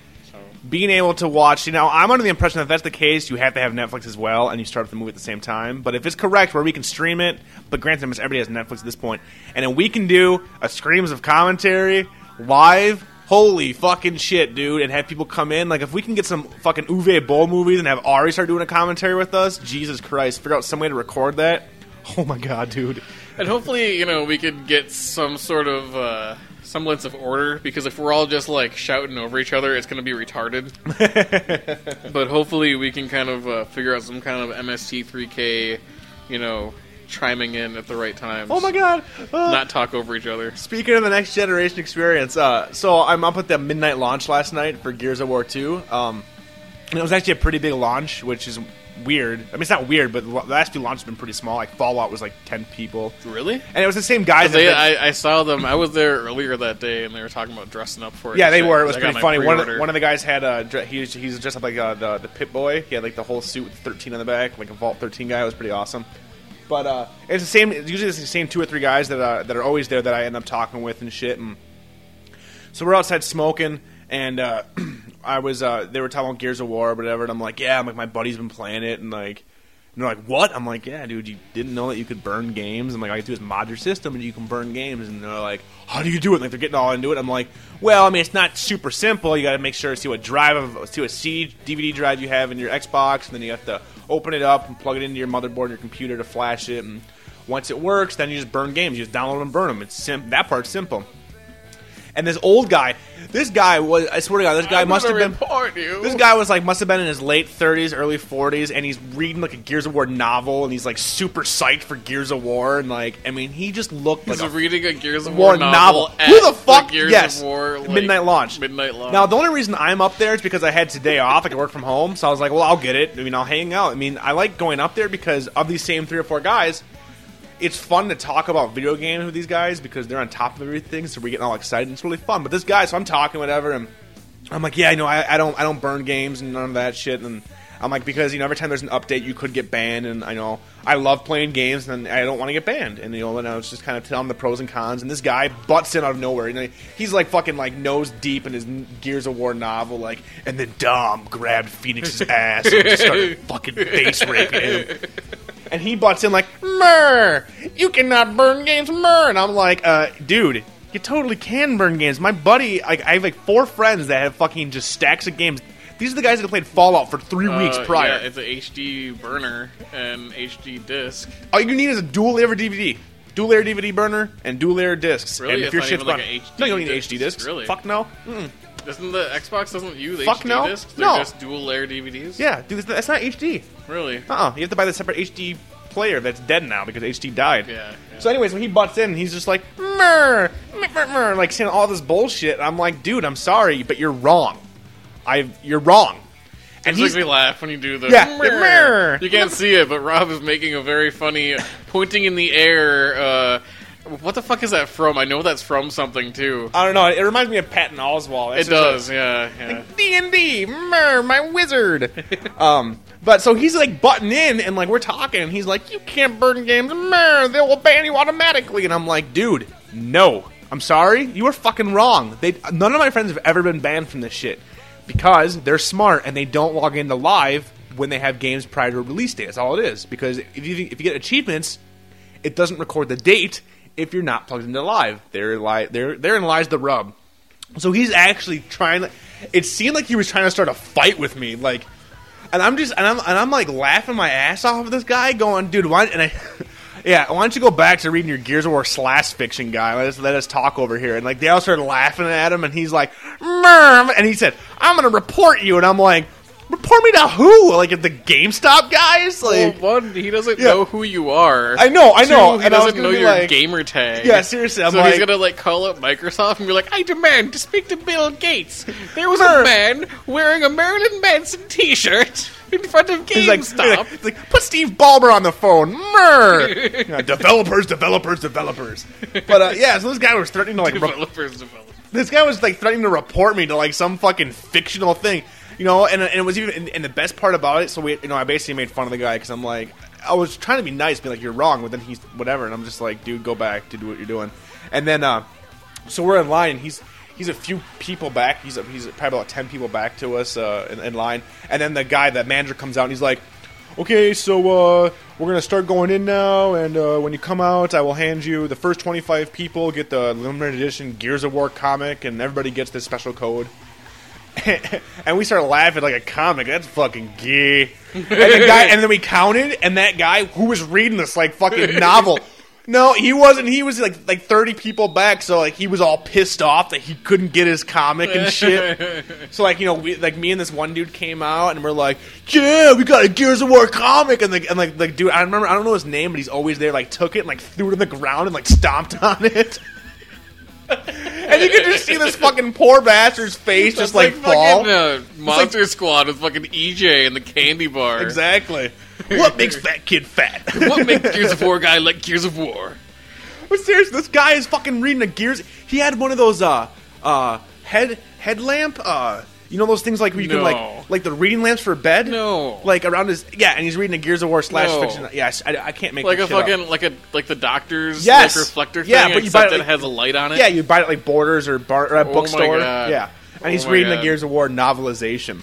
[SPEAKER 1] being able to watch, you know, I'm under the impression that if that's the case, you have to have Netflix as well, and you start the movie at the same time. But if it's correct, where we can stream it, but granted, almost everybody has Netflix at this point, and then we can do a screams of commentary live. Holy fucking shit, dude! And have people come in. Like, if we can get some fucking Uwe Boll movies and have Ari start doing a commentary with us, Jesus Christ! Figure out some way to record that. Oh my god, dude!
[SPEAKER 2] And hopefully, you know, we could get some sort of uh, semblance of order because if we're all just like shouting over each other, it's going to be retarded. but hopefully, we can kind of uh, figure out some kind of MST3K, you know, chiming in at the right times.
[SPEAKER 1] Oh my god! Uh,
[SPEAKER 2] Not talk over each other.
[SPEAKER 1] Speaking of the next generation experience, uh, so I'm up at the midnight launch last night for Gears of War 2. Um, and it was actually a pretty big launch, which is weird. I mean, it's not weird, but the last few launches have been pretty small. Like Fallout was like 10 people.
[SPEAKER 2] Really?
[SPEAKER 1] And it was the same guys. that
[SPEAKER 2] They,
[SPEAKER 1] did-
[SPEAKER 2] I, I saw them. I was there earlier that day, and they were talking about dressing up for it.
[SPEAKER 1] yeah,
[SPEAKER 2] and
[SPEAKER 1] they
[SPEAKER 2] shit,
[SPEAKER 1] were. It
[SPEAKER 2] 'cause
[SPEAKER 1] was
[SPEAKER 2] I
[SPEAKER 1] pretty
[SPEAKER 2] got my
[SPEAKER 1] funny. One of, the,
[SPEAKER 2] pre-order.
[SPEAKER 1] one of the guys had uh, dre- he was, he was dressed up like uh, the the Pit Boy. He had like the whole suit with 13 on the back, like a Vault 13 guy. It was pretty awesome. But uh, it's the same. It's usually it's the same two or three guys that uh, that are always there that I end up talking with and shit. And so we're outside smoking, and uh, I was uh, they were talking about Gears of War or whatever, and I'm like, yeah, I'm like my buddy's been playing it, and like. And they're like, "What?" I'm like, "Yeah, dude, you didn't know that you could burn games." I'm like, "All you do is mod your system, and you can burn games." And they're like, "How do you do it?" Like they're getting all into it. I'm like, "Well, I mean, it's not super simple. You got to make sure see what drive of see what C DVD drive you have in your Xbox, and then you have to open it up and plug it into your motherboard, and your computer to flash it. And once it works, then you just burn games. You just download them and burn them. It's sim- that part's simple." And this old guy, this guy was, I swear to God, this guy
[SPEAKER 2] I'm
[SPEAKER 1] must have
[SPEAKER 2] gonna
[SPEAKER 1] been
[SPEAKER 2] report you.
[SPEAKER 1] this guy was like must have been in his late 30s, early 40s, and he's reading like a Gears of War novel, and he's like super psyched for Gears of War, and like I mean, he just looked like
[SPEAKER 2] He's
[SPEAKER 1] a
[SPEAKER 2] reading a Gears of War,
[SPEAKER 1] War novel.
[SPEAKER 2] at
[SPEAKER 1] Who the fuck?
[SPEAKER 2] Gears
[SPEAKER 1] yes,
[SPEAKER 2] of War like,
[SPEAKER 1] midnight launch.
[SPEAKER 2] Midnight launch.
[SPEAKER 1] Now the only reason I'm up there is because I had today off. I could work from home, so I was like, well, I'll get it. I mean, I'll hang out. I mean, I like going up there because of these same three or four guys. It's fun to talk about video games with these guys because they're on top of everything, so we're getting all excited. and It's really fun. But this guy, so I'm talking whatever, and I'm like, yeah, you know, I, I don't, I don't burn games and none of that shit. And I'm like, because you know, every time there's an update, you could get banned. And I know I love playing games, and I don't want to get banned. And you know, and I was just kind of telling him the pros and cons. And this guy butts in out of nowhere. You know, he's like fucking like nose deep in his Gears of War novel, like. And then Dom grabbed Phoenix's ass and just started fucking face raping him. And he butts in like, "Mer, you cannot burn games, mer." And I'm like, uh, "Dude, you totally can burn games." My buddy, like, I have like four friends that have fucking just stacks of games. These are the guys that have played Fallout for three
[SPEAKER 2] Uh,
[SPEAKER 1] weeks prior.
[SPEAKER 2] yeah, it's an HD burner and HD disc.
[SPEAKER 1] All you need is a dual layer DVD, dual layer DVD burner, and dual layer discs.
[SPEAKER 2] Really?
[SPEAKER 1] And if
[SPEAKER 2] It's
[SPEAKER 1] your
[SPEAKER 2] not
[SPEAKER 1] shit's
[SPEAKER 2] even, like,
[SPEAKER 1] run-
[SPEAKER 2] a HD
[SPEAKER 1] no, you don't need
[SPEAKER 2] disc.
[SPEAKER 1] HD discs.
[SPEAKER 2] Really?
[SPEAKER 1] Fuck no.
[SPEAKER 2] Doesn't the Xbox doesn't use
[SPEAKER 1] Fuck
[SPEAKER 2] HD
[SPEAKER 1] no.
[SPEAKER 2] discs? They're
[SPEAKER 1] No.
[SPEAKER 2] just dual layer DVDs.
[SPEAKER 1] Yeah, dude, that's not HD.
[SPEAKER 2] Really?
[SPEAKER 1] Uh, uh you have to buy the separate HD player that's dead now because HD died.
[SPEAKER 2] Yeah, yeah.
[SPEAKER 1] So anyway, so he butts in and he's just like, mer, mer, mer, mer," like saying all this bullshit. And I'm like, dude, I'm sorry, but you're wrong. I, you're wrong. And
[SPEAKER 2] It
[SPEAKER 1] he's
[SPEAKER 2] makes me laugh when you do the.
[SPEAKER 1] Yeah.
[SPEAKER 2] "Mer."
[SPEAKER 1] Mer.
[SPEAKER 2] You can't see it, but Rob is making a very funny pointing in the air. Uh, what the fuck is that from? I know that's from something too.
[SPEAKER 1] I don't know. It reminds me of Patton Oswald.
[SPEAKER 2] It does. Yeah. yeah.
[SPEAKER 1] D and D, mer, my wizard. um, but so he's like butting in, and like we're talking, and he's like, "You can't burn games, mer. They will ban you automatically." And I'm like, "Dude, no. I'm sorry. You were fucking wrong. They none of my friends have ever been banned from this shit because they're smart and they don't log into live when they have games prior to release date. That's all it is. Because if you if you get achievements, it doesn't record the date if you're not plugged into live. There li- there therein lies the rub. So he's actually trying to. It seemed like he was trying to start a fight with me, like, and I'm just and I'm and I'm like laughing my ass off of this guy, going, dude, why? And I, yeah, why don't you go back to reading your Gears of War slash fiction guy? Let us let us talk over here. And like they all started laughing at him, and he's like, Merm, and he said, I'm gonna report you, and I'm like. Report me to who? Like at the GameStop guys?
[SPEAKER 2] Well,
[SPEAKER 1] Like
[SPEAKER 2] one, he doesn't
[SPEAKER 1] Yeah.
[SPEAKER 2] know who you are.
[SPEAKER 1] I know, I
[SPEAKER 2] Two,
[SPEAKER 1] know.
[SPEAKER 2] he
[SPEAKER 1] and I was
[SPEAKER 2] doesn't
[SPEAKER 1] gonna
[SPEAKER 2] know
[SPEAKER 1] be
[SPEAKER 2] your
[SPEAKER 1] like,
[SPEAKER 2] gamer tag.
[SPEAKER 1] Yeah, seriously. I'm
[SPEAKER 2] so
[SPEAKER 1] like,
[SPEAKER 2] he's gonna like call up Microsoft and be like, "I demand to speak to Bill Gates." There was
[SPEAKER 1] Mer-
[SPEAKER 2] a man wearing a Marilyn Manson T-shirt in front of
[SPEAKER 1] he's like,
[SPEAKER 2] GameStop.
[SPEAKER 1] he's like, put Steve Ballmer on the phone. Mer. Yeah, developers, developers, developers. But uh, yeah, so this guy was threatening to like re-
[SPEAKER 2] developers, developers.
[SPEAKER 1] this guy was like threatening to report me to like some fucking fictional thing, you know. And, and it was even and, and the best part about it. So we, you know, I basically made fun of the guy because I'm like, I was trying to be nice, be like, you're wrong, but then he's whatever, and I'm just like, dude, go back to do what you're doing. And then, uh, so we're in line, and he's he's a few people back. He's a, he's probably about ten people back to us uh, in, in line. And then the guy, that manager, comes out, and he's like, okay, so uh, we're gonna start going in now, and uh, when you come out, I will hand you the first 25 people get the limited edition Gears of War comic, and everybody gets this special code. and we started laughing like a comic. That's fucking gay. And the guy, and then we counted, and that guy who was reading this like fucking novel. No, he wasn't. He was like like thirty people back, so like he was all pissed off that he couldn't get his comic and shit. So like you know, we like me and this one dude came out and we're like, yeah, we got a Gears of War comic, and like and like like dude, I remember I don't know his name, but he's always there. Like took it and like threw it on the ground and like stomped on it. and you could just see this fucking poor bastard's face just
[SPEAKER 2] That's
[SPEAKER 1] like, fall.
[SPEAKER 2] fucking uh, Monster Squad with fucking EJ and the candy bar.
[SPEAKER 1] Exactly. what makes fat kid fat?
[SPEAKER 2] What makes Gears of War guy like Gears of War?
[SPEAKER 1] But seriously, this guy is fucking reading the gears. He had one of those uh uh head headlamp uh you know those things like where you can
[SPEAKER 2] No.
[SPEAKER 1] like like the reading lamps for bed.
[SPEAKER 2] No.
[SPEAKER 1] like around his yeah, and he's reading a Gears of War slash
[SPEAKER 2] No.
[SPEAKER 1] fiction. Yes, I, I can't make
[SPEAKER 2] Like a
[SPEAKER 1] this shit up.
[SPEAKER 2] fucking like a like the doctor's
[SPEAKER 1] Yes.
[SPEAKER 2] like reflector
[SPEAKER 1] Yeah,
[SPEAKER 2] thing,
[SPEAKER 1] but you
[SPEAKER 2] except
[SPEAKER 1] buy it,
[SPEAKER 2] that
[SPEAKER 1] like-
[SPEAKER 2] has a light on it.
[SPEAKER 1] yeah, you buy it at, like Borders or bar or a
[SPEAKER 2] Oh my
[SPEAKER 1] bookstore.
[SPEAKER 2] God.
[SPEAKER 1] Yeah, and
[SPEAKER 2] Oh
[SPEAKER 1] he's
[SPEAKER 2] my
[SPEAKER 1] reading the
[SPEAKER 2] God.
[SPEAKER 1] Gears of War novelization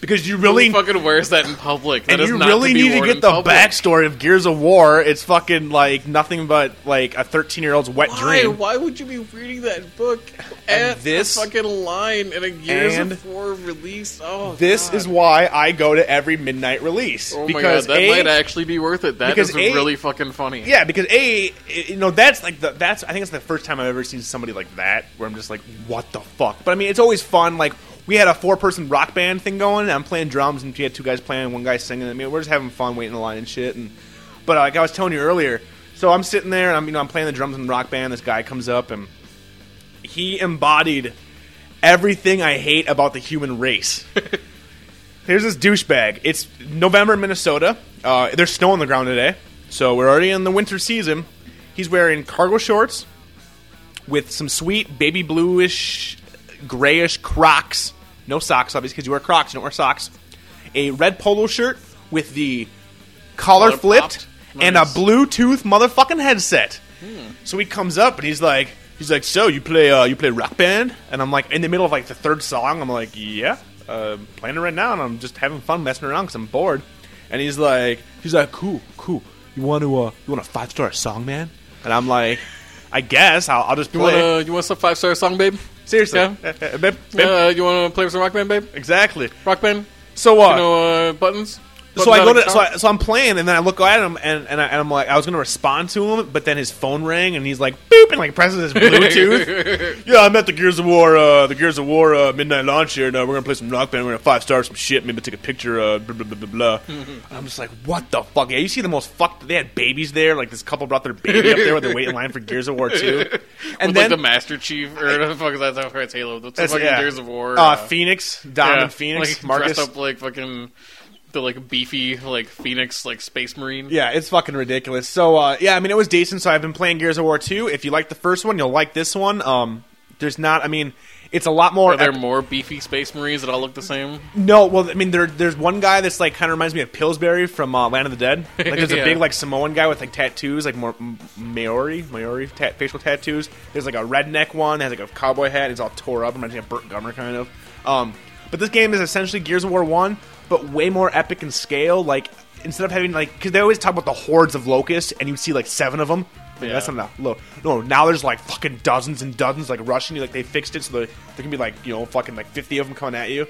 [SPEAKER 1] because you
[SPEAKER 2] Who
[SPEAKER 1] really
[SPEAKER 2] fucking wears that in public? That
[SPEAKER 1] and
[SPEAKER 2] is
[SPEAKER 1] you
[SPEAKER 2] not
[SPEAKER 1] really
[SPEAKER 2] to be
[SPEAKER 1] need to
[SPEAKER 2] worn
[SPEAKER 1] get
[SPEAKER 2] in
[SPEAKER 1] the
[SPEAKER 2] public.
[SPEAKER 1] backstory of Gears of War. It's fucking like nothing but like a thirteen-year-old's wet
[SPEAKER 2] Why?
[SPEAKER 1] dream.
[SPEAKER 2] Why would you be reading that book at
[SPEAKER 1] this-
[SPEAKER 2] this fucking line in a Gears
[SPEAKER 1] and
[SPEAKER 2] of War release? Oh,
[SPEAKER 1] This
[SPEAKER 2] God.
[SPEAKER 1] is why I go to every midnight release.
[SPEAKER 2] Oh my
[SPEAKER 1] because
[SPEAKER 2] god, that
[SPEAKER 1] A,
[SPEAKER 2] might actually be worth it. That
[SPEAKER 1] because
[SPEAKER 2] is
[SPEAKER 1] A-
[SPEAKER 2] really fucking funny.
[SPEAKER 1] yeah, because a you know that's like the that's I think it's the first time I've ever seen somebody like that where I'm just like what the fuck. But I mean, it's always fun. Like we had a four person rock band thing going. And I'm playing drums and we had two guys playing, one guy singing. I mean, we're just having fun waiting in line and shit. And but uh, like I was telling you earlier, so I'm sitting there and I'm you know I'm playing the drums in the rock band. This guy comes up and he embodied everything I hate about the human race. Here's this douchebag. It's November, in Minnesota. Uh, there's snow on the ground today, so we're already in the winter season. He's wearing cargo shorts with some sweet baby bluish, grayish Crocs. No socks, obviously, because you wear Crocs, you don't wear socks. A red polo shirt with the collar
[SPEAKER 2] Collar
[SPEAKER 1] flipped
[SPEAKER 2] popped.
[SPEAKER 1] and a
[SPEAKER 2] Nice.
[SPEAKER 1] Bluetooth motherfucking headset. So he comes up and he's like, he's like, so you play, uh, you play rock band? And I'm like, in the middle of like the third song, I'm like, yeah, uh, I'm playing it right now, and I'm just having fun messing around because I'm bored. And he's like, he's like, cool, cool. You want to, uh, you want a five star song, man? And I'm like, I guess I'll, I'll just
[SPEAKER 2] You
[SPEAKER 1] play.
[SPEAKER 2] want to you want some five star song, babe?
[SPEAKER 1] Seriously,
[SPEAKER 2] Yeah.
[SPEAKER 1] Eh, eh, bip, bip.
[SPEAKER 2] Uh, you want to play with some rock band, babe?
[SPEAKER 1] exactly.
[SPEAKER 2] Rock band?
[SPEAKER 1] So, uh,
[SPEAKER 2] You know uh, buttons?
[SPEAKER 1] so I go to so, I, so I'm playing and then I look at him and, and, I, and I'm like I was gonna respond to him but then his phone rang and he's like boop and like presses his Bluetooth. yeah, I'm at the Gears of War uh, the Gears of War uh, midnight launch here. Now we're gonna play some rock band. We're gonna five star some shit. Maybe take a picture. Uh, blah blah blah blah. blah. And I'm just like what the fuck? Yeah, you see the most fucked. They had babies there. Like this couple brought their baby up there with their wait in line for Gears of War two. And
[SPEAKER 2] with,
[SPEAKER 1] then
[SPEAKER 2] like the Master Chief or whatever the fuck is that? That's it's Halo. That's, the
[SPEAKER 1] that's-
[SPEAKER 2] fucking
[SPEAKER 1] yeah.
[SPEAKER 2] Gears of War.
[SPEAKER 1] Uh,
[SPEAKER 2] uh,
[SPEAKER 1] Phoenix, Diamond
[SPEAKER 2] yeah,
[SPEAKER 1] Phoenix,
[SPEAKER 2] like,
[SPEAKER 1] Marcus.
[SPEAKER 2] dressed up like fucking the like beefy like Phoenix like Space Marine.
[SPEAKER 1] Yeah, it's fucking ridiculous. So uh, yeah, I mean it was decent. So I've been playing Gears of War 2. If you like the first one, you'll like this one. Um, there's not. I mean, it's a lot more.
[SPEAKER 2] Are there
[SPEAKER 1] ep-
[SPEAKER 2] more beefy Space Marines that all look the same?
[SPEAKER 1] no, well, I mean there, there's one guy that's like kind of reminds me of Pillsbury from uh, Land of the Dead. Like there's a
[SPEAKER 2] Yeah.
[SPEAKER 1] big like Samoan guy with like tattoos, like more m- Maori Maori ta- facial tattoos. There's like a redneck one that has like a cowboy hat. It's all tore up. Reminds me of Burt Gummer kind of. Um, but this game is essentially Gears of War One, but way more epic in scale. Like instead of having like because they always talk about the hordes of locusts, and you'd see like seven of them. Yeah. That's not enough. Look, no, now there's like fucking dozens and dozens like rushing you. Like they fixed it so there, there can be like you know fucking like fifty of them coming at you.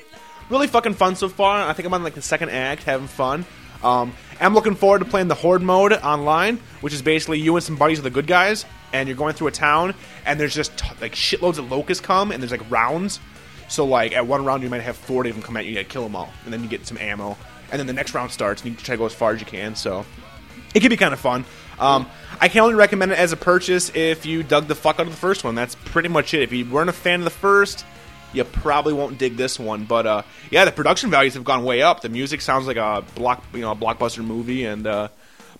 [SPEAKER 1] Really fucking fun so far. I think I'm on like the second act, having fun. Um, I'm looking forward to playing the Horde mode online, which is basically you and some buddies are the good guys, and you're going through a town, and there's just t- like shitloads of locusts come, and there's like rounds. So like at one round you might have forty of them come at you, you gotta kill them all, and then you get some ammo, and then the next round starts, and you try to go as far as you can. So it can be kind of fun. Um, I can only recommend it as a purchase if you dug the fuck out of the first one. That's pretty much it. If you weren't a fan of the first, you probably won't dig this one. But uh, yeah, the production values have gone way up. The music sounds like a block, you know, a blockbuster movie, and uh,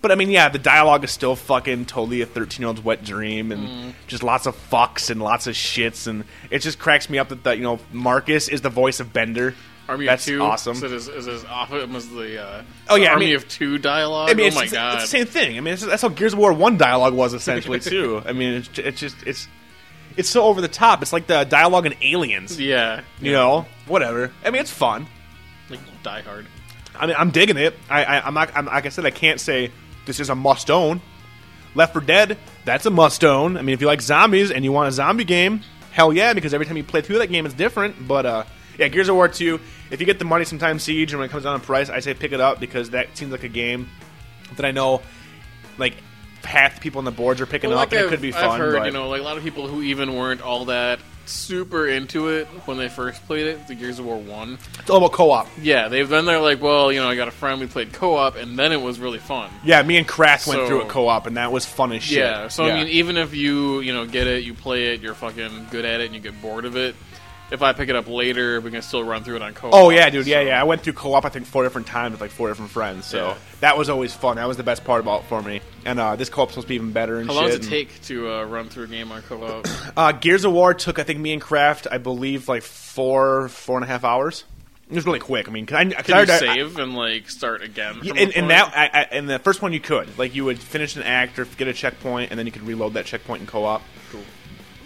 [SPEAKER 1] but I mean, yeah, the dialogue is still fucking totally a thirteen-year-old's wet dream, and
[SPEAKER 2] Mm.
[SPEAKER 1] just lots of fucks and lots of shits, and it just cracks me up that that you know Marcus is the voice of Bender.
[SPEAKER 2] Army
[SPEAKER 1] That's
[SPEAKER 2] of Two.
[SPEAKER 1] awesome.
[SPEAKER 2] Is, as is as awesome as the uh,
[SPEAKER 1] Oh, yeah, I
[SPEAKER 2] Army
[SPEAKER 1] mean-
[SPEAKER 2] of Two dialogue?
[SPEAKER 1] I mean,
[SPEAKER 2] oh
[SPEAKER 1] it's,
[SPEAKER 2] my
[SPEAKER 1] it's- it's
[SPEAKER 2] god!
[SPEAKER 1] the same thing. I mean, it's, that's how Gears of War One dialogue was essentially too. I mean, it's, it's just it's it's so over the top. It's like the dialogue in Aliens.
[SPEAKER 2] yeah,
[SPEAKER 1] You know, whatever. I mean, it's fun.
[SPEAKER 2] like Die Hard.
[SPEAKER 1] I mean, I'm digging it. I, I I'm not. I'm, like I said, I can't say this is a must own. Left for Dead, that's a must own. I mean, if you like zombies and you want a zombie game, hell yeah, because every time you play through that game, it's different. But uh, yeah, Gears of War 2. If you get the money, sometime Siege, and when it comes down to price, I say pick it up because that seems like a game that I know, like half the people on the boards are picking
[SPEAKER 2] Well,
[SPEAKER 1] up, and it
[SPEAKER 2] I've-
[SPEAKER 1] could be
[SPEAKER 2] I've
[SPEAKER 1] fun.
[SPEAKER 2] heard,
[SPEAKER 1] but-
[SPEAKER 2] you know, like a lot of people who even weren't all that super into it when they first played it, the Gears of War One.
[SPEAKER 1] it's all about co-op.
[SPEAKER 2] Yeah, they've been there like, well, you know, I got a friend we played co-op, and then it was really fun.
[SPEAKER 1] Yeah, me and Crass went
[SPEAKER 2] So-
[SPEAKER 1] through it co-op, and that was fun as shit.
[SPEAKER 2] Yeah, so I mean, even if you you know get it, you play it, you're fucking good at it, and you get bored of it. If I pick it up later, we can still run through it on co-op.
[SPEAKER 1] Oh yeah, dude. Yeah, yeah. I went through co-op I think four different times with like four different friends. So
[SPEAKER 2] Yeah.
[SPEAKER 1] that was always fun. That was the best part about it for me. And uh, this co-op's supposed to be even better. And
[SPEAKER 2] How long
[SPEAKER 1] shit.
[SPEAKER 2] does it
[SPEAKER 1] and-
[SPEAKER 2] take to uh, run through a game on co-op?
[SPEAKER 1] Uh, Gears of War took I think me and Kraft I believe like four four and a half hours. It was really quick. I mean, 'cause I, cause
[SPEAKER 2] Can you
[SPEAKER 1] I, I-
[SPEAKER 2] save and like start again?
[SPEAKER 1] Yeah, and,
[SPEAKER 2] From a
[SPEAKER 1] and
[SPEAKER 2] point?
[SPEAKER 1] that I, I, and the first one you could like you would finish an act or get a checkpoint and then you could reload that checkpoint in co-op.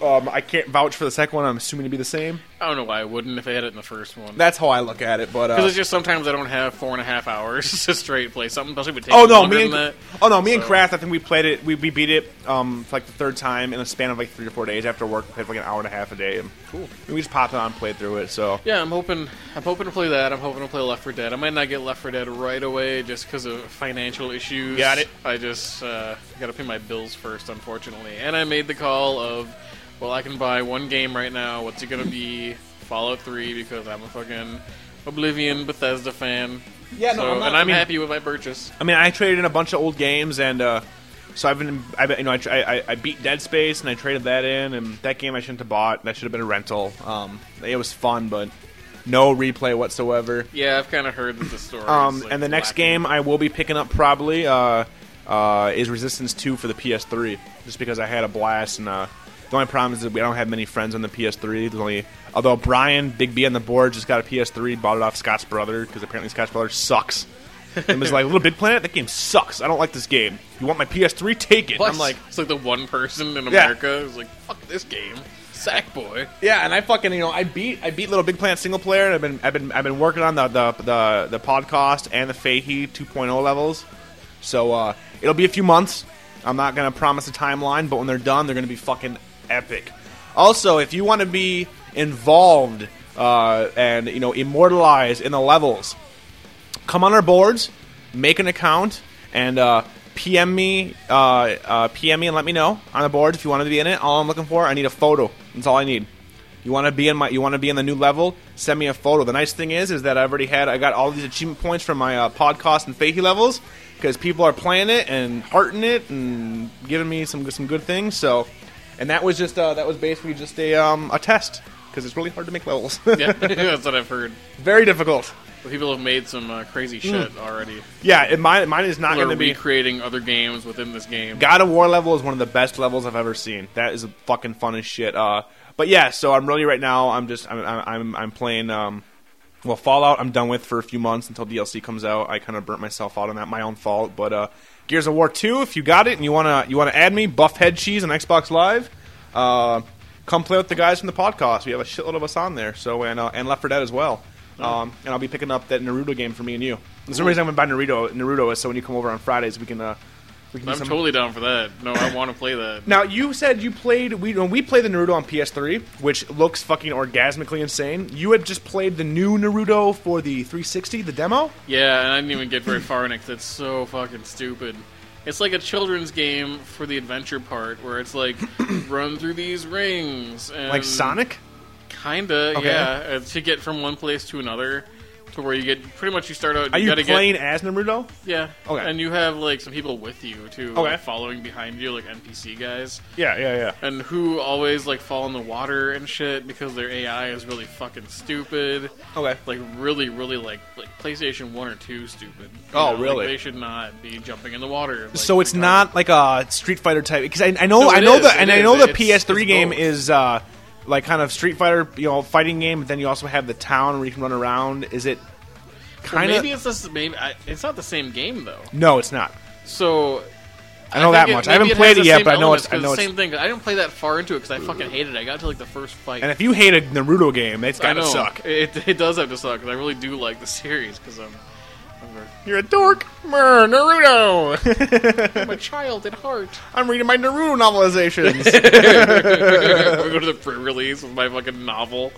[SPEAKER 1] Um, I can't vouch for the second one. I'm assuming to be the same.
[SPEAKER 2] I don't know why I wouldn't if I had it in the first one.
[SPEAKER 1] That's how I look at it. But
[SPEAKER 2] because
[SPEAKER 1] uh,
[SPEAKER 2] it's just sometimes I don't have four and a half hours to straight play something. Especially if it takes
[SPEAKER 1] Oh no,
[SPEAKER 2] longer
[SPEAKER 1] me and
[SPEAKER 2] than that.
[SPEAKER 1] oh no, me and
[SPEAKER 2] So-
[SPEAKER 1] Kraft. I think we played it. We, we beat it um for like the third time in a span of like three or four days after work. We played for like an hour and a half a day. And cool. we just popped on, and played through it. So
[SPEAKER 2] Yeah, I'm hoping I'm hoping to play that. I'm hoping to play Left 4 Dead. I might not get Left 4 Dead right away just because of financial issues.
[SPEAKER 1] Got it.
[SPEAKER 2] I just uh, got to pay my bills first, unfortunately. And I made the call of, well, I can buy one game right now. What's it gonna be? Fallout 3 because I'm a fucking Oblivion Bethesda fan.
[SPEAKER 1] Yeah, no,
[SPEAKER 2] So-
[SPEAKER 1] I'm not-
[SPEAKER 2] and
[SPEAKER 1] I
[SPEAKER 2] I'm
[SPEAKER 1] mean-
[SPEAKER 2] happy with my purchase.
[SPEAKER 1] I mean, I traded in a bunch of old games and. uh so I've been, I've been, you know, I, tr- I, I- I beat Dead Space and I traded that in, and that game I shouldn't have bought. That should have been a rental. Um, it was fun, but no replay whatsoever.
[SPEAKER 2] Yeah, I've kind of heard that the story. is,
[SPEAKER 1] Um,
[SPEAKER 2] like,
[SPEAKER 1] and the next
[SPEAKER 2] lacking.
[SPEAKER 1] game I will be picking up probably uh, uh, is Resistance 2 for the PS3, just because I had a blast. And uh, the only problem is that we don't have many friends on the PS3. There's only although Brian Big B on the board just got a PS3, bought it off Scott's brother because apparently Scott's brother sucks. and was like, "Little Big Planet, that game sucks. I don't like this game. You want my PS3? Take it." And
[SPEAKER 2] Plus,
[SPEAKER 1] I'm like,
[SPEAKER 2] it's like the one person in
[SPEAKER 1] Yeah.
[SPEAKER 2] America who's like, fuck this game, Sackboy.
[SPEAKER 1] Yeah, and I fucking you know I beat I beat Little Big Planet single player, and I've been I've been I've been working on the the the, the podcast and the Fahey 2.0 levels. So uh, it'll be a few months. I'm not gonna promise a timeline, but when they're done, they're gonna be fucking epic. Also, if you want to be involved uh, and you know immortalized in the levels, come on our boards, make an account, and uh, PM me, uh, uh, PM me, and let me know on the boards if you want to be in it. All I'm looking for, I need a photo. That's all I need. You want to be in my, you want to be in the new level? Send me a photo. The nice thing is, is that I've already had, I got all these achievement points from my uh, podcast and Fahey levels because people are playing it and hearting it and giving me some some good things. So, and that was just uh, that was basically just a um, a test because it's really hard to make levels.
[SPEAKER 2] Yeah, that's what I've heard.
[SPEAKER 1] Very difficult.
[SPEAKER 2] But people have made some uh, crazy shit already.
[SPEAKER 1] Yeah, and mine mine is not
[SPEAKER 2] People
[SPEAKER 1] going to
[SPEAKER 2] are
[SPEAKER 1] Hmm. be
[SPEAKER 2] recreating other games within this game.
[SPEAKER 1] God of War level is one of the best levels I've ever seen. That is fucking fun as shit. Uh, but yeah, so I'm really right now. I'm just I'm I'm I'm, I'm playing. Um, well, Fallout I'm done with for a few months until DLC comes out. I kind of burnt myself out on that, my own fault. But uh, Gears of War 2, if you got it and you wanna you wanna add me, Buff Head Cheese on Xbox Live. Uh, come play with the guys from the podcast. We have a shitload of us on there. So and uh, and Left 4 Dead as well. Um, and I'll be picking up that Naruto game for me and you. There's no reason I'm gonna buy Naruto. Naruto is so when you come over on Fridays we can. Uh, we can do
[SPEAKER 2] I'm
[SPEAKER 1] some-
[SPEAKER 2] totally down for that. No, I want to play that.
[SPEAKER 1] now you said you played we when we played the Naruto on PS3, which looks fucking orgasmically insane. You had just played the new Naruto for the 360, the
[SPEAKER 2] Um,
[SPEAKER 1] demo.
[SPEAKER 2] Yeah, and I didn't even get very far in it 'cause it's so fucking stupid. It's like a children's game for the adventure part, where it's like run through these rings and
[SPEAKER 1] Like Sonic?
[SPEAKER 2] Kinda,
[SPEAKER 1] Okay.
[SPEAKER 2] yeah. Uh, to get from one place to another, to where you get pretty much you start out.
[SPEAKER 1] Are you
[SPEAKER 2] gotta
[SPEAKER 1] playing
[SPEAKER 2] Get,
[SPEAKER 1] as Naruto?
[SPEAKER 2] yeah.
[SPEAKER 1] Okay.
[SPEAKER 2] And you have like some people with you too,
[SPEAKER 1] Okay.
[SPEAKER 2] like, following behind you, like NPC guys,
[SPEAKER 1] Yeah, yeah, yeah.
[SPEAKER 2] and who always like fall in the water and shit because their AI is really fucking stupid.
[SPEAKER 1] Okay.
[SPEAKER 2] Like really, really like like PlayStation One or Two stupid. You
[SPEAKER 1] Oh,
[SPEAKER 2] like,
[SPEAKER 1] really?
[SPEAKER 2] they should not be jumping in the water. like,
[SPEAKER 1] so it's
[SPEAKER 2] retarded.
[SPEAKER 1] not like a Street Fighter type because I, I know
[SPEAKER 2] No,
[SPEAKER 1] I
[SPEAKER 2] it
[SPEAKER 1] know
[SPEAKER 2] is,
[SPEAKER 1] the and
[SPEAKER 2] it
[SPEAKER 1] I
[SPEAKER 2] is.
[SPEAKER 1] know the
[SPEAKER 2] It's-
[SPEAKER 1] PS3
[SPEAKER 2] it's
[SPEAKER 1] game
[SPEAKER 2] both.
[SPEAKER 1] is uh, like kind of Street Fighter you know fighting game, but then you also have the town where you can run around. Is it
[SPEAKER 2] Well,
[SPEAKER 1] kind of?
[SPEAKER 2] maybe it's just maybe I, it's not the same game though.
[SPEAKER 1] no, it's not.
[SPEAKER 2] So
[SPEAKER 1] I know
[SPEAKER 2] think
[SPEAKER 1] that
[SPEAKER 2] it-
[SPEAKER 1] much. I
[SPEAKER 2] maybe
[SPEAKER 1] haven't
[SPEAKER 2] it
[SPEAKER 1] played
[SPEAKER 2] has
[SPEAKER 1] it
[SPEAKER 2] the
[SPEAKER 1] yet,
[SPEAKER 2] same
[SPEAKER 1] but I know
[SPEAKER 2] elements,
[SPEAKER 1] it's. I
[SPEAKER 2] 'cause
[SPEAKER 1] know
[SPEAKER 2] the same
[SPEAKER 1] it's.
[SPEAKER 2] thing. I didn't play that far into it because I fucking hated it. I got to like the first fight.
[SPEAKER 1] And if you hate a Naruto game, that's
[SPEAKER 2] I
[SPEAKER 1] gotta
[SPEAKER 2] know.
[SPEAKER 1] suck.
[SPEAKER 2] It, it does have to suck because I really do like the series because I'm,
[SPEAKER 1] You're a dork, Mer, Naruto.
[SPEAKER 2] I'm a child at heart.
[SPEAKER 1] I'm reading my Naruto novelizations.
[SPEAKER 2] I go to the pre-release with my fucking novel.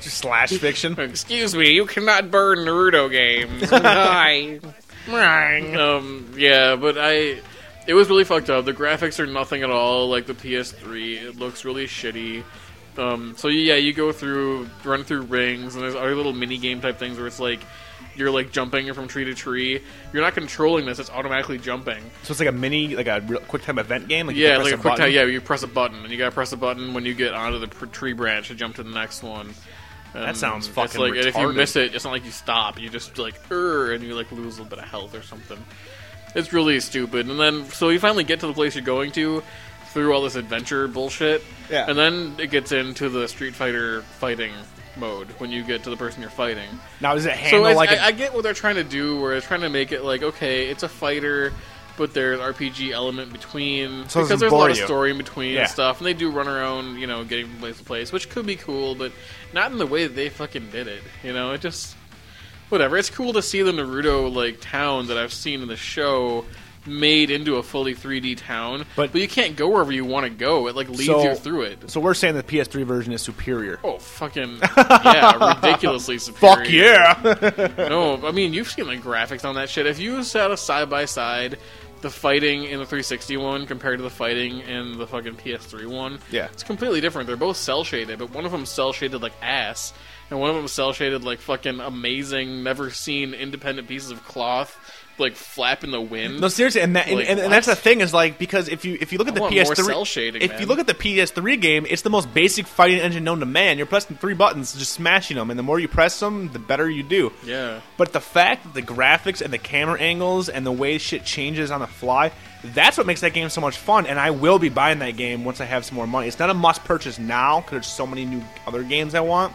[SPEAKER 1] Just slash fiction.
[SPEAKER 2] Excuse me, you cannot burn Naruto games. Bye. um, yeah, but I. It was really fucked up. The graphics are nothing at all like the PS3. It looks really shitty. Um, so yeah, you go through, run through rings, and there's other little mini game type things where it's like you're like jumping from tree to tree. You're not controlling this; it's automatically jumping.
[SPEAKER 1] So it's like a mini, like a real quick time event game. Like you
[SPEAKER 2] Yeah,
[SPEAKER 1] press
[SPEAKER 2] like a quick
[SPEAKER 1] button.
[SPEAKER 2] time. Yeah, you press a button, and you gotta press a button when you get onto the pr- tree branch to jump to the next one. And
[SPEAKER 1] That sounds
[SPEAKER 2] it's
[SPEAKER 1] fucking
[SPEAKER 2] like, and if you
[SPEAKER 1] retarded.
[SPEAKER 2] miss it, it's not like you stop. You just like er, and you like lose a little bit of health or something. It's really stupid. And then so you finally get to the place you're going to through all this adventure bullshit.
[SPEAKER 1] Yeah.
[SPEAKER 2] And then it gets into the Street Fighter fighting mode when you get to the person you're fighting.
[SPEAKER 1] Now does it
[SPEAKER 2] So
[SPEAKER 1] handle
[SPEAKER 2] I
[SPEAKER 1] like
[SPEAKER 2] I
[SPEAKER 1] a
[SPEAKER 2] I get what they're trying to do, where they're trying to make it like okay, it's a fighter, but there's RPG element between
[SPEAKER 1] So it doesn't
[SPEAKER 2] because there's a
[SPEAKER 1] bore
[SPEAKER 2] lot of
[SPEAKER 1] you.
[SPEAKER 2] story in between
[SPEAKER 1] Yeah.
[SPEAKER 2] and stuff, and they do run around, you know, getting from place to place, which could be cool, but not in the way that they fucking did it. You know, it just whatever. It's cool to see the Naruto like town that I've seen in the show made into a fully 3D town,
[SPEAKER 1] But-
[SPEAKER 2] but, you can't go wherever you want to go. It like leads
[SPEAKER 1] So-
[SPEAKER 2] you through it.
[SPEAKER 1] So we're saying the PS3 version is superior.
[SPEAKER 2] Oh fucking yeah! Ridiculously superior.
[SPEAKER 1] Fuck yeah!
[SPEAKER 2] No, I mean you've seen the graphics on that shit. If you sat a side by side, the fighting in the 360 one compared to the fighting in the fucking PS3 one,
[SPEAKER 1] Yeah.
[SPEAKER 2] it's completely different. They're both cell shaded, but one of them cell shaded like ass, and one of them cell shaded like fucking amazing, never seen independent pieces of cloth like flap in the wind.
[SPEAKER 1] no, seriously, and that and,
[SPEAKER 2] Mm-hmm. Like,
[SPEAKER 1] and, and
[SPEAKER 2] what?
[SPEAKER 1] that's the thing is like because if you if you look at the
[SPEAKER 2] want
[SPEAKER 1] PS3,
[SPEAKER 2] more cell shading,
[SPEAKER 1] if you
[SPEAKER 2] man.
[SPEAKER 1] look at the PS3 game, it's the most basic fighting engine known to man. You're pressing three buttons, just smashing them, and the more you press them, the better you do.
[SPEAKER 2] yeah.
[SPEAKER 1] But the fact that the graphics and the camera angles and the way shit changes on the fly, that's what makes that game so much fun. And I will be buying that game once I have some more money. It's not a must purchase now because there's so many new other games I want.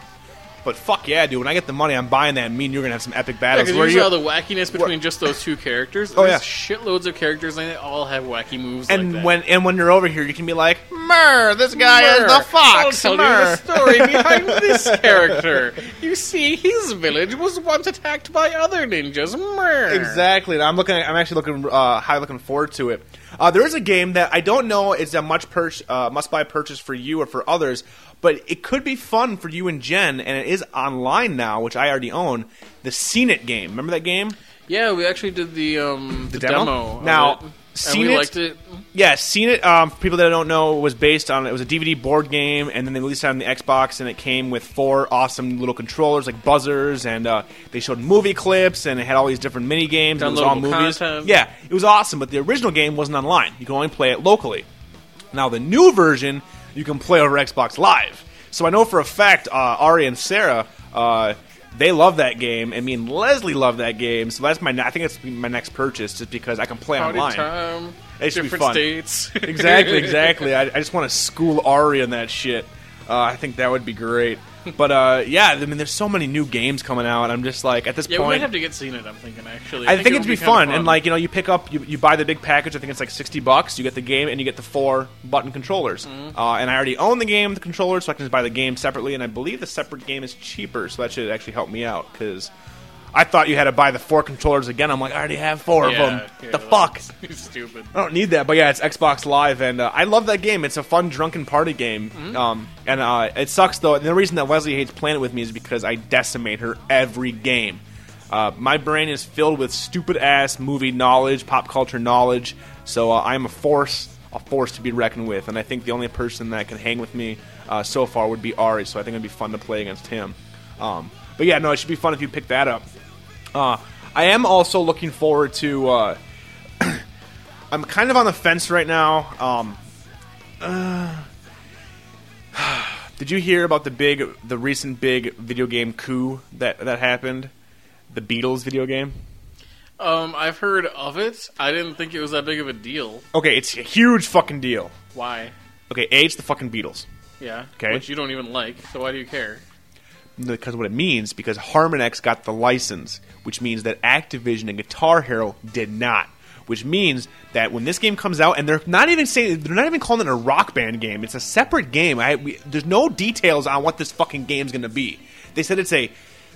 [SPEAKER 1] But fuck yeah, dude! When I get the money, I'm buying that. Me and you're gonna have some epic battles.
[SPEAKER 2] Because
[SPEAKER 1] Where
[SPEAKER 2] you
[SPEAKER 1] you-
[SPEAKER 2] saw the wackiness between just those two characters.
[SPEAKER 1] Oh, yeah.
[SPEAKER 2] There's shitloads of characters, and they all have wacky moves. like
[SPEAKER 1] and
[SPEAKER 2] that.
[SPEAKER 1] when and when you're over here, you can be like, "Mer, this guy is the
[SPEAKER 2] Mer,
[SPEAKER 1] fox."
[SPEAKER 2] I'll tell you the
[SPEAKER 1] Mer."
[SPEAKER 2] story behind this character. You see, his village was once attacked by other ninjas. Mer.
[SPEAKER 1] Exactly, and I'm looking. I'm actually looking uh, high, looking forward to it. Uh, there is a game that I don't know is a much pur- uh, must buy purchase for you or for others, but it could be fun for you and Jen, and it is online now, which I already own. The Scenic game, remember that game?
[SPEAKER 2] Yeah, we actually did the um the,
[SPEAKER 1] demo?
[SPEAKER 2] demo. of
[SPEAKER 1] Now,
[SPEAKER 2] it, and
[SPEAKER 1] seen
[SPEAKER 2] we
[SPEAKER 1] it?
[SPEAKER 2] liked it.
[SPEAKER 1] Yeah, Scenic. Um, for people that don't know, was based on it was a DVD board game, and then they released it on the Xbox, and it came with four awesome little controllers like buzzers, and uh, they showed movie clips, and it had all these different mini games. and it was all
[SPEAKER 2] Downloadable
[SPEAKER 1] movies.
[SPEAKER 2] content.
[SPEAKER 1] Yeah, it was awesome, but the original game wasn't online. You can only play it locally. Now the new version you can play over Xbox Live. So I know for a fact uh, Ari and Sarah uh, they love that game, and me and Leslie love that game. So that's my I think it's my next purchase just because I can play
[SPEAKER 2] Party
[SPEAKER 1] online.
[SPEAKER 2] time.
[SPEAKER 1] It should be
[SPEAKER 2] different
[SPEAKER 1] fun.
[SPEAKER 2] states.
[SPEAKER 1] exactly, exactly. I, I just want to school Ari on that shit. Uh, I think that would be great. But uh, yeah, I mean, there's so many new games coming out. I'm just like at this
[SPEAKER 2] Yeah, we
[SPEAKER 1] point.
[SPEAKER 2] might have to get seen it. I'm thinking actually.
[SPEAKER 1] I think, it'd
[SPEAKER 2] it would
[SPEAKER 1] be,
[SPEAKER 2] kinda
[SPEAKER 1] fun. and like you know, you pick up, you, you buy the big package. I think it's like sixty bucks. You get the game, and you get the four button controllers.
[SPEAKER 2] Mm-hmm.
[SPEAKER 1] Uh, and I already own the game, the controller, so I can just buy the game separately. And I believe the separate game is cheaper, so that should actually help me out because I thought you had to buy the four controllers again. I'm like, I already have four
[SPEAKER 2] yeah,
[SPEAKER 1] of them.
[SPEAKER 2] yeah,
[SPEAKER 1] the
[SPEAKER 2] that's
[SPEAKER 1] fuck.
[SPEAKER 2] Stupid.
[SPEAKER 1] I don't need that, but yeah, it's Xbox Live, and uh, I love that game. It's a fun drunken party game, um, and uh, it sucks though. And the reason that Leslie hates playing it with me is because I decimate her every game. Uh, my brain is filled with stupid ass movie knowledge, pop culture knowledge, so uh, I'm a force a force to be reckoned with, and I think the only person that can hang with me uh, so far would be Ari. So I think it'd be fun to play against him. Um, but yeah, no, it should be fun if you pick that up. Uh, I am also looking forward to. Uh, I'm kind of on the fence right now. Um, uh, did you hear about the big, the recent big video game coup that that happened? The Beatles video game.
[SPEAKER 2] Um, I've heard of it. I didn't think it was that big of a deal.
[SPEAKER 1] Okay, it's a huge fucking deal.
[SPEAKER 2] Why?
[SPEAKER 1] Okay, A, it's the fucking Beatles.
[SPEAKER 2] Yeah.
[SPEAKER 1] Okay.
[SPEAKER 2] Which you don't even like, so why do you care?
[SPEAKER 1] Because what it means, because Harmonix got the license, which means that Activision and Guitar Hero did not. Which means that when this game comes out, and they're not even saying they're not even calling it a Rock Band game; it's a separate game. I, we, there's no details on what this fucking game's going to be. They said it's a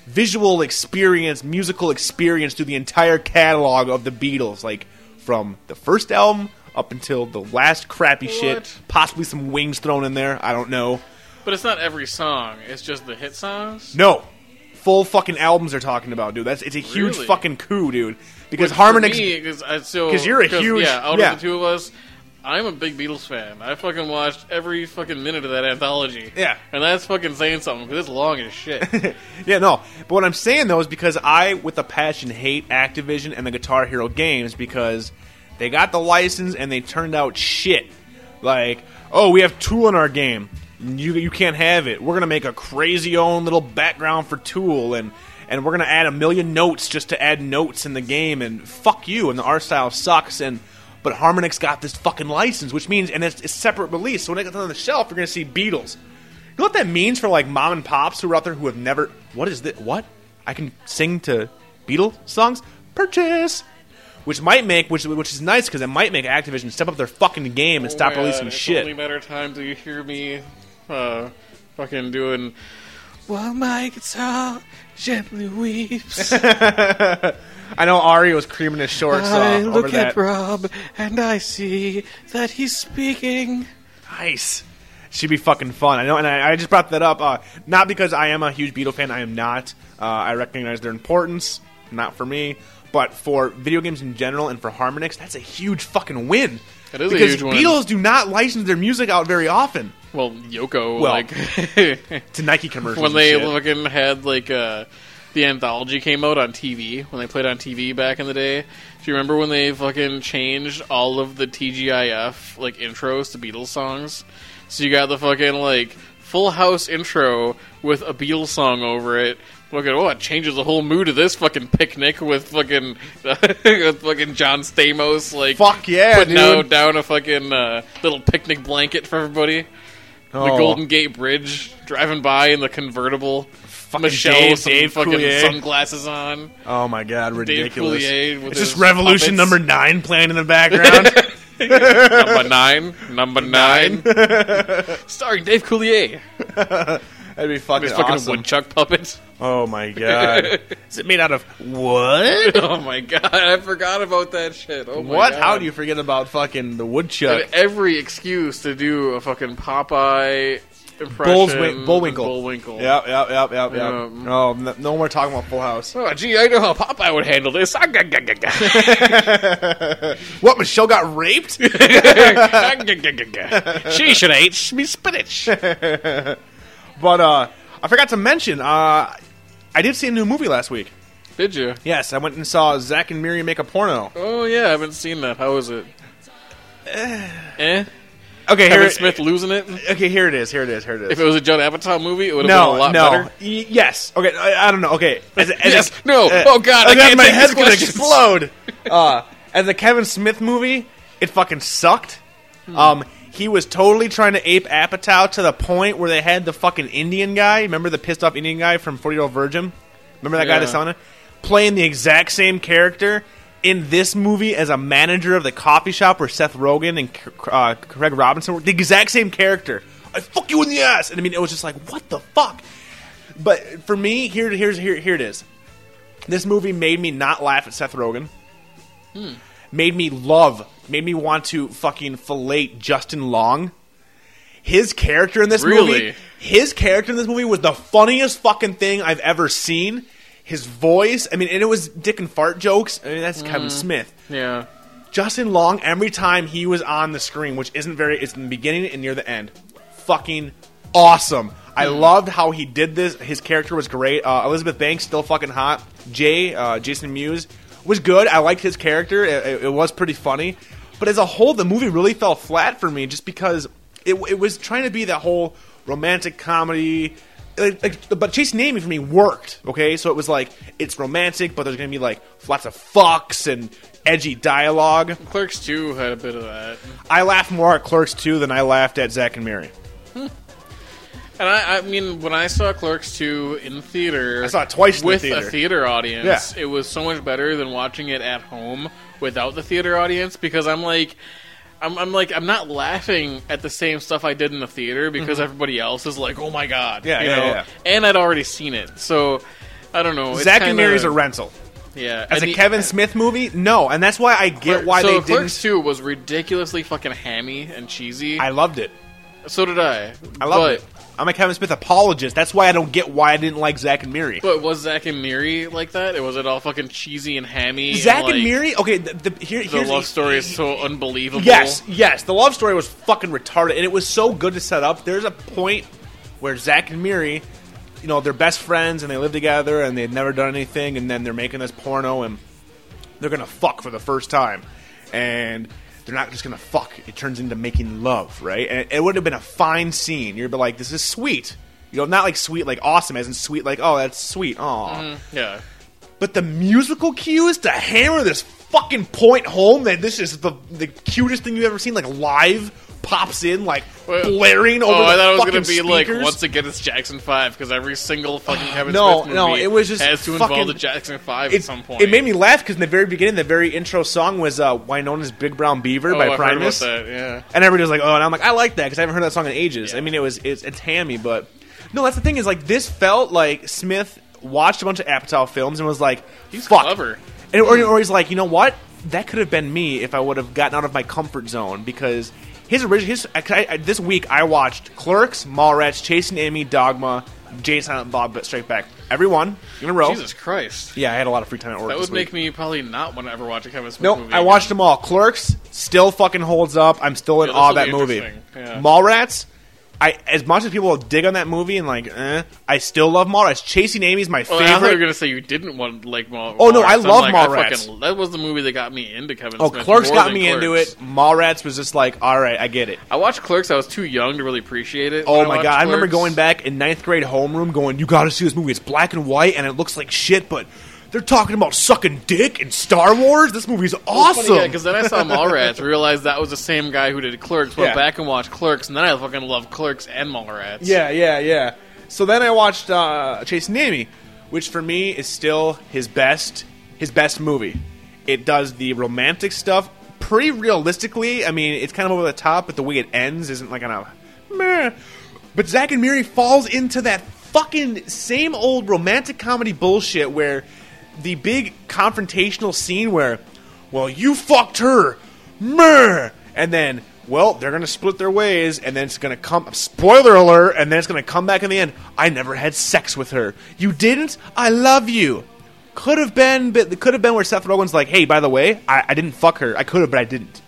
[SPEAKER 1] visual experience, musical experience through the entire catalog of the Beatles, like from the first album up until the last crappy shit.
[SPEAKER 2] What?
[SPEAKER 1] Possibly some wings thrown in there. I don't know.
[SPEAKER 2] But it's not every song. It's just the hit songs.
[SPEAKER 1] No, full fucking albums they're talking about, dude. That's it's a huge
[SPEAKER 2] Really?
[SPEAKER 1] fucking coup, dude. Because
[SPEAKER 2] Harmonix,
[SPEAKER 1] Harmonix,
[SPEAKER 2] so
[SPEAKER 1] 'Cause you're a huge-
[SPEAKER 2] yeah. Out
[SPEAKER 1] yeah.
[SPEAKER 2] of the two of us, I'm a big Beatles fan. I fucking watched every fucking minute of that anthology.
[SPEAKER 1] Yeah.
[SPEAKER 2] and that's fucking saying something because it's long as shit.
[SPEAKER 1] yeah, no. But what I'm saying though is because I, with a passion, hate Activision and the Guitar Hero games because they got the license and they turned out shit. Like, oh, we have Tool in our game. You you can't have it. We're gonna make a crazy own little background for Tool and. And we're gonna add a million notes just to add notes in the game, and fuck you. And the art style sucks. And but Harmonix got this fucking license, which means and it's, it's separate release. So when it gets on the shelf, you're gonna see Beatles, you know what that means for like mom and pops who are out there who have never. What is this? What? I can sing to Beatles songs? Purchase! Which might make, which which is nice because it might make Activision step up their fucking game and stop
[SPEAKER 2] Oh my
[SPEAKER 1] releasing
[SPEAKER 2] God, it's
[SPEAKER 1] shit.
[SPEAKER 2] Only matter of time till you hear me, uh, fucking doing. Well, my guitar gently weeps.
[SPEAKER 1] I know Ari was creaming his shorts
[SPEAKER 2] I
[SPEAKER 1] off over
[SPEAKER 2] look
[SPEAKER 1] that.
[SPEAKER 2] at Rob and I see that he's speaking.
[SPEAKER 1] Nice. Should be fucking fun. I know, and I, I just brought that up uh, not because I am a huge Beatle fan. I am not. Uh, I recognize their importance. Not for me, but for video games in general and for Harmonix, that's a huge fucking win.
[SPEAKER 2] That is a
[SPEAKER 1] because
[SPEAKER 2] huge win.
[SPEAKER 1] Beatles do not license their music out very often
[SPEAKER 2] Well, Yoko,
[SPEAKER 1] Well,
[SPEAKER 2] like
[SPEAKER 1] to Nike commercials.
[SPEAKER 2] when
[SPEAKER 1] and
[SPEAKER 2] they
[SPEAKER 1] shit.
[SPEAKER 2] fucking had like uh, the anthology came out on TV when they played on TV back in the day. Do you remember when they fucking changed all of the TGIF like intros to Beatles songs? So you got the fucking like Full House intro with a Beatles song over it. Fucking oh, it changes the whole mood of this fucking picnic with fucking with fucking John Stamos like
[SPEAKER 1] fuck yeah,
[SPEAKER 2] putting
[SPEAKER 1] dude.
[SPEAKER 2] out down a fucking uh, little picnic blanket for everybody the
[SPEAKER 1] Oh.
[SPEAKER 2] Golden Gate Bridge, driving by in the convertible.
[SPEAKER 1] Fucking
[SPEAKER 2] Michelle
[SPEAKER 1] Dave-
[SPEAKER 2] with some
[SPEAKER 1] Dave
[SPEAKER 2] fucking
[SPEAKER 1] Coulier.
[SPEAKER 2] sunglasses on.
[SPEAKER 1] Oh my god, ridiculous!
[SPEAKER 2] Coulier with
[SPEAKER 1] It's just
[SPEAKER 2] his
[SPEAKER 1] Revolution
[SPEAKER 2] puppets.
[SPEAKER 1] number nine playing in the background.
[SPEAKER 2] Number nine. Number nine. Starring Dave Coulier.
[SPEAKER 1] That'd be fucking
[SPEAKER 2] His fucking
[SPEAKER 1] awesome.
[SPEAKER 2] woodchuck puppet.
[SPEAKER 1] oh my god, is it made out of wood?
[SPEAKER 2] Oh my god, I forgot about that shit. Oh my
[SPEAKER 1] What?
[SPEAKER 2] God.
[SPEAKER 1] How do you forget about fucking the woodchuck?
[SPEAKER 2] And every excuse to do a fucking Popeye impression.
[SPEAKER 1] Bullswin- Bullwinkle.
[SPEAKER 2] Bullwinkle.
[SPEAKER 1] Yep, yep, yep, yep, yep.
[SPEAKER 2] Um,
[SPEAKER 1] oh, no, no more talking about Full House.
[SPEAKER 2] Oh, gee, I know how Popeye would handle this. Ah, gah, gah, gah, gah.
[SPEAKER 1] What? Michelle got raped?
[SPEAKER 2] Ah, gah, gah, gah, gah. She should have ate me spinach.
[SPEAKER 1] but uh, I forgot to mention. Uh, I did see a new movie last week.
[SPEAKER 2] Did you?
[SPEAKER 1] Yes, I went and saw Zach and Miri make a porno.
[SPEAKER 2] Oh yeah, I haven't seen that. How is it? eh?
[SPEAKER 1] Okay, here
[SPEAKER 2] Kevin
[SPEAKER 1] it,
[SPEAKER 2] Smith losing it?
[SPEAKER 1] Okay, here it is. Here it is. Here it
[SPEAKER 2] If
[SPEAKER 1] is.
[SPEAKER 2] it was a Judd Apatow movie, it would have
[SPEAKER 1] no,
[SPEAKER 2] been a lot
[SPEAKER 1] no.
[SPEAKER 2] better.
[SPEAKER 1] Y- yes. Okay. I, I don't know. Okay. As, as
[SPEAKER 2] Yes. No. Oh, God, I
[SPEAKER 1] and then
[SPEAKER 2] can't
[SPEAKER 1] my
[SPEAKER 2] take
[SPEAKER 1] head's
[SPEAKER 2] these
[SPEAKER 1] gonna
[SPEAKER 2] questions.
[SPEAKER 1] explode. Uh, as a Kevin Smith movie, it fucking sucked. Um, he was totally trying to ape Apatow to the point where they had the fucking Indian guy. Remember the pissed off Indian guy from Forty Year Old Virgin? Remember that guy
[SPEAKER 2] Yeah.
[SPEAKER 1] that's on it playing the exact same character. In this movie, as a manager of the coffee shop where Seth Rogen and C- uh, Craig Robinson were the exact same character, I fuck you in the ass, and I mean it was just like what the fuck. But for me, here, here's here, here it is. This movie made me not laugh at Seth Rogen. Made me love. Made me want to fucking fillet Justin Long. His character in this
[SPEAKER 2] Really?
[SPEAKER 1] movie. His character in this movie was the funniest fucking thing I've ever seen. His voice. I mean, and it was dick and fart jokes. I mean, that's Kevin Smith
[SPEAKER 2] Yeah.
[SPEAKER 1] Justin Long, every time he was on the screen, which isn't very, it's in the beginning and near the end, fucking awesome. I loved how he did this. His character was great. Uh, Elizabeth Banks still fucking hot. Jay, uh, Jason Mewes was good. I liked his character. It, it- it was pretty funny. But as a whole, the movie really fell flat for me, just because it, it was trying to be that whole romantic comedy. Like, like, but Chasing Amy for me worked. Okay, so it was like it's romantic, but there's gonna be like lots of fucks and edgy dialogue.
[SPEAKER 2] Clerks 2 had a bit of that.
[SPEAKER 1] I laughed more at Clerks 2 than I laughed at Zack and Mary.
[SPEAKER 2] And I, I mean, when I saw Clerks 2 in theater,
[SPEAKER 1] I saw it twice in the
[SPEAKER 2] with
[SPEAKER 1] theater.
[SPEAKER 2] a theater audience.
[SPEAKER 1] Yeah.
[SPEAKER 2] It was so much better than watching it at home without the theater audience because I'm like, I'm, I'm like, I'm not laughing at the same stuff I did in the theater because everybody else is like, oh my god,
[SPEAKER 1] Yeah,
[SPEAKER 2] you
[SPEAKER 1] yeah,
[SPEAKER 2] know?
[SPEAKER 1] yeah.
[SPEAKER 2] And I'd already seen it, so I don't know. It's
[SPEAKER 1] Zack and
[SPEAKER 2] kinda-
[SPEAKER 1] Mary's a rental.
[SPEAKER 2] yeah.
[SPEAKER 1] As
[SPEAKER 2] and
[SPEAKER 1] a
[SPEAKER 2] the-
[SPEAKER 1] Kevin Smith movie, no, and that's why I get why
[SPEAKER 2] so
[SPEAKER 1] they
[SPEAKER 2] Clerks
[SPEAKER 1] didn't.
[SPEAKER 2] 2 was ridiculously fucking hammy and cheesy.
[SPEAKER 1] I loved it.
[SPEAKER 2] so did I.
[SPEAKER 1] I love
[SPEAKER 2] but,
[SPEAKER 1] it. I'm a Kevin Smith apologist. That's why I don't get why I didn't like Zack and Miri.
[SPEAKER 2] But was Zack and Miri like that? It was it all fucking cheesy and hammy?
[SPEAKER 1] Zack
[SPEAKER 2] like,
[SPEAKER 1] and Miri, okay. The, the, here,
[SPEAKER 2] The
[SPEAKER 1] here's
[SPEAKER 2] love story is so unbelievable.
[SPEAKER 1] Yes, yes. The love story was fucking retarded, and it was so good to set up. There's a point where Zach and Miri, you know, they're best friends and they live together and they've never done anything, and then they're making this porno and they're gonna fuck for the first time, and they're not just gonna fuck. It turns into making love, right? And it would have been a fine scene. You'd be like, this is sweet. You know, not like sweet, like awesome, as in sweet, like oh, that's sweet, aw
[SPEAKER 2] Mm-hmm. Yeah.
[SPEAKER 1] but the musical cues to hammer this fucking point home that this is the the cutest thing you've ever seen, like live pops in like
[SPEAKER 2] Well,
[SPEAKER 1] blaring over
[SPEAKER 2] oh,
[SPEAKER 1] the
[SPEAKER 2] I thought it was
[SPEAKER 1] fucking
[SPEAKER 2] gonna be like
[SPEAKER 1] speakers.
[SPEAKER 2] once again it's Jackson Five because every single fucking Kevin
[SPEAKER 1] No,
[SPEAKER 2] Smith movie
[SPEAKER 1] no, it was just
[SPEAKER 2] has to
[SPEAKER 1] fucking-
[SPEAKER 2] involve the Jackson Five at
[SPEAKER 1] it,
[SPEAKER 2] some point.
[SPEAKER 1] it made me laugh because in the very beginning, the very intro song was uh, "Winona's Big Brown Beaver"
[SPEAKER 2] oh,
[SPEAKER 1] by
[SPEAKER 2] I've heard about
[SPEAKER 1] Primus,
[SPEAKER 2] that. Yeah.
[SPEAKER 1] and everybody was like, "Oh," and I'm like, "I like that" because I haven't heard that song in ages.
[SPEAKER 2] Yeah.
[SPEAKER 1] I mean, it was it's, it's hammy, but no, that's the thing is like this felt like Smith watched a bunch of Apatow films and was like,
[SPEAKER 2] He's
[SPEAKER 1] "Fuck,
[SPEAKER 2] clever.
[SPEAKER 1] And, or, or he's like, you know what? That could have been me if I would have gotten out of my comfort zone because his original. His I, I, this week I watched Clerks, Mallrats, Chasing Amy, Dogma, Jay Silent Bob, but Straight Back. Everyone in a row.
[SPEAKER 2] Jesus Christ.
[SPEAKER 1] Yeah, I had a lot of free time at work.
[SPEAKER 2] That
[SPEAKER 1] this
[SPEAKER 2] would make
[SPEAKER 1] week.
[SPEAKER 2] me probably not want to ever watch a Kevin Smith
[SPEAKER 1] Nope,
[SPEAKER 2] movie.
[SPEAKER 1] I
[SPEAKER 2] again.
[SPEAKER 1] watched them all. Clerks still fucking holds up. I'm still in
[SPEAKER 2] Yeah, this
[SPEAKER 1] awe of
[SPEAKER 2] will
[SPEAKER 1] that
[SPEAKER 2] be
[SPEAKER 1] movie.
[SPEAKER 2] interesting, yeah.
[SPEAKER 1] Mallrats. I, as much as people dig on that movie and like, eh, I still love Mallrats. Chasing Amy's my
[SPEAKER 2] Well, Oh, I thought you
[SPEAKER 1] favorite.
[SPEAKER 2] were gonna say you didn't want like Mall.
[SPEAKER 1] Oh, no, I
[SPEAKER 2] Mallrats. I'm
[SPEAKER 1] love
[SPEAKER 2] like,
[SPEAKER 1] Mallrats.
[SPEAKER 2] fucking- that was the movie that got me into Kevin.
[SPEAKER 1] Oh,
[SPEAKER 2] Smith
[SPEAKER 1] Clerks
[SPEAKER 2] more
[SPEAKER 1] got
[SPEAKER 2] than
[SPEAKER 1] me into
[SPEAKER 2] Clerks.
[SPEAKER 1] it. Mallrats was just like, all right, I get it.
[SPEAKER 2] I watched Clerks. I was too young to really appreciate it.
[SPEAKER 1] Oh
[SPEAKER 2] when
[SPEAKER 1] my god!
[SPEAKER 2] watched
[SPEAKER 1] I remember
[SPEAKER 2] Clerks.
[SPEAKER 1] going back in ninth grade homeroom, going, "You got to see this movie. It's black and white, and it looks like shit, but they're talking about sucking dick and Star Wars. This movie's awesome."
[SPEAKER 2] Because then I saw Mallrats, realized that was the same guy who did Clerks. Went
[SPEAKER 1] Yeah.
[SPEAKER 2] back and watched Clerks, and then I fucking love Clerks and Mallrats.
[SPEAKER 1] yeah, yeah, yeah. So then I watched uh, Chase and Amy, which for me is still his best, his best movie. It does the romantic stuff pretty realistically. I mean, it's kind of over the top, but the way it ends isn't like on a meh. But Zack and Miri falls into that fucking same old romantic comedy bullshit where the big confrontational scene where, well, you fucked her, mer, and then, well, they're gonna split their ways, and then it's gonna come. Spoiler alert! And then it's gonna come back in the end. I never had sex with her. You didn't. I love you. Could have been, but could have been where Seth Rogen's like, hey, by the way, I, I didn't fuck her. I could have, but I didn't.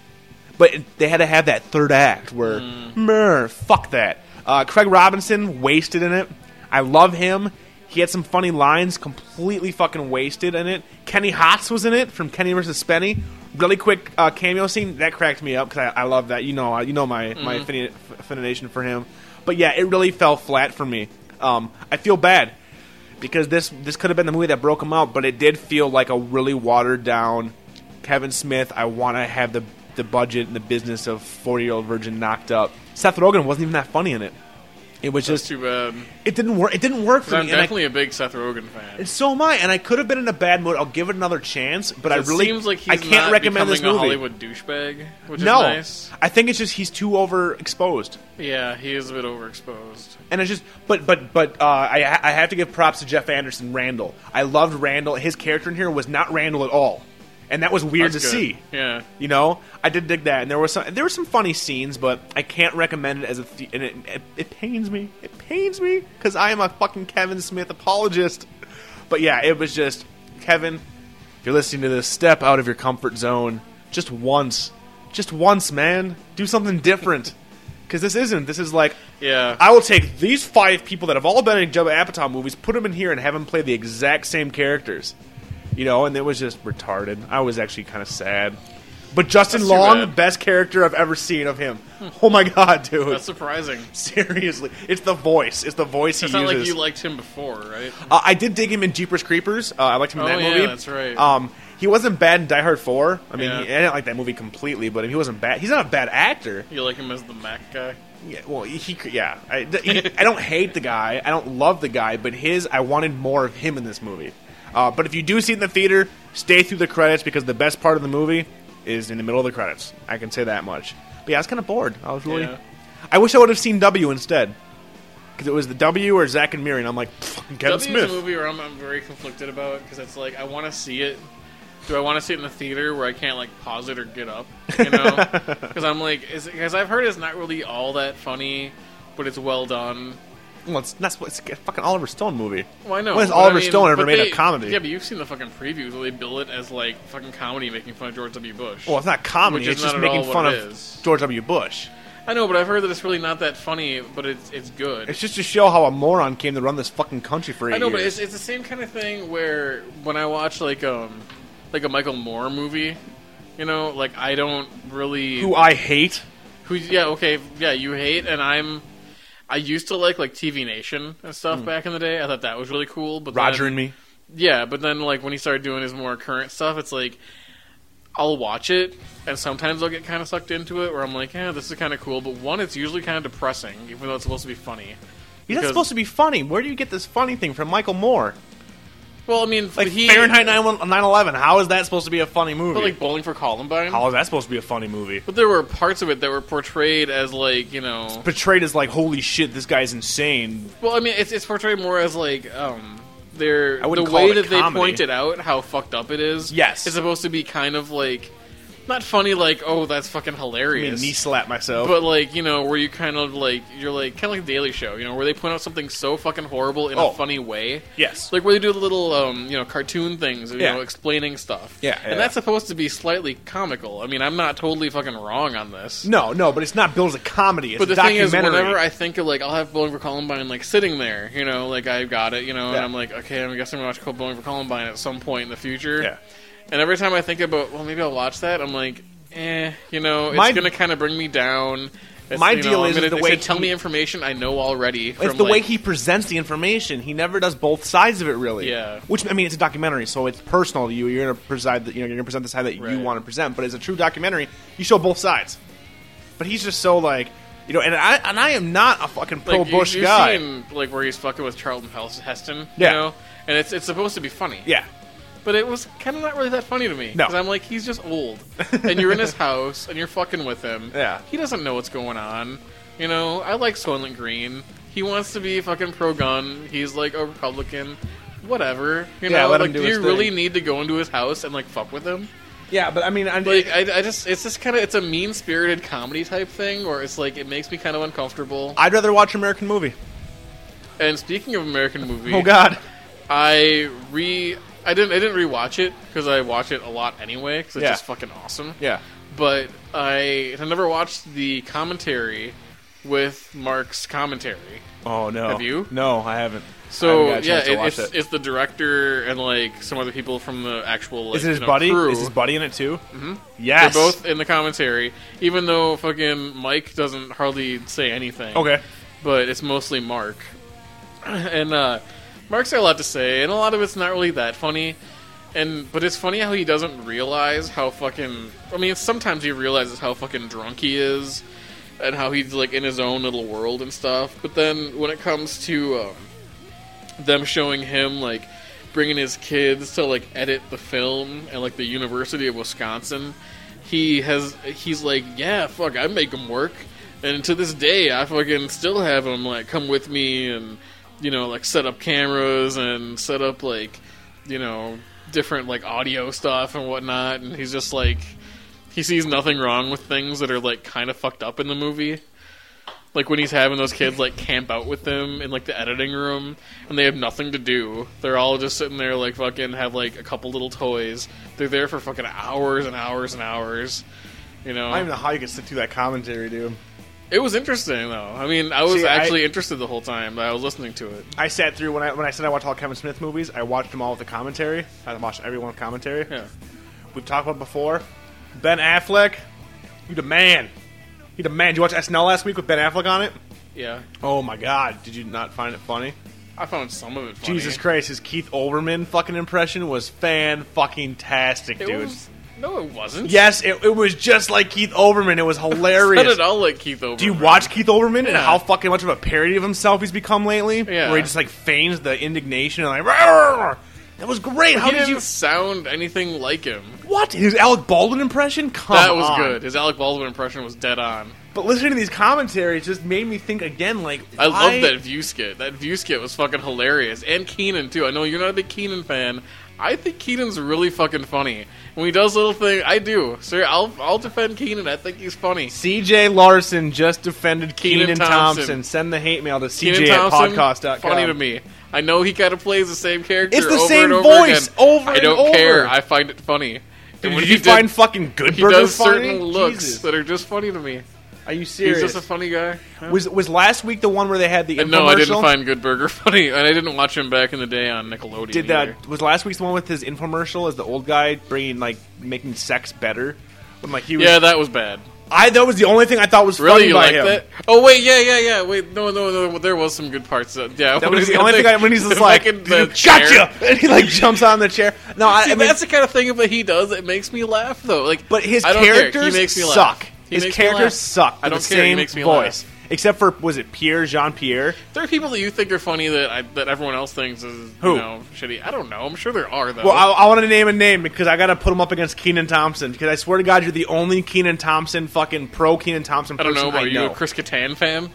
[SPEAKER 1] But it- they had to have that third act where, mer, fuck that. Uh, Craig Robinson wasted in it. I love him. He had some funny lines, completely fucking wasted in it. Kenny Hotz was in it from Kenny versus Spenny. Really quick uh, cameo scene that cracked me up because I, I love that. You know, you know my my affini- f- affiliation for him. But yeah, it really fell flat for me. Um, I feel bad because this this could have been the movie that broke him out, but it did feel like a really watered down Kevin Smith. I want to have the the budget and the business of forty year old virgin knocked up. Seth Rogen wasn't even that funny in it. It was just
[SPEAKER 2] That's too bad. 'Cause
[SPEAKER 1] it didn't work. It didn't work for
[SPEAKER 2] I'm
[SPEAKER 1] me. and I-
[SPEAKER 2] definitely a big Seth Rogen fan.
[SPEAKER 1] and so am I, and I could have been in a bad mood. I'll give it another chance, but I
[SPEAKER 2] it
[SPEAKER 1] really
[SPEAKER 2] seems like he's
[SPEAKER 1] I can't
[SPEAKER 2] not
[SPEAKER 1] recommend
[SPEAKER 2] becoming
[SPEAKER 1] this movie.
[SPEAKER 2] a Hollywood douchebag, which
[SPEAKER 1] no,
[SPEAKER 2] is nice.
[SPEAKER 1] I think it's just he's too overexposed.
[SPEAKER 2] Yeah, he is a bit overexposed.
[SPEAKER 1] And it's just, but but but uh, I I have to give props to Jeff Anderson Randall. I loved Randall. His character in here was not Randall at all, and that was weird to
[SPEAKER 2] That's good.
[SPEAKER 1] see.
[SPEAKER 2] Yeah.
[SPEAKER 1] You know, I did dig that, and there were some there were some funny scenes, but I can't recommend it as a. The- and it, it, it pains me. It pains me because I am a fucking Kevin Smith apologist. But yeah, it was just Kevin. If you're listening to this, step out of your comfort zone. just once, just once, man, do something different. Because this isn't. This is like
[SPEAKER 2] Yeah.
[SPEAKER 1] I will take these five people that have all been in Judd Apatow movies, put them in here, and have them play the exact same characters. You know, and it was just retarded. I was actually kind of sad. But Justin
[SPEAKER 2] That's too
[SPEAKER 1] Long,
[SPEAKER 2] bad.
[SPEAKER 1] best character I've ever seen of him. Oh my god, dude!
[SPEAKER 2] That's surprising.
[SPEAKER 1] Seriously, it's the voice. It's the voice he
[SPEAKER 2] It's not
[SPEAKER 1] uses.
[SPEAKER 2] like you liked him before, right?
[SPEAKER 1] Uh, I did dig him in Jeepers Creepers. Uh, I liked him in
[SPEAKER 2] Oh,
[SPEAKER 1] that
[SPEAKER 2] yeah,
[SPEAKER 1] movie.
[SPEAKER 2] that's right.
[SPEAKER 1] Um, he wasn't bad in Die Hard Four. I mean,
[SPEAKER 2] Yeah.
[SPEAKER 1] he, I didn't like that movie completely, but he wasn't bad. He's not a bad actor.
[SPEAKER 2] You like him as the Mac guy.
[SPEAKER 1] Yeah, well, he cr- yeah. I, th- he- I don't hate the guy. I don't love the guy, but his I wanted more of him in this movie. Uh, but if you do see it in the theater, stay through the credits because the best part of the movie is in the middle of the credits. I can say that much. But yeah, I was kind of bored. I was really.
[SPEAKER 2] Yeah.
[SPEAKER 1] I wish I would have seen W instead because it was the W or Zach and Miri, and I'm like "Pfft, Kevin
[SPEAKER 2] W
[SPEAKER 1] Smith.
[SPEAKER 2] is a movie where I'm, I'm very conflicted about because it's like I want to see it. Do I want to see it in the theater where I can't like pause it or get up? You know, because I'm like, is because I've heard it's not really all that funny, but it's well done.
[SPEAKER 1] Well, it's that's what it's a fucking Oliver Stone movie.
[SPEAKER 2] Well, I know.
[SPEAKER 1] When has
[SPEAKER 2] but
[SPEAKER 1] Oliver
[SPEAKER 2] I mean-
[SPEAKER 1] Stone ever
[SPEAKER 2] but
[SPEAKER 1] made a
[SPEAKER 2] they-
[SPEAKER 1] comedy?
[SPEAKER 2] Yeah, but you've seen the fucking previews where they bill it as like fucking comedy making fun of George W. Bush.
[SPEAKER 1] Well, it's not comedy.
[SPEAKER 2] Which
[SPEAKER 1] It's
[SPEAKER 2] is
[SPEAKER 1] just
[SPEAKER 2] not at
[SPEAKER 1] making
[SPEAKER 2] all what
[SPEAKER 1] fun
[SPEAKER 2] it
[SPEAKER 1] of
[SPEAKER 2] is.
[SPEAKER 1] George W. Bush.
[SPEAKER 2] I know, but I've heard that it's really not that funny, but it's it's good.
[SPEAKER 1] It's just to show how a moron came to run this fucking country for eight
[SPEAKER 2] I know, but
[SPEAKER 1] years.
[SPEAKER 2] it's, it's the same kind of thing where when I watch like um like a Michael Moore movie, you know, like I don't really
[SPEAKER 1] who I hate.
[SPEAKER 2] who yeah okay yeah you hate and I'm I used to like like TV Nation and stuff back in the day. I thought that was really cool, but then-
[SPEAKER 1] Hmm. Roger and me.
[SPEAKER 2] yeah, but then like when he started doing his more current stuff, it's like I'll watch it and sometimes I'll get kind of sucked into it where I'm like, yeah, this is kind of cool, but one, it's usually kind of depressing, even though it's supposed to be funny.
[SPEAKER 1] He's not
[SPEAKER 2] because-
[SPEAKER 1] supposed to be funny. Where do you get this funny thing from Michael Moore?
[SPEAKER 2] Well, I mean,
[SPEAKER 1] Like
[SPEAKER 2] he
[SPEAKER 1] Fahrenheit 911. How is that supposed to be a funny movie?
[SPEAKER 2] but like Bowling for Columbine.
[SPEAKER 1] how is that supposed to be a funny movie?
[SPEAKER 2] But there were parts of it that were portrayed as like you know.
[SPEAKER 1] Portrayed as like, holy shit, this guy's insane.
[SPEAKER 2] Well, I mean, it's, it's portrayed more as like um, they're
[SPEAKER 1] I wouldn't
[SPEAKER 2] the
[SPEAKER 1] call
[SPEAKER 2] way
[SPEAKER 1] it a
[SPEAKER 2] that they
[SPEAKER 1] comedy.
[SPEAKER 2] pointed out how fucked up it is.
[SPEAKER 1] Yes.
[SPEAKER 2] is supposed to be kind of like not funny, like oh that's fucking
[SPEAKER 1] I mean,
[SPEAKER 2] hilarious.
[SPEAKER 1] knee slap myself.
[SPEAKER 2] but like you know, where you kind of like you're like kind of like Daily Show, you know, where they point out something so fucking horrible in
[SPEAKER 1] Oh.
[SPEAKER 2] a funny way.
[SPEAKER 1] yes.
[SPEAKER 2] Like where they do the little, um, you know, cartoon things, you
[SPEAKER 1] Yeah.
[SPEAKER 2] know, explaining stuff.
[SPEAKER 1] Yeah, yeah.
[SPEAKER 2] and that's supposed to be slightly comical. I mean, I'm not totally fucking wrong on this.
[SPEAKER 1] no, no, but it's not billed as a comedy. It's
[SPEAKER 2] But
[SPEAKER 1] a
[SPEAKER 2] the thing
[SPEAKER 1] documentary.
[SPEAKER 2] is, whenever I think of like, I'll have Bowling for Columbine like sitting there, you know, like I've got it, you know,
[SPEAKER 1] Yeah.
[SPEAKER 2] and I'm like, okay, I guess I'm gonna watch Bowling for Columbine at some point in the future.
[SPEAKER 1] Yeah.
[SPEAKER 2] And every time I think about, well, maybe I'll watch that, I'm like, eh, you know, it's
[SPEAKER 1] My-
[SPEAKER 2] gonna kind of bring me down. It's,
[SPEAKER 1] My
[SPEAKER 2] you know,
[SPEAKER 1] deal
[SPEAKER 2] I'm
[SPEAKER 1] is
[SPEAKER 2] gonna-
[SPEAKER 1] the
[SPEAKER 2] it's
[SPEAKER 1] way
[SPEAKER 2] gonna tell
[SPEAKER 1] he-
[SPEAKER 2] me information I know already.
[SPEAKER 1] It's
[SPEAKER 2] from,
[SPEAKER 1] the way
[SPEAKER 2] like-
[SPEAKER 1] he presents the information. He never does both sides of it, really.
[SPEAKER 2] Yeah.
[SPEAKER 1] Which I mean, it's a documentary, so it's personal to you. You're gonna preside, the, you know, you're gonna present the side that you
[SPEAKER 2] Right.
[SPEAKER 1] want to present. But as a true documentary, you show both sides. But he's just so like, you know, and I and I am not a fucking pro
[SPEAKER 2] like, you-
[SPEAKER 1] Bush
[SPEAKER 2] you
[SPEAKER 1] guy.
[SPEAKER 2] See him, like where he's fucking with Charlton Hels- Heston.
[SPEAKER 1] Yeah.
[SPEAKER 2] You know? And it's it's supposed to be funny.
[SPEAKER 1] Yeah.
[SPEAKER 2] But it was kind of not really that funny to me.
[SPEAKER 1] No.
[SPEAKER 2] Because I'm like, he's just old. and you're in his house, and you're fucking with him.
[SPEAKER 1] Yeah.
[SPEAKER 2] He doesn't know what's going on. You know, I like Soylent Green. He wants to be fucking pro gun. He's like a Republican. Whatever. You
[SPEAKER 1] Yeah,
[SPEAKER 2] know,
[SPEAKER 1] let him
[SPEAKER 2] like,
[SPEAKER 1] do
[SPEAKER 2] do
[SPEAKER 1] his
[SPEAKER 2] you really
[SPEAKER 1] thing.
[SPEAKER 2] need to go into his house and like fuck with him?
[SPEAKER 1] Yeah, but I mean, I,
[SPEAKER 2] Like, I, I just, it's just kind of, it's a mean spirited comedy type thing, or it's like, it makes me kind of uncomfortable.
[SPEAKER 1] I'd rather watch an American movie.
[SPEAKER 2] And speaking of American movies,
[SPEAKER 1] Oh God.
[SPEAKER 2] I re I didn't I didn't rewatch it because I watch it a lot anyway because it's
[SPEAKER 1] Yeah.
[SPEAKER 2] just fucking awesome.
[SPEAKER 1] Yeah.
[SPEAKER 2] But I I never watched the commentary with Mark's commentary.
[SPEAKER 1] Oh no.
[SPEAKER 2] Have you?
[SPEAKER 1] No, I haven't.
[SPEAKER 2] So
[SPEAKER 1] I haven't got a
[SPEAKER 2] yeah,
[SPEAKER 1] chance to
[SPEAKER 2] it,
[SPEAKER 1] watch
[SPEAKER 2] it's
[SPEAKER 1] it.
[SPEAKER 2] it's the director and like some other people from the actual like,
[SPEAKER 1] Is it his
[SPEAKER 2] you know,
[SPEAKER 1] buddy?
[SPEAKER 2] crew.
[SPEAKER 1] Is his buddy in it too? Mm-hmm.
[SPEAKER 2] They're
[SPEAKER 1] Yes.
[SPEAKER 2] both in the commentary, even though fucking Mike doesn't hardly say anything.
[SPEAKER 1] okay.
[SPEAKER 2] but it's mostly Mark. And uh, Mark's got a lot to say, and a lot of it's not really that funny. And but it's funny how he doesn't realize how fucking. I mean, sometimes he realizes how fucking drunk he is, and how he's like in his own little world and stuff. But then when it comes to um, them showing him like bringing his kids to like edit the film at like the University of Wisconsin. He has he's like, yeah, fuck, I make him work, and to this day, I fucking still have him like come with me and you know like set up cameras and set up like you know different like audio stuff and whatnot, and he's just like he sees nothing wrong with things that are like kind of fucked up in the movie. Like when he's having those kids like camp out with them in like the editing room, and they have nothing to do. They're all just sitting there like fucking have like a couple little toys. They're there for fucking hours and hours and hours. You know,
[SPEAKER 1] I don't even know how you can sit through that commentary, dude.
[SPEAKER 2] it was interesting though. I mean, I was
[SPEAKER 1] See, I-
[SPEAKER 2] actually interested the whole time that I was listening to it.
[SPEAKER 1] I sat through when I when I said I watched all Kevin Smith movies. I watched them all with the commentary. I watched everyone with commentary.
[SPEAKER 2] Yeah,
[SPEAKER 1] We've talked about before. Ben Affleck, you the man. You the man. Did you watch SNL last week with Ben Affleck on it?
[SPEAKER 2] yeah.
[SPEAKER 1] Oh my God! Did you not find it funny?
[SPEAKER 2] I found some of it. Funny.
[SPEAKER 1] Jesus Christ! His Keith Olbermann fucking impression was fan fucking tastic,
[SPEAKER 2] It
[SPEAKER 1] dude.
[SPEAKER 2] was- no, it wasn't.
[SPEAKER 1] Yes, it, it was just like Keith Olbermann. It was
[SPEAKER 2] not
[SPEAKER 1] hilarious.
[SPEAKER 2] at all like Keith Olbermann.
[SPEAKER 1] Do you watch Keith Olbermann and
[SPEAKER 2] Yeah.
[SPEAKER 1] how fucking much of a parody of himself he's become lately?
[SPEAKER 2] Yeah.
[SPEAKER 1] Where he just like feigns the indignation and like, "Rawr, rawr, rawr." that was great. How
[SPEAKER 2] He
[SPEAKER 1] did
[SPEAKER 2] didn't
[SPEAKER 1] you?
[SPEAKER 2] sound anything like him.
[SPEAKER 1] What? His Alec Baldwin impression? Come
[SPEAKER 2] that was
[SPEAKER 1] on.
[SPEAKER 2] good. His Alec Baldwin impression was dead on.
[SPEAKER 1] But listening to these commentaries just made me think again, like,
[SPEAKER 2] I
[SPEAKER 1] why-
[SPEAKER 2] love that view skit. That view skit was fucking hilarious. And Keenan too. I know you're not a big Keenan fan. I think Keenan's really fucking funny. When he does little thing, I do. Sir, I'll I'll defend Keenan. I think he's funny.
[SPEAKER 1] CJ Larson just defended
[SPEAKER 2] Kenan
[SPEAKER 1] Keenan
[SPEAKER 2] Thompson.
[SPEAKER 1] Thompson. Send the hate mail to
[SPEAKER 2] Keenan
[SPEAKER 1] CJ at podcast.com.
[SPEAKER 2] funny to me. I know he kind of plays the same character.
[SPEAKER 1] It's the
[SPEAKER 2] over
[SPEAKER 1] same
[SPEAKER 2] and over
[SPEAKER 1] voice
[SPEAKER 2] again.
[SPEAKER 1] over
[SPEAKER 2] I
[SPEAKER 1] and
[SPEAKER 2] don't
[SPEAKER 1] over.
[SPEAKER 2] care. I find it funny.
[SPEAKER 1] Dude,
[SPEAKER 2] when
[SPEAKER 1] did
[SPEAKER 2] he
[SPEAKER 1] you find fucking Good
[SPEAKER 2] he
[SPEAKER 1] Burger
[SPEAKER 2] does
[SPEAKER 1] funny?
[SPEAKER 2] certain looks
[SPEAKER 1] Jesus.
[SPEAKER 2] that are just funny to me.
[SPEAKER 1] Are you serious?
[SPEAKER 2] He's just a funny guy.
[SPEAKER 1] was was last week the one where they had the
[SPEAKER 2] And no, I didn't
[SPEAKER 1] infomercial?
[SPEAKER 2] find Good Burger funny, and I didn't watch him back in the day on Nickelodeon.
[SPEAKER 1] Did
[SPEAKER 2] either.
[SPEAKER 1] that was last week's the one with his infomercial as the old guy bringing like making sex better? When like he was,
[SPEAKER 2] Yeah, that was bad.
[SPEAKER 1] I that was the only thing I thought was
[SPEAKER 2] Really,
[SPEAKER 1] funny
[SPEAKER 2] you
[SPEAKER 1] by
[SPEAKER 2] liked
[SPEAKER 1] him.
[SPEAKER 2] that? Oh wait, yeah, yeah, yeah. Wait, no, no, no. There was some good parts. uh, yeah,
[SPEAKER 1] That
[SPEAKER 2] when
[SPEAKER 1] was
[SPEAKER 2] he-
[SPEAKER 1] the only thing I, when he's just
[SPEAKER 2] the
[SPEAKER 1] like,
[SPEAKER 2] fucking- the chair.
[SPEAKER 1] "Gotcha!" and he like jumps on the chair. No, I,
[SPEAKER 2] See,
[SPEAKER 1] I mean,
[SPEAKER 2] that's the kind of thing that he does that makes me laugh, though. Like,
[SPEAKER 1] but his
[SPEAKER 2] I don't care.
[SPEAKER 1] characters
[SPEAKER 2] He makes me laugh.
[SPEAKER 1] suck.
[SPEAKER 2] He
[SPEAKER 1] his
[SPEAKER 2] makes me
[SPEAKER 1] characters
[SPEAKER 2] laugh.
[SPEAKER 1] suck.
[SPEAKER 2] I
[SPEAKER 1] They're
[SPEAKER 2] don't
[SPEAKER 1] the
[SPEAKER 2] care.
[SPEAKER 1] Same
[SPEAKER 2] he makes me
[SPEAKER 1] voice,
[SPEAKER 2] laugh.
[SPEAKER 1] except for was it Pierre Jean Pierre?
[SPEAKER 2] There are people that you think are funny that I, that everyone else thinks is
[SPEAKER 1] Who?
[SPEAKER 2] you know shitty. I don't know. I'm sure there are though.
[SPEAKER 1] Well, I, I want to name a name because I got to put him up against Keenan Thompson because I swear to God, you're the only Keenan Thompson fucking pro Keenan Thompson
[SPEAKER 2] I
[SPEAKER 1] person
[SPEAKER 2] don't know. Are
[SPEAKER 1] I
[SPEAKER 2] you a Chris Catan fan?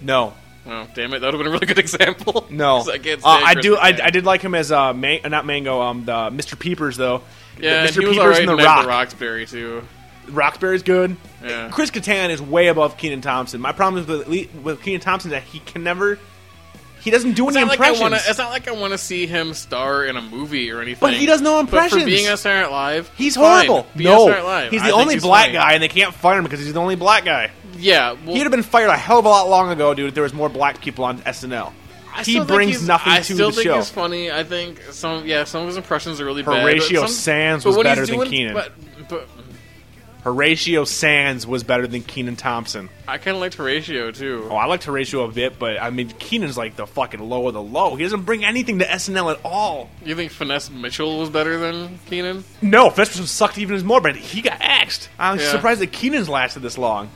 [SPEAKER 1] no,
[SPEAKER 2] Oh, damn it! That would have been a really good example.
[SPEAKER 1] No,
[SPEAKER 2] 'Cause I can't.
[SPEAKER 1] Uh,
[SPEAKER 2] stand
[SPEAKER 1] I
[SPEAKER 2] Chris
[SPEAKER 1] do. I,
[SPEAKER 2] Kattan.
[SPEAKER 1] I did like him as uh, man- uh, not Mango. Um, the Mr. Peepers though.
[SPEAKER 2] Yeah,
[SPEAKER 1] The
[SPEAKER 2] and
[SPEAKER 1] Mr.
[SPEAKER 2] he was
[SPEAKER 1] Peepers
[SPEAKER 2] alright
[SPEAKER 1] and
[SPEAKER 2] in
[SPEAKER 1] the
[SPEAKER 2] the
[SPEAKER 1] Rock.
[SPEAKER 2] Roxbury too.
[SPEAKER 1] Roxbury's good.
[SPEAKER 2] Yeah.
[SPEAKER 1] Chris Kattan is way above Keenan Thompson. My problem is with Le- with Keenan Thompson is that he can never. He doesn't do
[SPEAKER 2] It's
[SPEAKER 1] any
[SPEAKER 2] not like I
[SPEAKER 1] impressions.
[SPEAKER 2] want to. It's not like I want to see him star in a movie or anything.
[SPEAKER 1] But he does no
[SPEAKER 2] But
[SPEAKER 1] impressions.
[SPEAKER 2] for being on Saturday Night Live,
[SPEAKER 1] he's
[SPEAKER 2] fine.
[SPEAKER 1] horrible.
[SPEAKER 2] Be on Saturday Night
[SPEAKER 1] no,
[SPEAKER 2] Live.
[SPEAKER 1] he's
[SPEAKER 2] I
[SPEAKER 1] the
[SPEAKER 2] think
[SPEAKER 1] only
[SPEAKER 2] he's
[SPEAKER 1] black
[SPEAKER 2] funny.
[SPEAKER 1] guy, and they can't fire him because he's the only black guy.
[SPEAKER 2] Yeah, well,
[SPEAKER 1] He'd have been fired a hell of a lot long ago, dude. If there was more black people on SNL,
[SPEAKER 2] I
[SPEAKER 1] he
[SPEAKER 2] still think
[SPEAKER 1] brings
[SPEAKER 2] he's-
[SPEAKER 1] nothing
[SPEAKER 2] I
[SPEAKER 1] to
[SPEAKER 2] still
[SPEAKER 1] the
[SPEAKER 2] think
[SPEAKER 1] show.
[SPEAKER 2] He's funny. I think some. Yeah, some of his impressions are really bad.
[SPEAKER 1] Horatio
[SPEAKER 2] but some-
[SPEAKER 1] Sands
[SPEAKER 2] but
[SPEAKER 1] was
[SPEAKER 2] when he's
[SPEAKER 1] better than
[SPEAKER 2] doing-
[SPEAKER 1] Keenan.
[SPEAKER 2] But, but
[SPEAKER 1] Horatio Sands was better than Keenan Thompson.
[SPEAKER 2] I kind of liked Horatio too.
[SPEAKER 1] Oh, I like Horatio a bit, but I mean, Keenan's like the fucking low of the low. He doesn't bring anything to SNL at all.
[SPEAKER 2] You think Finesse Mitchell was better than Keenan?
[SPEAKER 1] No, Festerson sucked even as more, but he got axed. I'm
[SPEAKER 2] Yeah.
[SPEAKER 1] surprised that Keenan's lasted this long.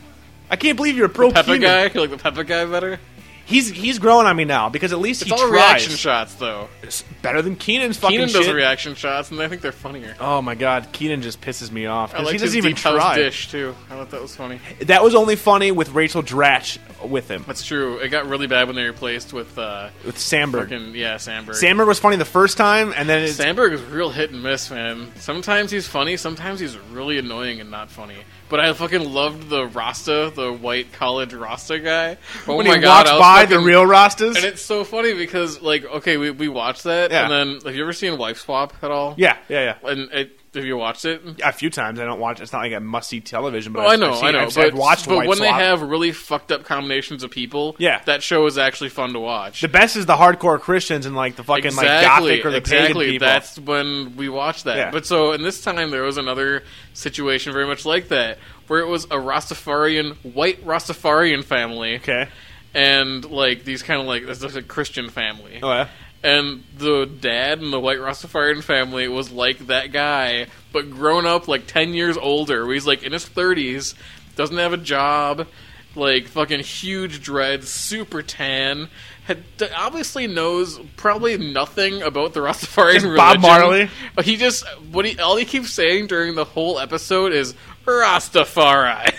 [SPEAKER 1] I can't believe you're a pro
[SPEAKER 2] Peppa
[SPEAKER 1] Keenan.
[SPEAKER 2] guy, you like the Peppa guy better.
[SPEAKER 1] He's he's growing on me now because at least
[SPEAKER 2] It's
[SPEAKER 1] he
[SPEAKER 2] all
[SPEAKER 1] tries.
[SPEAKER 2] reaction shots though.
[SPEAKER 1] It's better than Keenan's fucking
[SPEAKER 2] Keenan
[SPEAKER 1] shit.
[SPEAKER 2] does reaction shots, and I think they're funnier.
[SPEAKER 1] Oh my god, Keenan just pisses me off
[SPEAKER 2] I
[SPEAKER 1] because
[SPEAKER 2] liked
[SPEAKER 1] he doesn't
[SPEAKER 2] his
[SPEAKER 1] even
[SPEAKER 2] deep house
[SPEAKER 1] try.
[SPEAKER 2] dish too. I thought that was funny.
[SPEAKER 1] That was only funny with Rachel Dratch with him
[SPEAKER 2] That's true. It got really bad when they replaced with uh,
[SPEAKER 1] with Sandberg.
[SPEAKER 2] fucking yeah Sandberg.
[SPEAKER 1] Sandberg was funny the first time, and then it's,
[SPEAKER 2] Sandberg is real hit and miss, man. Sometimes he's funny, sometimes he's really annoying and not funny. But I fucking loved the Rasta, the white college Rasta guy. Oh
[SPEAKER 1] when
[SPEAKER 2] my
[SPEAKER 1] he
[SPEAKER 2] god,
[SPEAKER 1] walks
[SPEAKER 2] I was
[SPEAKER 1] by the
[SPEAKER 2] fucking-
[SPEAKER 1] real Rastas.
[SPEAKER 2] And it's so funny because like okay, we we watched that,
[SPEAKER 1] Yeah.
[SPEAKER 2] and then have you ever seen Wife Swap at all?
[SPEAKER 1] yeah, yeah, yeah.
[SPEAKER 2] And it, have you watched it?
[SPEAKER 1] a few times. I don't watch. It's not like I must see television, but
[SPEAKER 2] Oh,
[SPEAKER 1] I've,
[SPEAKER 2] I know,
[SPEAKER 1] I've seen,
[SPEAKER 2] I know.
[SPEAKER 1] I've,
[SPEAKER 2] but
[SPEAKER 1] I've watched
[SPEAKER 2] but
[SPEAKER 1] White
[SPEAKER 2] when
[SPEAKER 1] Swap.
[SPEAKER 2] they have really fucked up combinations of people,
[SPEAKER 1] Yeah.
[SPEAKER 2] that show is actually fun to watch.
[SPEAKER 1] the best is the hardcore Christians and like the fucking like gothic or the
[SPEAKER 2] exactly.
[SPEAKER 1] pagan people.
[SPEAKER 2] That's when we watched that.
[SPEAKER 1] Yeah.
[SPEAKER 2] But so, and this time there was another situation very much like that, where it was a Rastafarian, white Rastafarian family,
[SPEAKER 1] okay.
[SPEAKER 2] and like these kind of like this is a Christian family.
[SPEAKER 1] Oh yeah.
[SPEAKER 2] And the dad in the white Rastafarian family was like that guy, but grown up like 10 years older. Where he's like in his 30s, doesn't have a job, like fucking huge dreads, super tan. Had, d- obviously knows probably nothing about the Rastafarian
[SPEAKER 1] Just
[SPEAKER 2] religion.
[SPEAKER 1] Bob Marley?
[SPEAKER 2] But he just what he all he keeps saying during the whole episode is Rastafari,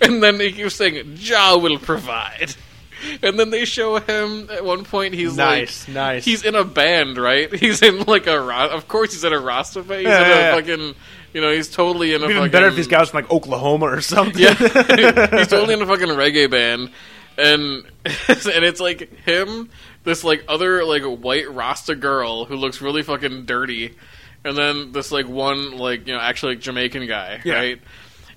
[SPEAKER 2] and then he keeps saying Jah will provide. And then they show him at one point. He's
[SPEAKER 1] Nice,
[SPEAKER 2] like,
[SPEAKER 1] nice.
[SPEAKER 2] He's in a band, right? He's in like a Ra- of course he's in a Rasta band. He's
[SPEAKER 1] Yeah,
[SPEAKER 2] in
[SPEAKER 1] yeah, yeah.
[SPEAKER 2] a fucking you know he's totally in a
[SPEAKER 1] Even
[SPEAKER 2] fucking
[SPEAKER 1] better if these guys from like Oklahoma or something.
[SPEAKER 2] yeah, he's totally in a fucking reggae band, and and it's like him, this like other like white Rasta girl who looks really fucking dirty, and then this like one like you know actually like, Jamaican guy,
[SPEAKER 1] Yeah.
[SPEAKER 2] right?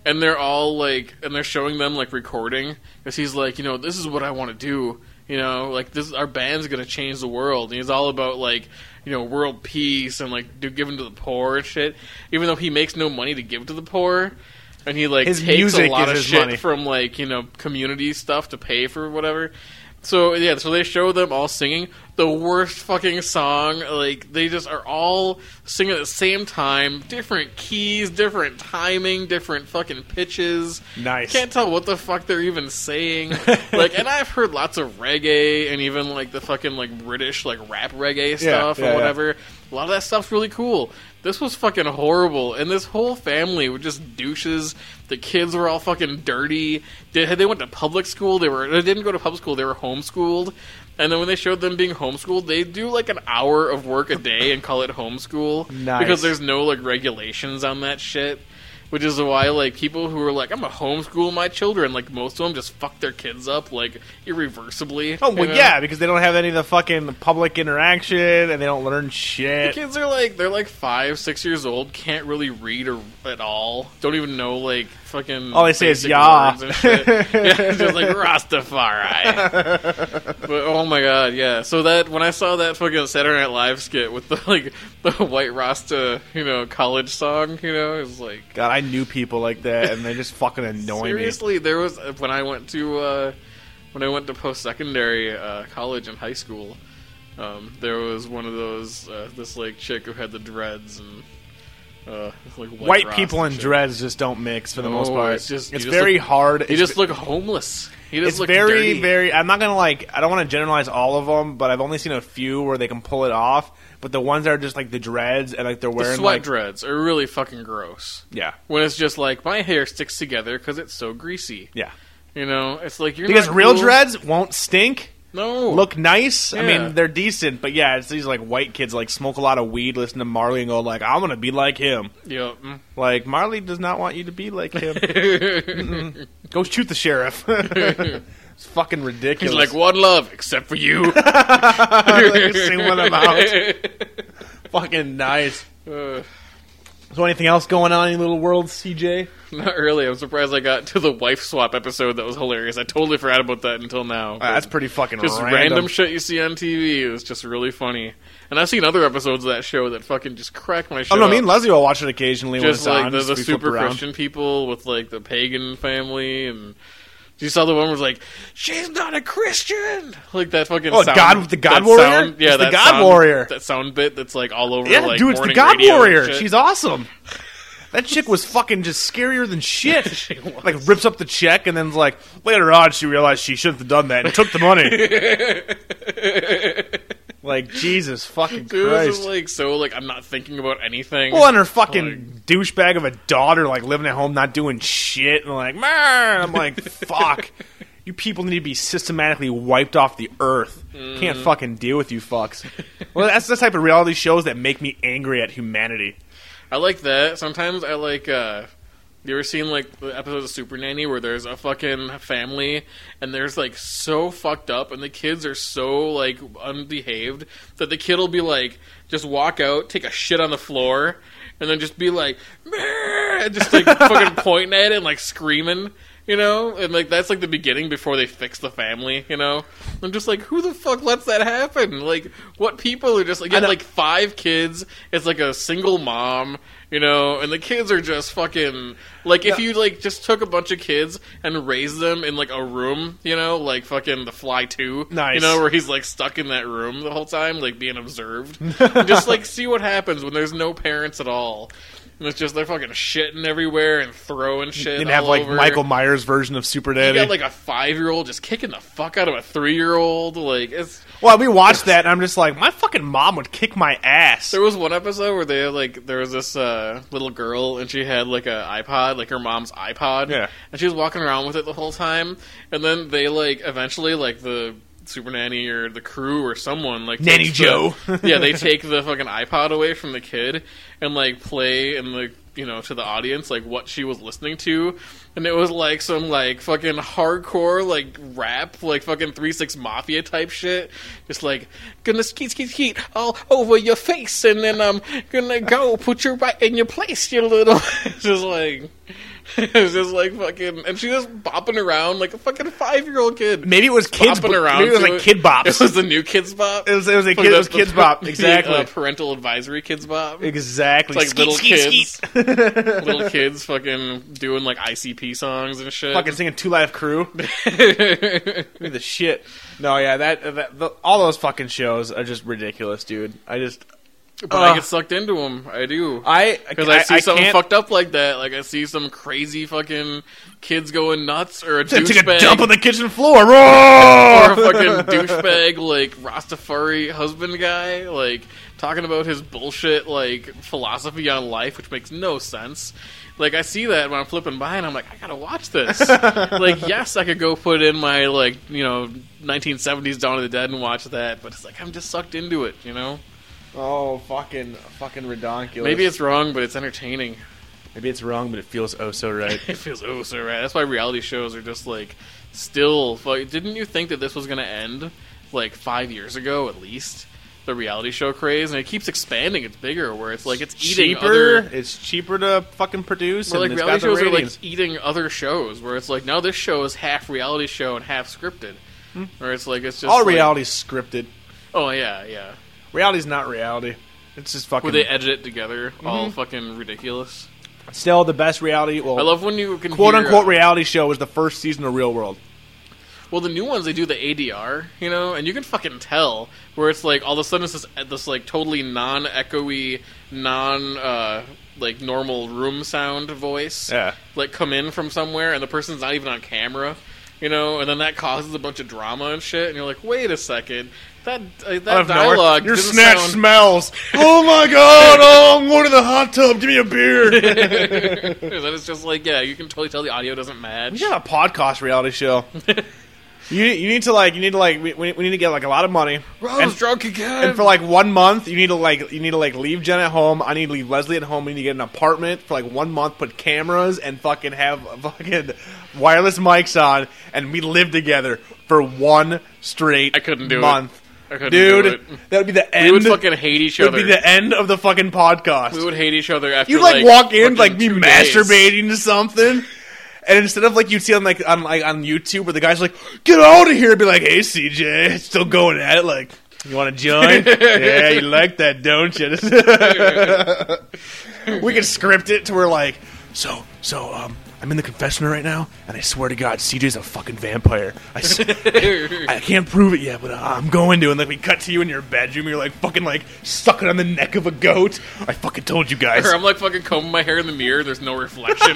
[SPEAKER 2] And they're all like, and they're showing them like recording because he's like, you know, this is what I want to do. You know, like this, our band's gonna change the world, and he's all about like, you know, world peace and like do giving to the poor and shit. Even though he makes no money to give to the poor, and he like
[SPEAKER 1] His
[SPEAKER 2] takes
[SPEAKER 1] music
[SPEAKER 2] a lot
[SPEAKER 1] is
[SPEAKER 2] of
[SPEAKER 1] his
[SPEAKER 2] shit
[SPEAKER 1] money.
[SPEAKER 2] from like you know community stuff to pay for whatever. So yeah, so they show them all singing the worst fucking song. Like they just are all singing at the same time, different keys, different timing, different fucking pitches.
[SPEAKER 1] Nice.
[SPEAKER 2] Can't tell what the fuck they're even saying. like, and I've heard lots of reggae and even like the fucking like British like rap reggae stuff
[SPEAKER 1] yeah, yeah.
[SPEAKER 2] or whatever. A lot of that stuff's really cool. This was fucking horrible, and this whole family were just douches. The kids were all fucking dirty. They, they went to public school. They were they didn't go to public school. They were homeschooled. And then when they showed them being homeschooled, they do like an hour of work a day and call it homeschool
[SPEAKER 1] Nice.
[SPEAKER 2] because there's no like regulations on that shit. Which is why like people who are like I'm gonna homeschool my children, like most of them just fuck their kids up like irreversibly.
[SPEAKER 1] Oh
[SPEAKER 2] you
[SPEAKER 1] well,
[SPEAKER 2] know?
[SPEAKER 1] yeah, because they don't have any of the fucking public interaction, and they don't learn
[SPEAKER 2] The
[SPEAKER 1] shit.
[SPEAKER 2] kids are like they're like five, six years old, can't really read or at all. Don't even know like fucking.
[SPEAKER 1] All they say is
[SPEAKER 2] basic
[SPEAKER 1] "Yeah."
[SPEAKER 2] words and shit. yeah, just like Rastafari. but oh my god, yeah. So that when I saw that fucking Saturday Night Live skit with the like the white Rasta, you know, college song, you know, it was like
[SPEAKER 1] God, I knew people like that, and they just fucking annoy me.
[SPEAKER 2] seriously. There was when I went to uh, when I went to post secondary uh, college and high school. Um, there was one of those uh, this like chick who had the dreads and uh, like white,
[SPEAKER 1] White
[SPEAKER 2] Ross
[SPEAKER 1] people and
[SPEAKER 2] shit.
[SPEAKER 1] dreads just don't mix for the
[SPEAKER 2] No,
[SPEAKER 1] most part. It's,
[SPEAKER 2] it's just- you just
[SPEAKER 1] very
[SPEAKER 2] look-
[SPEAKER 1] hard.
[SPEAKER 2] You
[SPEAKER 1] it's
[SPEAKER 2] just look homeless. You just
[SPEAKER 1] it's
[SPEAKER 2] look
[SPEAKER 1] very
[SPEAKER 2] dirty.
[SPEAKER 1] very i'm not gonna like i don't want to generalize all of them but i've only seen a few where they can pull it off but the ones that are just like the dreads and like they're
[SPEAKER 2] The
[SPEAKER 1] wearing
[SPEAKER 2] sweat
[SPEAKER 1] like
[SPEAKER 2] dreads are really fucking gross.
[SPEAKER 1] yeah
[SPEAKER 2] When it's just like my hair sticks together because it's so greasy.
[SPEAKER 1] yeah
[SPEAKER 2] You know, it's like you're
[SPEAKER 1] because
[SPEAKER 2] not
[SPEAKER 1] real
[SPEAKER 2] cool.
[SPEAKER 1] dreads won't stink
[SPEAKER 2] no
[SPEAKER 1] look nice i
[SPEAKER 2] Yeah.
[SPEAKER 1] mean they're decent but yeah it's these like white kids like smoke a lot of weed listen to marley and go like i'm gonna be like him
[SPEAKER 2] Yup. Mm.
[SPEAKER 1] like marley does not want you to be like him go shoot the sheriff it's fucking ridiculous
[SPEAKER 2] He's like one love except for you.
[SPEAKER 1] Like, sing one about fucking nice
[SPEAKER 2] Uh,
[SPEAKER 1] so anything else going on in your little world cj
[SPEAKER 2] Not really. I'm surprised I got to the wife swap episode. That was hilarious. I totally forgot about that until now.
[SPEAKER 1] Uh, that's pretty fucking
[SPEAKER 2] just random. shit you see on TV is just really funny. And I've seen other episodes of that show that fucking just crack my shit.
[SPEAKER 1] Oh no,
[SPEAKER 2] up.
[SPEAKER 1] me and Leslie will watch it occasionally
[SPEAKER 2] just
[SPEAKER 1] when it's
[SPEAKER 2] like
[SPEAKER 1] on.
[SPEAKER 2] the,
[SPEAKER 1] just
[SPEAKER 2] the
[SPEAKER 1] we flip
[SPEAKER 2] super
[SPEAKER 1] around.
[SPEAKER 2] Christian people with like the pagan family and. You saw the one was like, "She's not a Christian." Like that fucking
[SPEAKER 1] Oh,
[SPEAKER 2] sound,
[SPEAKER 1] God- the God
[SPEAKER 2] that
[SPEAKER 1] Warrior?
[SPEAKER 2] Sound, yeah,
[SPEAKER 1] It's the
[SPEAKER 2] that
[SPEAKER 1] God
[SPEAKER 2] sound-
[SPEAKER 1] Warrior.
[SPEAKER 2] That sound bit that's like all over.
[SPEAKER 1] Yeah,
[SPEAKER 2] like,
[SPEAKER 1] dude, it's the
[SPEAKER 2] morning
[SPEAKER 1] God
[SPEAKER 2] radio and
[SPEAKER 1] Warrior.
[SPEAKER 2] shit.
[SPEAKER 1] She's awesome. That chick was fucking just scarier than shit. like rips up the check and then's like later on she realized she shouldn't have done that and took the money. like Jesus fucking
[SPEAKER 2] Dude, this
[SPEAKER 1] Christ.
[SPEAKER 2] is like so like I'm not thinking about anything.
[SPEAKER 1] well, and her fucking douchebag of a daughter, like living at home, not doing shit, and like, man, I'm like, fuck, you people need to be systematically wiped off the earth. Can't
[SPEAKER 2] Mm-hmm.
[SPEAKER 1] fucking deal with you fucks. well, that's the type of reality shows that make me angry at humanity.
[SPEAKER 2] I like that. Sometimes I like. uh You ever seen like the episode of Super Nanny where there's a fucking family and there's like so fucked up and the kids are so like unbehaved that the kid will be like just walk out, take a shit on the floor, and then just be like, "Meh," and just like fucking pointing at it and like screaming. You know, and like that's like the beginning before they fix the family. You know, I'm just like, who the fuck lets that happen? Like, what people are just like, you
[SPEAKER 1] know.
[SPEAKER 2] have like five kids. It's like a single mom, you know, and the kids are just fucking like if you like just took a bunch of kids and raised them in like a room, you know, like fucking The Fly Two,
[SPEAKER 1] Nice.
[SPEAKER 2] you know, where he's like stuck in that room the whole time, like being observed. And just like see what happens when there's no parents at all. And it's just they're fucking shitting everywhere and throwing shit.
[SPEAKER 1] Didn't have
[SPEAKER 2] all
[SPEAKER 1] like
[SPEAKER 2] over.
[SPEAKER 1] Michael Myers version of Super
[SPEAKER 2] You
[SPEAKER 1] Daddy.
[SPEAKER 2] got like a five year old just kicking the fuck out of a three year old. Like it's
[SPEAKER 1] well, we watched that, and I'm just like, my fucking mom would kick my ass.
[SPEAKER 2] There was one episode where they had, like there was this uh uh, little girl, and she had like a iPod, like her mom's iPod.
[SPEAKER 1] Yeah.
[SPEAKER 2] And she was walking around with it the whole time. And then they like eventually like the super nanny or the crew or someone like
[SPEAKER 1] Nanny
[SPEAKER 2] takes
[SPEAKER 1] Joe.
[SPEAKER 2] The, yeah, they take the fucking iPod away from the kid and like play and like you know to the audience like what she was listening to, and it was like some like fucking hardcore like rap like fucking three six mafia type shit, just like gonna skeet skeet skeet all over your face and then I'm gonna go put you right in your place, you little. It's just like. It was just like fucking, and she just bopping around like a fucking five year old kid
[SPEAKER 1] Maybe it was kids.
[SPEAKER 2] bopping
[SPEAKER 1] bo-
[SPEAKER 2] around.
[SPEAKER 1] Maybe it was
[SPEAKER 2] to
[SPEAKER 1] like kid bops.
[SPEAKER 2] It was the new kids bop.
[SPEAKER 1] It was, it was a
[SPEAKER 2] Like
[SPEAKER 1] kid, it was
[SPEAKER 2] the-
[SPEAKER 1] kids bop.
[SPEAKER 2] the,
[SPEAKER 1] Exactly.
[SPEAKER 2] uh, parental advisory kids bop.
[SPEAKER 1] exactly.
[SPEAKER 2] It's like little kids,
[SPEAKER 1] skeet.
[SPEAKER 2] little kids, fucking doing like ICP songs and shit.
[SPEAKER 1] Fucking singing Two Live Crew. Look at the shit. No, yeah, that, that the, all those fucking shows are just ridiculous, dude. I just
[SPEAKER 2] but I
[SPEAKER 1] Ugh.
[SPEAKER 2] get sucked into them. I do.
[SPEAKER 1] I
[SPEAKER 2] because I, see someone
[SPEAKER 1] can't-
[SPEAKER 2] fucked up like that. Like I see some crazy fucking kids going nuts, or a
[SPEAKER 1] I took a
[SPEAKER 2] douchebag,
[SPEAKER 1] dump on the kitchen floor.
[SPEAKER 2] or a
[SPEAKER 1] Roar!
[SPEAKER 2] fucking douchebag like Rastafari husband guy, like talking about his bullshit like philosophy on life, which makes no sense. Like I see that when I'm flipping by, and I'm like, I gotta watch this. like, yes, I could go put in my like you know 1970s Dawn of the Dead and watch that, but it's like I'm just sucked into it, you know.
[SPEAKER 1] Oh, fucking, fucking redonkulous.
[SPEAKER 2] Maybe it's wrong, but it's entertaining.
[SPEAKER 1] maybe it's wrong, but it feels oh so right.
[SPEAKER 2] It feels oh so right. That's why reality shows are just like still. Like, didn't you think that this was gonna end like five years ago at least? The reality show craze, and it keeps expanding. It's bigger, where it's like it's eating
[SPEAKER 1] cheaper.
[SPEAKER 2] other.
[SPEAKER 1] It's cheaper to fucking produce.
[SPEAKER 2] Where,
[SPEAKER 1] and
[SPEAKER 2] like
[SPEAKER 1] it's
[SPEAKER 2] reality
[SPEAKER 1] got
[SPEAKER 2] shows
[SPEAKER 1] the
[SPEAKER 2] are
[SPEAKER 1] ratings.
[SPEAKER 2] like eating other shows, where it's like now this show is half reality show and half scripted, where it's like it's just
[SPEAKER 1] Hmm. all
[SPEAKER 2] like-
[SPEAKER 1] reality's scripted.
[SPEAKER 2] Oh yeah, yeah.
[SPEAKER 1] Reality's not reality. It's just fucking.
[SPEAKER 2] Where they edit it together, all fucking ridiculous.
[SPEAKER 1] still the best reality. Mm-hmm. Well,
[SPEAKER 2] I love when you can
[SPEAKER 1] quote
[SPEAKER 2] hear,
[SPEAKER 1] unquote
[SPEAKER 2] uh,
[SPEAKER 1] reality show was the first season of Real World.
[SPEAKER 2] Well, the new ones they do the ADR, you know, and you can fucking tell where it's like all of a sudden it's this, uh, this like totally non-echoey, non uh, like normal room sound voice,
[SPEAKER 1] Yeah.
[SPEAKER 2] like come in from somewhere, and the person's not even on camera, you know, and then that causes a bunch of drama and shit, and you're like, wait a second, that uh, that dialogue,
[SPEAKER 1] Your
[SPEAKER 2] didn't
[SPEAKER 1] snatch
[SPEAKER 2] sound-
[SPEAKER 1] smells. oh my god! Oh, I'm going to the hot tub. Give me a beer. you
[SPEAKER 2] and then it's just like, yeah, you can totally tell the audio doesn't match.
[SPEAKER 1] got a podcast reality show. you you need to like you need to like we, we we need to get like a lot of money.
[SPEAKER 2] Rose
[SPEAKER 1] And-
[SPEAKER 2] drunk again.
[SPEAKER 1] And for like one month, you need to like you need to like leave Jen at home. I need to leave Leslie at home. We need to get an apartment for like one month, put cameras and fucking have fucking wireless mics on, and we live together for one straight.
[SPEAKER 2] I couldn't do it.
[SPEAKER 1] month.
[SPEAKER 2] I couldn't
[SPEAKER 1] dude.
[SPEAKER 2] do it.
[SPEAKER 1] That would be the end.
[SPEAKER 2] we would fucking hate each
[SPEAKER 1] it would
[SPEAKER 2] other.
[SPEAKER 1] be the end of the fucking podcast.
[SPEAKER 2] we would hate each other after
[SPEAKER 1] You'd like, walk in
[SPEAKER 2] fucking
[SPEAKER 1] like be
[SPEAKER 2] two days.
[SPEAKER 1] masturbating to something. And instead of like you'd see on like on like on YouTube where the guys like get out of here, and be like, "Hey CJ, still going at it? Like, you want to join? yeah, you like that, don't you?" we could script it to where like, so so um, I'm in the confessional right now, and I swear to God, CJ's a fucking vampire. I, s- I can't prove it yet, but uh, I'm going to. And like we cut to you in your bedroom, you're like fucking like sucking on the neck of a goat. I fucking told you guys.
[SPEAKER 2] Or I'm like fucking combing my hair in the mirror. There's no reflection.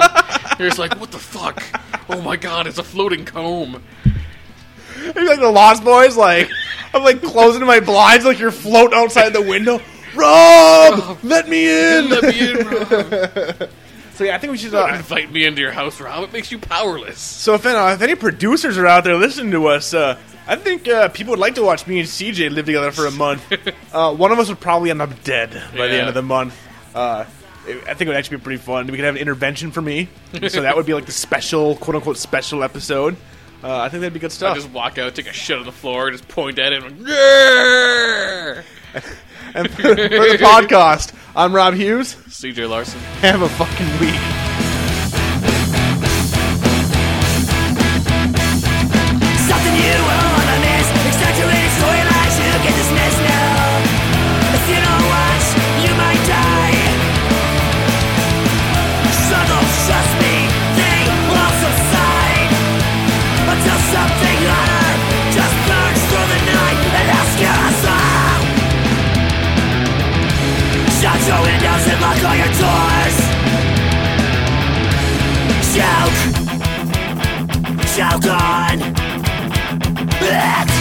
[SPEAKER 2] You're just like, what the fuck? Oh my god, it's a floating comb.
[SPEAKER 1] Maybe like the Lost Boys, like I'm like closing my blinds, like you're floating outside the window. Rob, let me in.
[SPEAKER 2] Let me in, Rob.
[SPEAKER 1] So yeah, I think we should. Uh,
[SPEAKER 2] Invite me into your house, Rob. It makes you powerless.
[SPEAKER 1] so if, uh, if any producers are out there listening to us, uh, I think uh, people would like to watch me and CJ live together for a month. Uh, one of us would probably end up dead by the
[SPEAKER 2] Yeah.
[SPEAKER 1] end of the month. Uh, it- I think it would actually be pretty fun. We could have an intervention for me, so that would be like the special, quote unquote, special episode. Uh, I think that'd be good
[SPEAKER 2] I
[SPEAKER 1] stuff.
[SPEAKER 2] just walk out, take a shit on the floor, just point at it, and I'm like, yeah!
[SPEAKER 1] and for the podcast, I'm Rob Hughes.
[SPEAKER 2] CJ Larson.
[SPEAKER 1] Have a fucking week.
[SPEAKER 5] Something you will wanna miss Exaggerated storylines you get dismissed now If you don't watch, you might die Struggles, trust me, they will subside Until something hotter just burns through the night And asks you us all Shut your windows and lock all your doors Choke Choke on Black